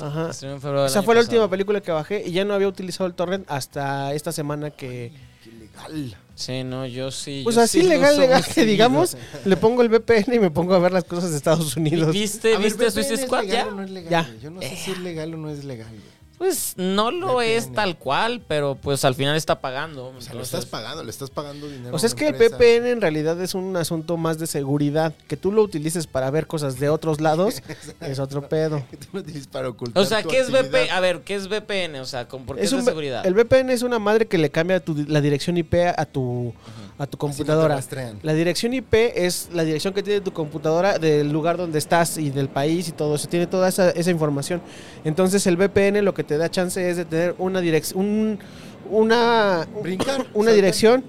Ajá. Se estrenó en febrero del Esa año fue la pasado. última película que bajé y ya no había utilizado el torrent hasta esta semana que. Qué legal. Sí, no, yo sí. Pues yo así sí lo legal, uso legal muy que seguido. digamos, le pongo el VPN y me pongo a ver las cosas de Estados ¿Y Unidos. ¿Viste, A ver, viste VPN Suicide es Squad legal ya? Eh. o no es legal, Ya. güey? Yo no sé si es legal o no es legal. güey. Pues no lo es tal cual, pero pues al final está pagando. O sea, lo entonces- estás pagando, le estás pagando dinero. O sea, a es una que el empresa. VPN en realidad es un asunto más de seguridad. Que tú lo utilices para ver cosas de otros lados es otro pedo. Que tú lo utilizas para ocultar O sea, tu ¿qué es actividad. VPN? A ver, ¿qué es VPN? O sea, ¿con- ¿por qué es, Es un de ve- seguridad? El VPN es una madre que le cambia tu di- la dirección IP a tu, a tu computadora. rastrean. la dirección IP es la dirección que tiene tu computadora del lugar donde estás y del país y todo eso. Tiene toda esa, esa información. Entonces el VPN lo que te da chance es de tener una dirección, un, una, Ah, Brincar, una saltar. dirección,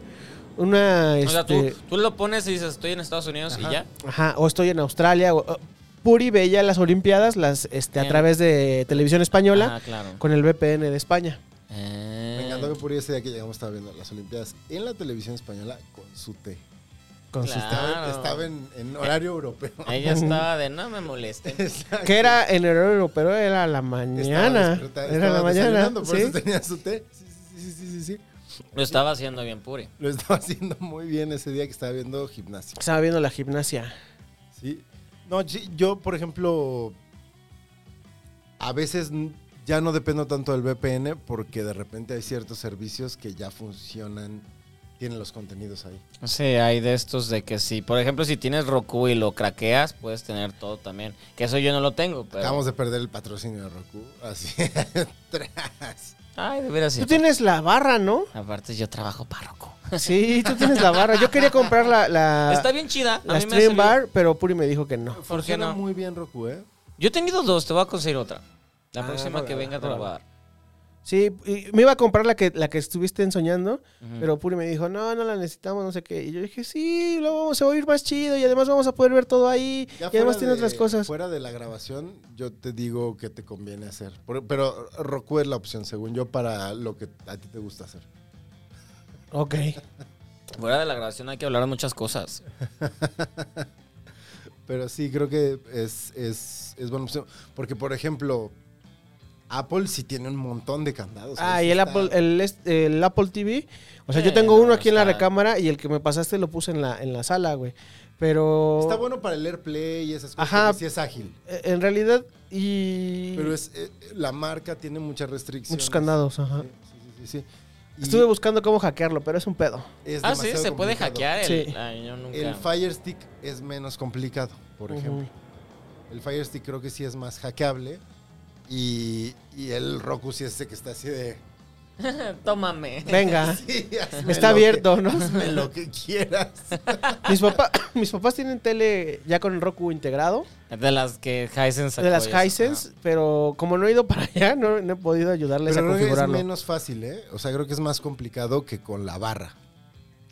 una... o sea, este, tú, tú lo pones y dices, estoy en Estados Unidos y ya. Ajá, o estoy en Australia. O, o- Puri veía las Olimpiadas las, este, a Bien. través de televisión española Ah, claro. con el VPN de España. Eh. Me encantó que por ese día que llegamos estaba viendo las Olimpiadas en la televisión española con su té. Con sus- Claro. Estaba, estaba en, en horario europeo. Ella estaba de, no me molesten. Exacto. Que era en el horario, pero era la Estaba mañana. desperta- Era la estaba mañana. desayunando, Por ¿sí? eso tenía su té. Sí, sí, sí, sí, sí, sí. Lo estaba haciendo bien Puri. Lo estaba haciendo muy bien ese día que estaba viendo gimnasia. Estaba viendo la gimnasia. Sí. No, sí, yo, por ejemplo, a veces n- ya no dependo tanto del VPN porque de repente hay ciertos servicios que ya funcionan, tienen los contenidos ahí. Sí, hay de estos de que sí. Por ejemplo, si tienes Roku y lo craqueas, puedes tener todo también. Que eso yo no lo tengo, pero... Acabamos de perder el patrocinio de Roku. Así. Tras. Ay, de veras sí. Tú tienes la barra, ¿no? Aparte, yo trabajo para Roku. Sí, tú tienes la barra. Yo quería comprar la, la, Está bien chida. Ah, la a mí me ha Stream servido. Bar, pero Puri me dijo que no. ¿Por qué Funciona no? muy bien Roku, ¿eh? Yo he tenido dos, te voy a conseguir otra. La Ah, próxima no, que no, venga te la no, voy a dar. Sí, y me iba a comprar la que, la que estuviste ensoñando, Ujú. pero Puri me dijo, no, no la necesitamos, no sé qué. Y yo dije, sí, luego vamos- se va a oír más chido y además vamos a poder ver todo ahí. Ya y además fuera tiene de- otras cosas. Fuera de la grabación, yo te digo que te conviene hacer. Por- Pero Roku es la opción, según yo, para lo que a ti te gusta hacer. Ok. Fuera de la grabación hay que hablar de muchas cosas. Pero sí, creo que es, es, es buena opción. Porque, por ejemplo, Apple sí tiene un montón de candados. Ah, y Ahí sí el está- Apple, el, est- el Apple TV. O sea, Eh, yo tengo uno aquí en la está- recámara y el que me pasaste lo puse en la, en la sala, güey. Pero... Está bueno para el AirPlay y esas cosas. Ajá. porque Sí es ágil. eh, En realidad, y... Pero es, eh, la marca tiene muchas restricciones. Muchos candados, ajá. Sí, sí, sí. sí. Y Estuve buscando cómo hackearlo, pero es un pedo. es Ah, sí, demasiado se puede complicado. hackear el. Sí. Ay, yo nunca. El Fire Stick es menos complicado, por Ujú. ejemplo. El Fire Stick creo que sí es más hackeable. Y, y el Roku sí es ese que está así de... Tómame. Venga, Sí, hazme está lo que- abierto, ¿no? hazme lo que quieras. Mis, papá, mis papás tienen tele ya con Roku integrado, De las que Hisense sacó de las y esas, Hisense, ajá. pero como no he ido para allá, no, no he podido ayudarles Pero a creo que es configurarlo. menos fácil, ¿eh? O sea, creo que es más complicado que con la barra.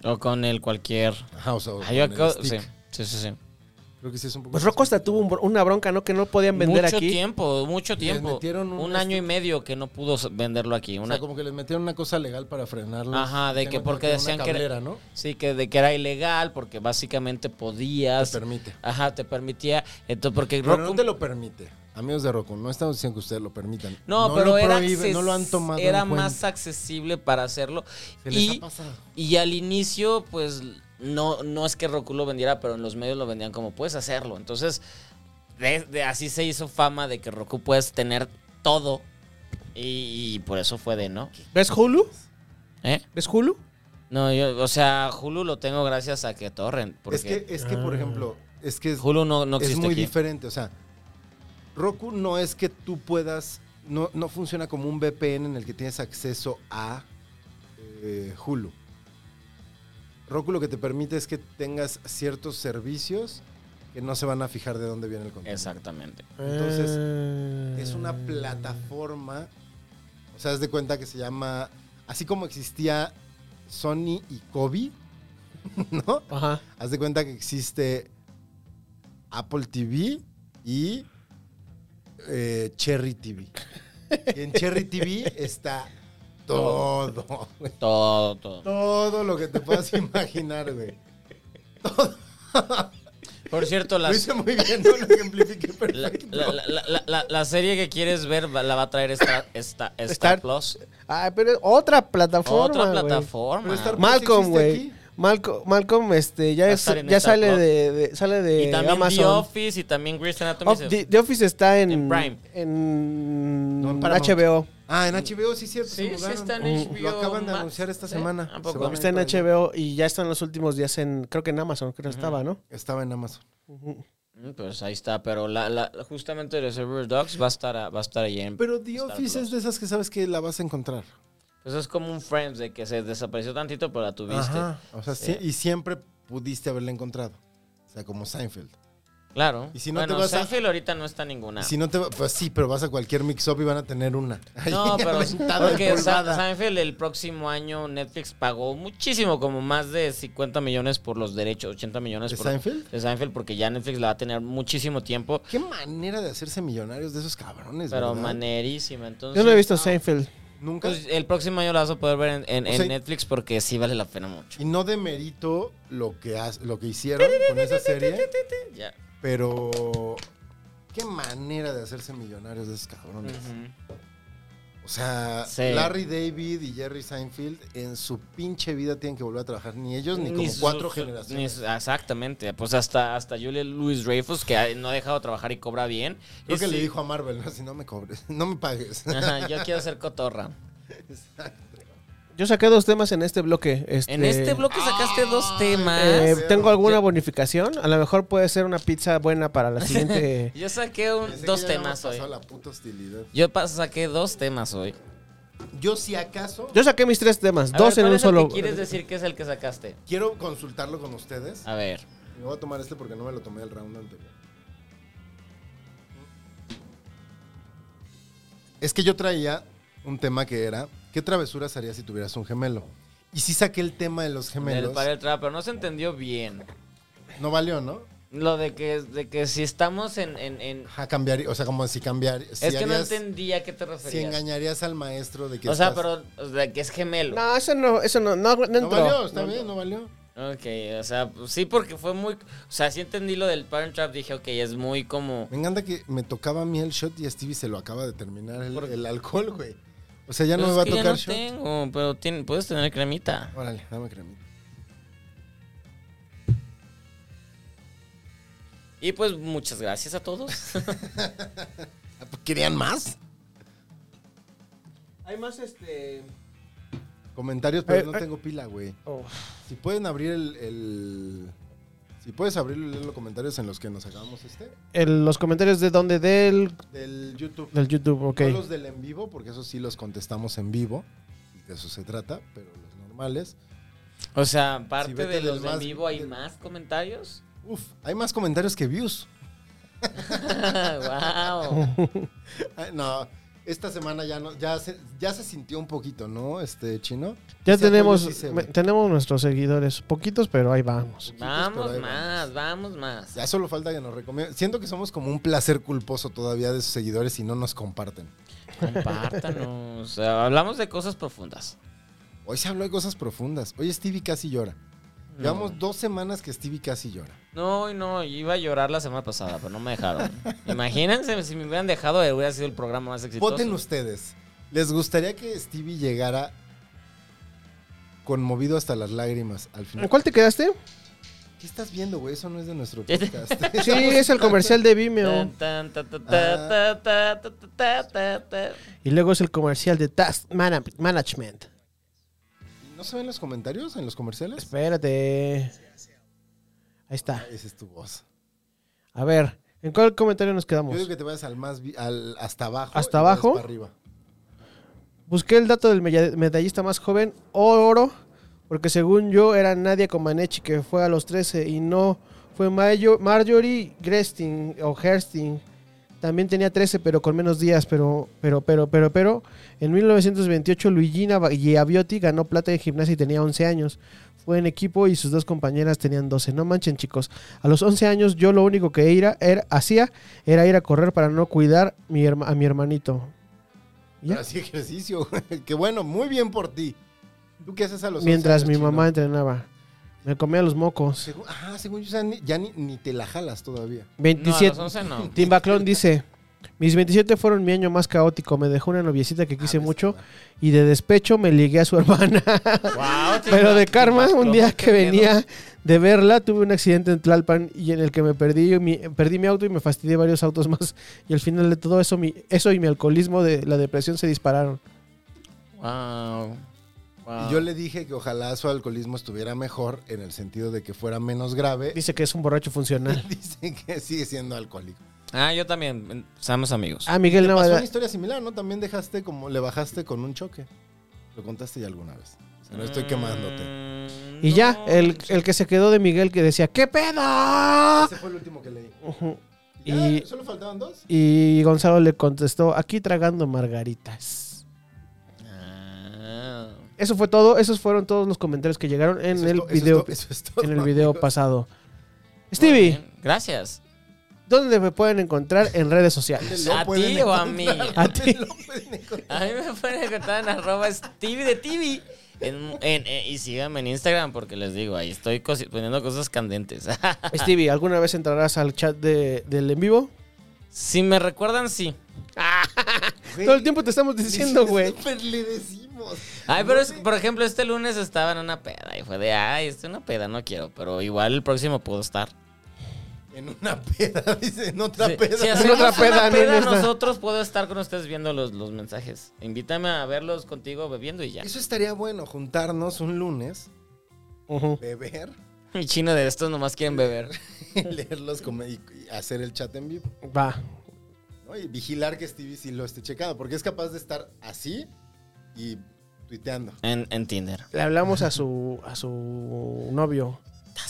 O con el cualquier. Ajá, o sea, Ah, yo con el acabo- Sí, stick. sí, sí. sí. Creo que sí es un poco... Pues más Roku hasta tuvo un bro- una bronca, ¿no? Que no podían vender mucho aquí. tiempo, mucho tiempo. metieron un un año y medio que no pudo s- venderlo aquí. O Una, sea, como que les metieron una cosa legal para frenarlo. Ajá, de que porque decían que era- ¿no? Sí, que de que era ilegal porque básicamente Te podías. permite. Ajá, te permitía. Entonces, porque Pero Roku- no te lo permite. Amigos de Roku, no estamos diciendo que ustedes lo permitan. No, lo pero era, prohíbe, acces- no lo han tomado era en cuenta. más accesible para hacerlo. Se les ha Y, pasado. y al inicio, pues, no, no es que Roku lo vendiera, pero en los medios lo vendían como puedes hacerlo. Entonces, de- de- así se hizo fama de que Roku puedes tener todo. Y, y por eso fue de no. ¿Ves Hulu? ¿Eh? ¿Ves Hulu? No, yo, o sea, Hulu lo tengo gracias a que Torrent. Porque Es que, es que, por ejemplo, es que es, Hulu no, no es existe. muy aquí. diferente. O sea, Roku no es que tú puedas. No, no funciona como un VPN en el que tienes acceso a eh, Hulu. Roku lo que te permite es que tengas ciertos servicios que no se van a fijar de dónde viene el contenido. Exactamente. Entonces, Ah. Eh, Es una plataforma. O sea, haz de cuenta que se llama. Así como existía Sony y Kobe, ¿no? Ajá. Haz de cuenta que existe Apple TV y eh, Cherry TV. Y en Cherry TV está todo. güey. Todo, todo. Todo lo que te puedas imaginar, güey. Por cierto, Lo las, hice muy bien, no lo ejemplifiqué La, perfecto. la- la- la- la- la serie que quieres ver va- la va a traer esta, esta, Star, Star- Plus. Ah, pero es otra plataforma. Otra güey. plataforma. Pero Star Plus Malcolm, existe güey. aquí. Malco- Malcolm, este, ya, Va a es- estar en ya Star sale Plus. de, de- sale de y también The Amazon. Oh, Oh, Office y también Grey's Anatomy. Of- the, The Office está en, en Prime. en No, en Paramount. HBO. Ah, en HBO sí es cierto. Sí, se sí mudaron. está en Mm. HBO Lo acaban de Max, anunciar esta ¿eh? semana. ¿A poco? Se van a Está en ir para allá. HBO y ya están los últimos días en, creo que en Amazon, creo que estaba, ¿no? Estaba en Amazon. Mm, Pues ahí está, pero la, la, justamente Reservoir Dogs va a estar, a- va a estar allí en... Pero The Star Office es Plus. de esas que sabes que la vas a encontrar. Pues es como un Friends de que se desapareció tantito, pero la tuviste. O sea, Sí. sí- y siempre pudiste haberla encontrado. O sea, como Seinfeld. Claro. Y si no te bueno, vas a- Seinfeld ahorita no está ninguna. Y Si no te va- pues sí, pero vas a cualquier mix-up y van a tener una. Ahí, No, pero aventada, porque Sa- empolvada. Seinfeld el próximo año Netflix pagó muchísimo, como más de 50 millones por los derechos, 80 millones ¿De por Seinfeld? de Seinfeld, porque ya Netflix la va a tener muchísimo tiempo, Qué manera de hacerse millonarios de esos cabrones, pero ¿verdad? manerísima. Entonces, Yo no he visto Seinfeld. Nunca. pues, el próximo año la vas a poder ver en, en- O en sea, Netflix porque sí vale la pena mucho. y no demerito lo que, has- lo que hicieron con esa serie, Ya. pero qué manera de hacerse millonarios de esos cabrones. O sea, Sí. Larry David y Jerry Seinfeld en su pinche vida tienen que volver a trabajar, ni ellos ni, como sus- cuatro ni generaciones. sus- exactamente. Pues hasta, hasta Julia Louis Dreyfus, que ha- no ha dejado de trabajar y cobra bien. Creo Y que le sí. dijo a Marvel, ¿no? si no me cobres, no me pagues. Ajá, yo quiero ser cotorra. Yo saqué dos temas en este bloque. En este bloque Ah, sacaste dos temas. eh, ¿Tengo alguna bonificación? A lo mejor puede ser una pizza buena para la siguiente. Yo saqué un- Pensé que dos eh. ya habíamos temas hoy. pasado la puta hostilidad. Yo pas- saqué dos temas hoy. Yo si acaso Yo saqué mis tres temas, A dos ver, en ¿cuál un es el solo. que ¿Quieres decir que es el que sacaste? quiero consultarlo con ustedes. A ver. Me voy a tomar este porque no me lo tomé el round anterior. Es que yo traía un tema que era, ¿qué travesuras harías si tuvieras un gemelo? Y sí saqué el tema de los El gemelos. para el trap, pero no se entendió bien. No valió, ¿no? Lo de que, de que si estamos en. en- en- A cambiar, o sea, como si cambiar, si, es que no harías- entendía a qué te si referías. engañarías al maestro de que o sea, estás- pero o sea, que es gemelo. No, eso no, eso no, no, no no entró. valió, está bien, no valió. Ok, o sea, pues, sí, porque fue muy. O sea, sí entendí lo del Parent Trap. Dije, ok, es muy como. Me encanta que me tocaba a mí el shot y a Stevie se lo acaba de terminar el, ¿Por qué? el alcohol, güey. O sea, ya no Pues me va a es que tocar ya no shot. tengo, pero tiene- puedes tener cremita. Órale, dame cremita. Y pues muchas gracias a todos. Ah, pues, ¿Querían más? Hay más este. Comentarios, pero Eh, no eh. tengo pila, güey. oh. Si pueden abrir el, el- Si puedes abrir y leer los comentarios en los que nos sacamos este. El- los comentarios de dónde del, Del YouTube. del YouTube, ok. No los del en vivo, porque esos sí los contestamos en vivo. Y de eso se trata, pero los normales. O sea, aparte vete de del los de en más- vivo, ¿hay del- más comentarios? Uf, hay más comentarios que views. wow. Ay, no, esta semana ya no, ya se, ya se sintió un poquito, ¿no? Este chino. Ya Ese apoyo tenemos, sí se me- ve. tenemos nuestros seguidores, poquitos, pero ahí vamos. pero Vamos ahí más, vamos más. Ya solo falta que nos recomienden. Siento que somos como un placer culposo todavía de sus seguidores y no nos comparten. Compártanos. Hablamos de cosas profundas. Hoy se habló de cosas profundas. Hoy Stevie casi llora. Llevamos dos semanas que Stevie casi llora. No, y no, yo iba a llorar la semana pasada, pero no me dejaron. Imagínense si me hubieran dejado, eh, hubiera sido el programa más exitoso. Voten ustedes. ¿Les gustaría que Stevie llegara conmovido hasta las lágrimas al ¿En final? cuál te quedaste? ¿Qué estás viendo, güey? Eso no es de nuestro podcast. Sí, es el comercial de Vimeo. Tan, tan, ta, ta, ta, ta, ta, ta, ta, ta, ta. Y luego es el comercial de Task Mana- Management. ¿No se ven los comentarios en los comerciales? Espérate. Ahí está. Esa es tu voz. A ver, ¿en cuál comentario nos Yo quedamos? digo que te vayas al más vi- al, hasta abajo. ¿Hasta y vayas abajo? para arriba. Busqué el dato del mella- medallista más joven, oro, porque según yo era Nadia Comaneci, que fue a los 13, y no fue Mayo- Marjorie Gresting o Hersting. También tenía 13, pero con menos días, pero, pero, pero, pero, pero. En 1928, Luigina Ba- Giaviotti ganó plata en gimnasia y tenía 11 años. Fue en equipo y sus dos compañeras tenían 12. No manchen, chicos. A los 11 años, yo lo único que era, era- hacía era ir a correr para no cuidar mi herma- a mi hermanito. ¿Ya? Pero así ejercicio. güey. Qué bueno, muy bien por ti. ¿Tú qué haces a los Mientras 11 mi años, mamá chino? entrenaba. Me comía los mocos. Según- ah, según yo, o sea, ni- ya ni, ni te la jalas todavía. No, a los 27. 11 no. Tim Baclón dice, Mis 27 fueron mi año más caótico. Me dejó una noviecita que Ah, quise mucho y de despecho me ligué a su hermana. Wow, te Pero de imaginas, karma, un loco, día qué que miedo. venía de verla, tuve un accidente en Tlalpan y en el que me perdí mi, perdí mi auto y me fastidié varios autos más. Y al final de todo eso, mi, eso y mi alcoholismo de la depresión se dispararon. Wow. Wow. Y yo le dije que ojalá su alcoholismo estuviera mejor en el sentido de que fuera menos grave. Dice que es un borracho funcional. Dicen que sigue siendo alcohólico. Ah, yo también. Somos amigos. Ah, Miguel Te pasó una Navada. historia similar, ¿no? También dejaste como, le bajaste con un choque. Lo contaste ya alguna vez. O sea, no estoy quemándote. Mm, Y ya, no, el, el que se quedó de Miguel que decía, ¿qué pedo? Ese fue el último que leí. Mm. Ujú. Ya, Y, ¿Solo faltaban dos? y Gonzalo le contestó, aquí tragando margaritas. Ah. Eso fue todo, esos fueron todos los comentarios que llegaron en Eso es el to- eso es video, to- eso es todo, en el video amigos. pasado. Muy Stevie, bien, Gracias. ¿dónde me pueden encontrar en redes sociales? Lo ¿A pueden ti o a mí? encontrar, A ti. lo pueden encontrar. A mí me pueden encontrar en arroba Stevie de TV. En- en- eh, y síganme en Instagram porque les digo, ahí estoy cosi- poniendo cosas candentes. Stevie, ¿alguna vez entrarás al chat de- del en vivo? si me recuerdan, sí. Güey, Todo el tiempo te estamos diciendo, güey. Siempre le decimos. Ay, pero es- por ejemplo, este lunes estaba en una peda y fue de, ay, estoy en una peda, no quiero, pero igual el próximo puedo estar. En una peda, dice, en otra Sí, peda. Si hacemos otra una peda, peda, no, no está. nosotros puedo estar con ustedes viendo los, los mensajes. Invítame a verlos contigo bebiendo y ya. Eso estaría bueno, juntarnos un lunes, Ujú. beber, Y chino de estos nomás quieren beber. leerlos como- y, y hacer el chat en vivo. Va. ¿no? Y vigilar que Stevie sí lo esté checado, porque es capaz de estar así y tuiteando. En, en Tinder. Le hablamos a su a su novio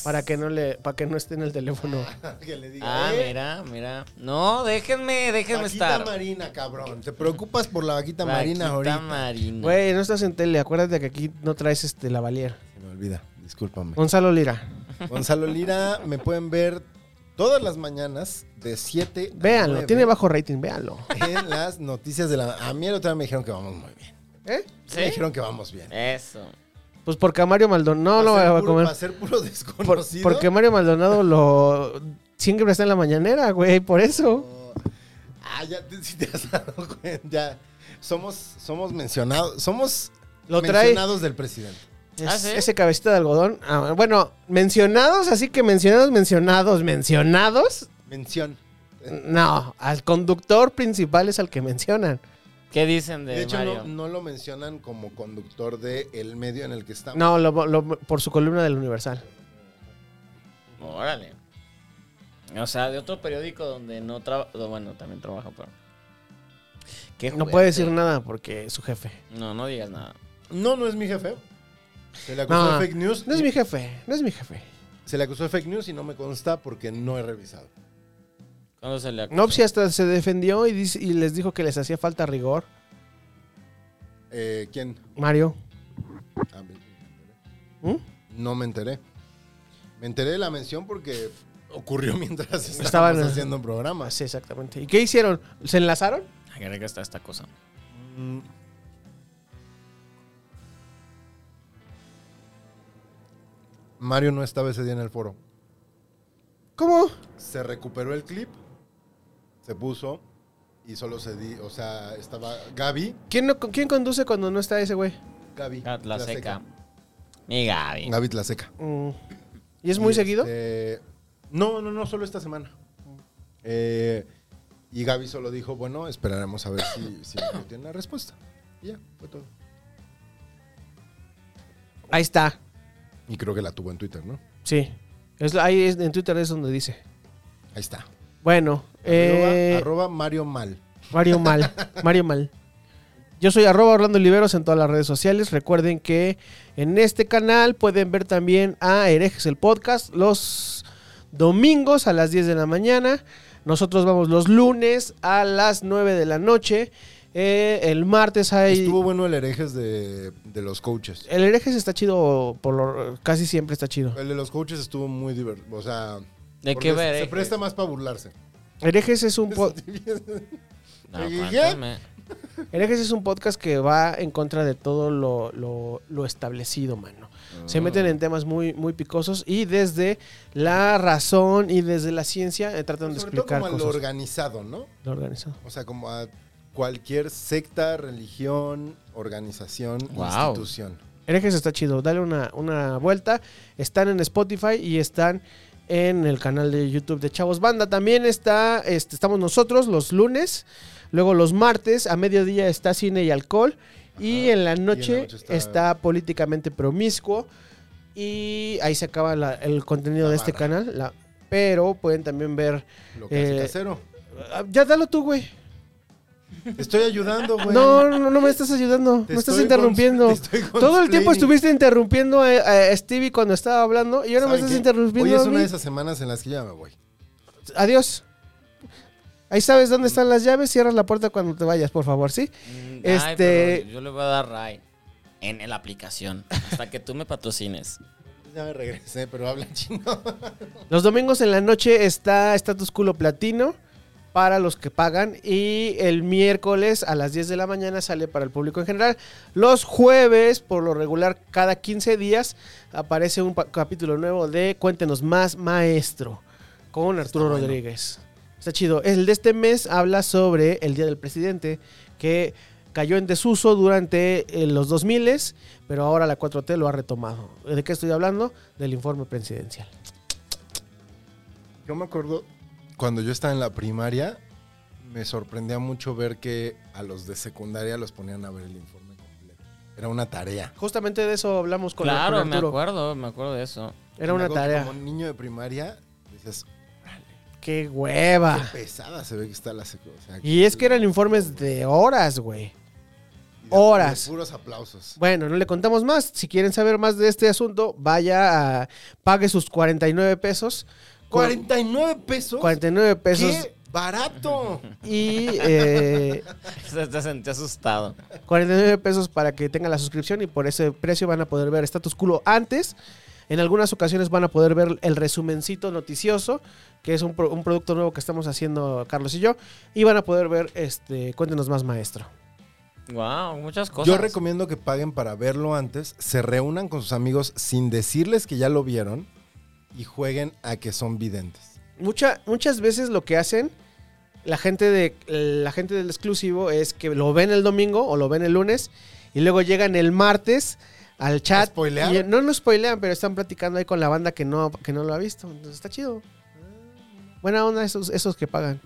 para que no le para que no esté en el teléfono. que le diga, Ah, "Eh, mira, mira. No, déjenme, déjenme vaquita estar. marina, cabrón. Te preocupas por la vaquita, marina Vaquita ahorita. Marina. Güey, no estás en tele, acuérdate que aquí no traes este la valier. Se me olvida, discúlpame. Gonzalo Lira. Gonzalo Lira, me pueden ver todas las mañanas de 7 Véanlo, tiene bajo rating, véanlo. En las noticias de la... A mí el otro día me dijeron que vamos muy bien. ¿Eh? ¿Sí? Me dijeron que vamos bien. Eso. Pues porque a Mario Maldonado no lo Va ser va a puro- comer. Va a ser puro Por- desconocido. porque Mario Maldonado lo siempre está en la mañanera, güey, por eso. No. Ah, ya te, si te has dado cuenta. Ya. Somos, somos mencionados. Somos Lo trae mencionados del presidente. ¿Ah, Es- sí? Ese cabecita de algodón. ah, bueno, mencionados, así que mencionados, mencionados, mencionados. Mención. No, al conductor principal es al que mencionan. ¿Qué dicen de, De hecho, Mario? no, no lo mencionan como conductor del el medio en el que estamos. No, lo- lo- por su columna del Universal. Órale. O sea, de otro periódico donde no trabaja. Bueno, también trabaja, pero. Qué No fuerte. puede decir nada porque es su jefe. No, no digas nada. No, no es mi jefe. Se le acusó No, de fake news. no es mi jefe, no es mi jefe. Se le acusó de fake news y no me consta porque no he revisado. ¿Cuándo se le acusó? No, pues si hasta se defendió y, dice- y les dijo que les hacía falta rigor. Eh, ¿Quién? Mario. Ah, me- ¿Mm? No me enteré. Me enteré de la mención porque ocurrió mientras Estaban- estábamos haciendo un programa. Sí, exactamente. ¿Y qué hicieron? ¿Se enlazaron? Ay, qué rica está esta cosa. Mm. Mario no estaba ese día en el foro. ¿Cómo? Se recuperó el clip, se puso y solo se di, o sea, estaba Gaby, ¿Quién, no- ¿Quién conduce cuando no está ese güey? Gaby Gat La seca. Mi Gaby. Gaby la seca. Mm. ¿Y es muy Y, seguido? este, No, no, no, solo esta semana. Eh, y Gaby solo dijo, bueno, esperaremos a ver si, si Mario tiene la respuesta. Y ya, fue todo. Ahí está. Y creo que la tuvo en Twitter, ¿no? Sí. Es, ahí es- en Twitter es donde dice. Ahí está. Bueno, eh, Arroba, arroba Mario Mal. Mario Mal. Mario Mal. Yo soy arroba Orlando Oliveros en todas las redes sociales. Recuerden que en este canal pueden ver también a Herejes el Podcast los domingos a las 10 de la mañana. Nosotros vamos los lunes a las 9 de la noche. Eh, el martes hay... Estuvo bueno el herejes de, de los coaches. El Herejes está chido, por lo- casi siempre está chido. El de los coaches estuvo muy divertido. O sea. ¿De qué porque se- ver? Se presta más para burlarse. Herejes es un... po- No, ¿Qué? cuéntame. Herejes es un podcast que va en contra de todo lo, lo- lo establecido, mano. Se meten Ah. en temas muy, muy picosos y desde la razón y desde la ciencia eh, tratan de Sobre todo explicar como a lo cosas. organizado, ¿no? Lo organizado. O sea, como a cualquier secta, religión, organización, Guau. institución. Herejes está chido, dale una, una vuelta. Están en Spotify y están en el canal de YouTube de Chavos Banda. También está, este, estamos nosotros los lunes, luego los martes, a mediodía está Cine y Alcohol. Y Ajá. en la noche, noche está... está- Políticamente Promiscuo. Y ahí se acaba la- el contenido La de este barra. canal. la- pero pueden también ver. Lo que hace Eh, casero. Ah, Ya dalo tú, güey. Te estoy ayudando, güey. No, no, no me estás ayudando. Te Me estás estoy interrumpiendo. cons- te estoy Todo el tiempo consplaining. estuviste interrumpiendo a, a Stevie cuando estaba hablando y ahora me ¿Saben estás qué? interrumpiendo. Hoy es a mí. una de esas semanas en las que ya me voy. Adiós. Ahí sabes dónde están las llaves. Cierras la puerta cuando te vayas, por favor, ¿sí? Mm, Este- ay, pero yo le voy a dar ray en la aplicación hasta que tú me patrocines. Ya me regresé, pero habla chino. Los domingos en la noche está Status Culo Platino para los que pagan y el miércoles a las 10 de la mañana sale para el público en general. Los jueves, por lo regular, cada 15 días aparece un pa- capítulo nuevo de Cuéntenos Más Maestro con Arturo bueno. Rodríguez. Está chido. El de este mes habla sobre el Día del Presidente que cayó en desuso durante eh, los 2000, pero ahora la 4T lo ha retomado. ¿De qué estoy hablando? Del informe presidencial. Yo me acuerdo cuando yo estaba en la primaria, me sorprendía mucho ver que a los de secundaria los ponían a ver el informe completo. Era una tarea. Justamente de eso hablamos con, claro, con me Arturo. acuerdo, me acuerdo de eso. Era una Algo que tarea. Como niño de primaria, dices, ¡Qué qué hueva! pesada se ve que está la secundaria. Y es que eran informes de horas, güey. horas. Puros aplausos. Bueno, no le contamos más. Si quieren saber más de este asunto, vaya a... Pague sus 49 pesos. Cu- ¿49 pesos? 49 pesos. ¡Qué barato! Y eh, Te, te sentí asustado. 49 pesos para que tengan la suscripción y por ese precio van a poder ver Status Culo antes. En algunas ocasiones van a poder ver el resumencito noticioso, que es un, pro- un producto nuevo que estamos haciendo Carlos y yo. Y van a poder ver, este, cuéntenos más, maestro. Wow, muchas cosas. Yo recomiendo que paguen para verlo antes, se reúnan con sus amigos sin decirles que ya lo vieron y jueguen a que son videntes. Mucha- muchas veces lo que hacen la gente, de, la gente del exclusivo es que lo ven el domingo o lo ven el lunes y luego llegan el martes al chat. spoilear? y- no lo spoilean, pero están platicando ahí con la banda que no, que no lo ha visto. Entonces está chido. Buena onda esos, esos que pagan.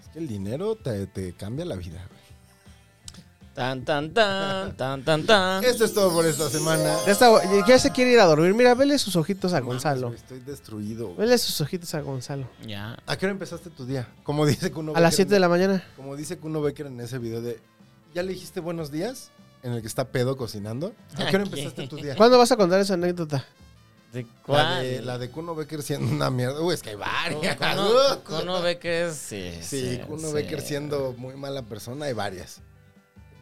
Es que el dinero te, te cambia la vida. güey. Tan, tan, tan, tan, tan, Ah. tan. Esto es todo por esta semana. Ya, está- ya se quiere ir a dormir. Mira, vele sus ojitos a Gonzalo. pues, Mames, güey, Estoy destruido. güey. Vele sus ojitos a Gonzalo. Ya. ¿A qué hora empezaste tu día? Como dice Kuno A las 7 de la mañana. Como dice Kuno Becker en ese video de ¿Ya le dijiste buenos días? En el que está pedo cocinando. ¿A qué hora empezaste tu día? ¿Cuándo vas a contar esa anécdota? ¿De La cuál? de, la de Kuno Becker siendo una mierda. Uy, es que hay varias. Cono, Becker, sí. Sí, Kuno sí. Becker siendo muy mala persona, hay varias.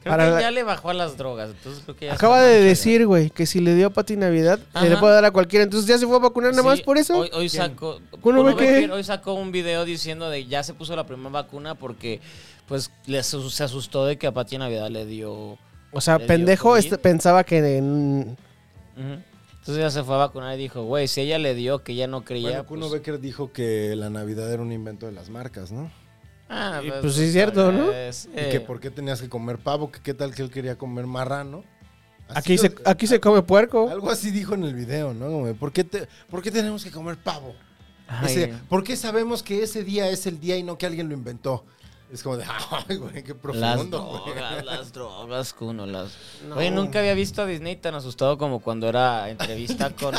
Creo Para que la- ya le bajó a las drogas. Entonces creo que ya Acaba está de más decir, güey, que si le dio a Pati Navidad, se le Ajá. puede dar a cualquiera. Entonces ya se fue a vacunar chido. nada más Sí, por eso. Hoy, hoy sacó. ¿Kuno Kuno Becker? Becker hoy sacó un video diciendo de ya se puso la primera vacuna porque pues le asu- se asustó de que a Pati Navidad le dio. o sea, le dio pendejo, COVID. este- pensaba que en- Ujú. Entonces ya se fue a vacunar y dijo, güey, si ella le dio que ella no creía. Bueno, Kuno pues, Becker dijo que la Navidad era un invento de las marcas, ¿no? ah, Y pues sí es cierto, ¿no? es- Y que eh, por qué tenías que comer pavo, que qué tal que él quería comer marrano. Así aquí, lo- se, aquí se come puerco. Algo así dijo en el video, ¿no? Como de, ¿por qué, te- por qué tenemos que comer pavo? ay, Ese- ¿Por qué sabemos que ese día es el día y no que alguien lo inventó? Es como de, ay, güey, qué Las profundo, güey. drogas, las drogas, Kuno, las... Oye, nunca había visto a Disney tan asustado como cuando era entrevista con...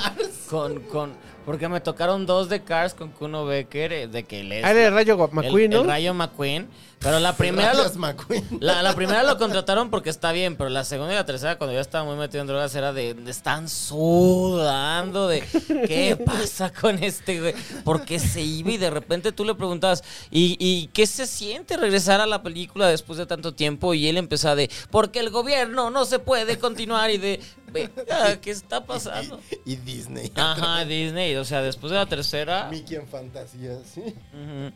con, con... Porque me tocaron dos de Cars con Kuno Becker, eh, de que él es... Ah, era el rayo Gua- el- McQueen, ¿no? el Rayo McQueen. Pero la primera, lo, Gracias, McQueen. la, la primera lo contrataron porque está bien, pero la segunda y la tercera, cuando yo estaba muy metido en drogas, era de, de están sudando, de qué pasa con este güey. Porque se iba y de repente tú le preguntabas, ¿y, y qué se siente regresar a la película después de tanto tiempo? Y él empezaba de, porque el gobierno no se puede continuar y de, "Venga, ¿qué está pasando? Y, y Disney. Ah. Ajá, Disney, o sea, después de la tercera... Mickey en fantasía, sí. ujú.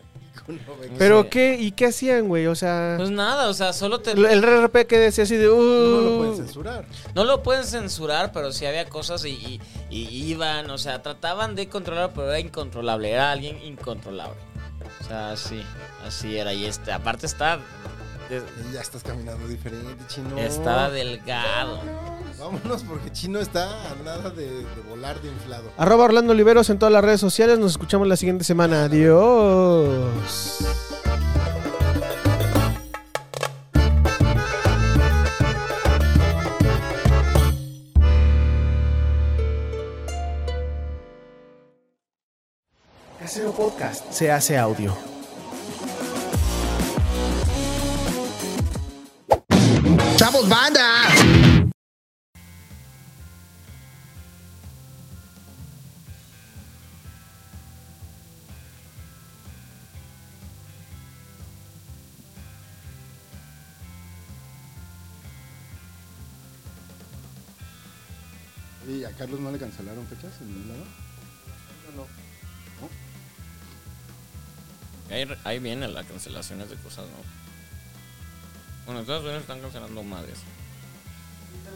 Ninguno ve que- Pero, Sí. ¿qué? ¿Y qué hacían, güey? O sea, Pues nada, o sea, solo te... el RRP que decía así de... No lo "Uh". pueden censurar. No lo pueden censurar, pero sí había cosas y, y- y iban, o sea, trataban de controlar, pero era incontrolable, era alguien incontrolable. O sea, sí, así era. Y este, aparte está, Y Pues ya estás caminando diferente, chino. estaba delgado. Vámonos porque chino está a nada de, de volar de inflado. Arroba Orlando Oliveros en todas las redes sociales. Nos escuchamos la siguiente semana. Adiós. Casero Podcast se hace audio. ¡Chavos, banda! ¿Y a Carlos no le cancelaron fechas en ningún lado? Ahí, ahí vienen las cancelaciones de cosas, ¿no? Bueno, en Estados Unidos están cancelando madres.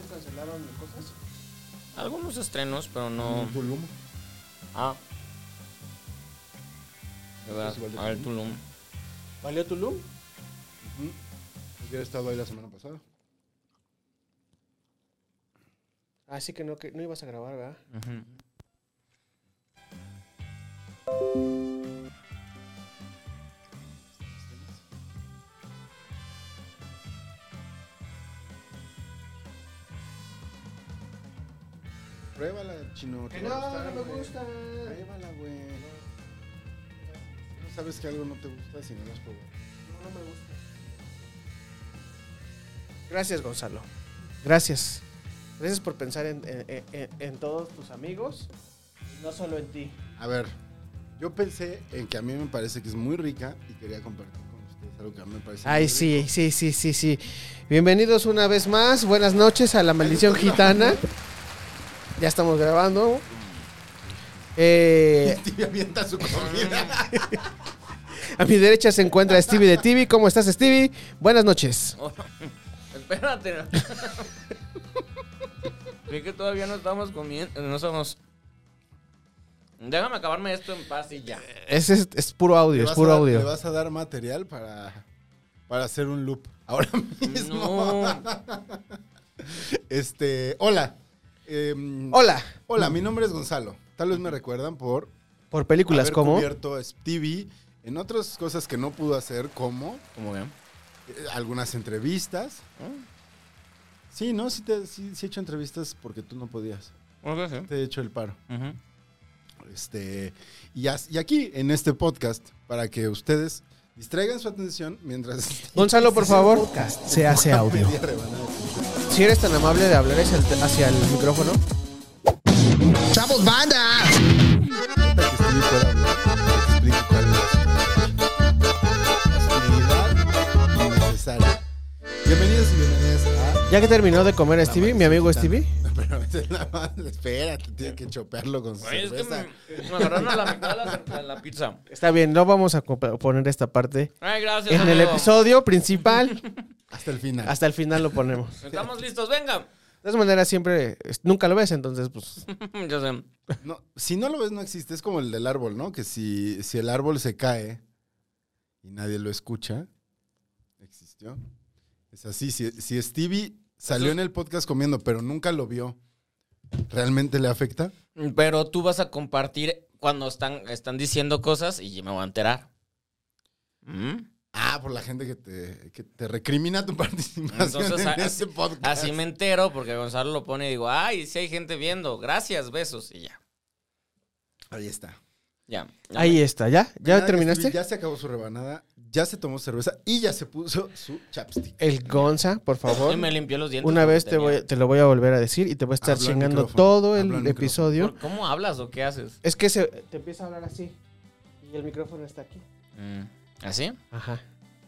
¿Cancelaron cosas? Algunos estrenos, pero no... Tulum. Ah. De verdad, Festival de a ver, Tulum. Tulum. ¿Valió Tulum? Ujú. Hubiera estado ahí la semana pasada. Así Ah, que no, que no ibas a grabar, ¿verdad? Pruébala, chino. te va a gustar, güey. Pruébala, güey. No sabes que algo no te gusta si no lo has probado. Gracias, Gonzalo. Gracias. Gracias por pensar en, en- en- en todos tus amigos, y no solo en ti. A ver, yo pensé en que a mí me parece que es muy rica y quería compartir con ustedes algo que a mí me parece. Ay, muy sí, sí, sí, sí, sí. Bienvenidos una vez más. Buenas noches a La Maldición Gitana. Ya estamos grabando. Eh, rico. Y avienta su comida. a mi derecha se encuentra Stevie de TV. ¿Cómo estás, Stevie? Buenas noches. Espérate. Creo que todavía no estamos comiendo. No estamos. Déjame acabarme esto en paz y ya. Es, es- es puro Le audio, es vas puro a dar- Le audio. vas a dar material para, para hacer un loop ahora mismo. No. Este, hola. Em, Hola. Hola, mi nombre es Gonzalo. Tal vez me recuerdan por Por películas haber como... cubierto TV en otras cosas que no pudo hacer, como ¿Cómo ven? eh, algunas entrevistas. ¿Eh? Sí, ¿no? Sí, te, sí, sí he hecho entrevistas porque tú no podías. ¿Cómo que Te he hecho el paro. Ujú. Este, y, as- y aquí, en este podcast, para que ustedes distraigan su atención mientras... Gonzalo, por favor, se hace audio. Media rebanada de pizza. Si eres tan amable de hablar hacia el- hacia el micrófono. ¡Chavos, banda! Ahorita que Stevie pueda hablar, te explico cuál es la hostilidad innecesaria. Bienvenidos y bienvenidas a... Ya que terminó de comer Stevie, mi amigo Stevie. Pero es la madre, espérate, tiene que chopearlo con su Güey, es que cerveza. me, me agarraron a la mitad de la, cer- de la pizza. Está bien, no vamos a co- poner esta parte Ay, gracias. en el amigo. episodio principal. Hasta el final. Hasta el final lo ponemos. Estamos listos, venga. De todas maneras, siempre es- nunca lo ves, entonces, pues. Yo sé. No, si no lo ves, no existe. Es como el del árbol, ¿no? Que si, si el árbol se cae y nadie lo escucha, existió. Es así. Si, si Stevie salió en el podcast comiendo, pero nunca lo vio, ¿realmente le afecta? Pero tú vas a compartir cuando están, están diciendo cosas y me voy a enterar. ¿Mm? Ah, por la gente que te, que te recrimina tu participación Entonces, en a- este podcast. Así me entero porque Gonzalo lo pone y digo, ay, si hay gente viendo, gracias, besos y ya. Ahí está. Ya. Ahí está, ¿ya? ¿Ya Nada que terminaste? Stevie Ya se acabó su rebanada, ya se tomó cerveza y ya se puso su chapstick. El Gonza, por favor. Y me limpió los dientes. Una porque vez te, tenía- voy, te lo voy a volver a decir y te voy a estar Habla al chingando micrófono, todo habla el al micrófono. episodio. ¿Por- ¿Cómo hablas o qué haces? Es que se, te empieza a hablar así y el micrófono está aquí. ¿Así? Ajá.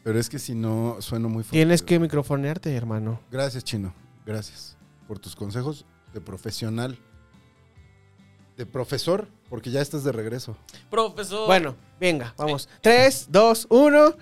Pero es que si no, sueno muy fuerte. Tienes que microfonearte, hermano. Gracias, Chino. Gracias por tus consejos de profesional. de profesor, porque ya estás de regreso. Oh. Profesor. Bueno, venga, vamos. Tres, dos, uno.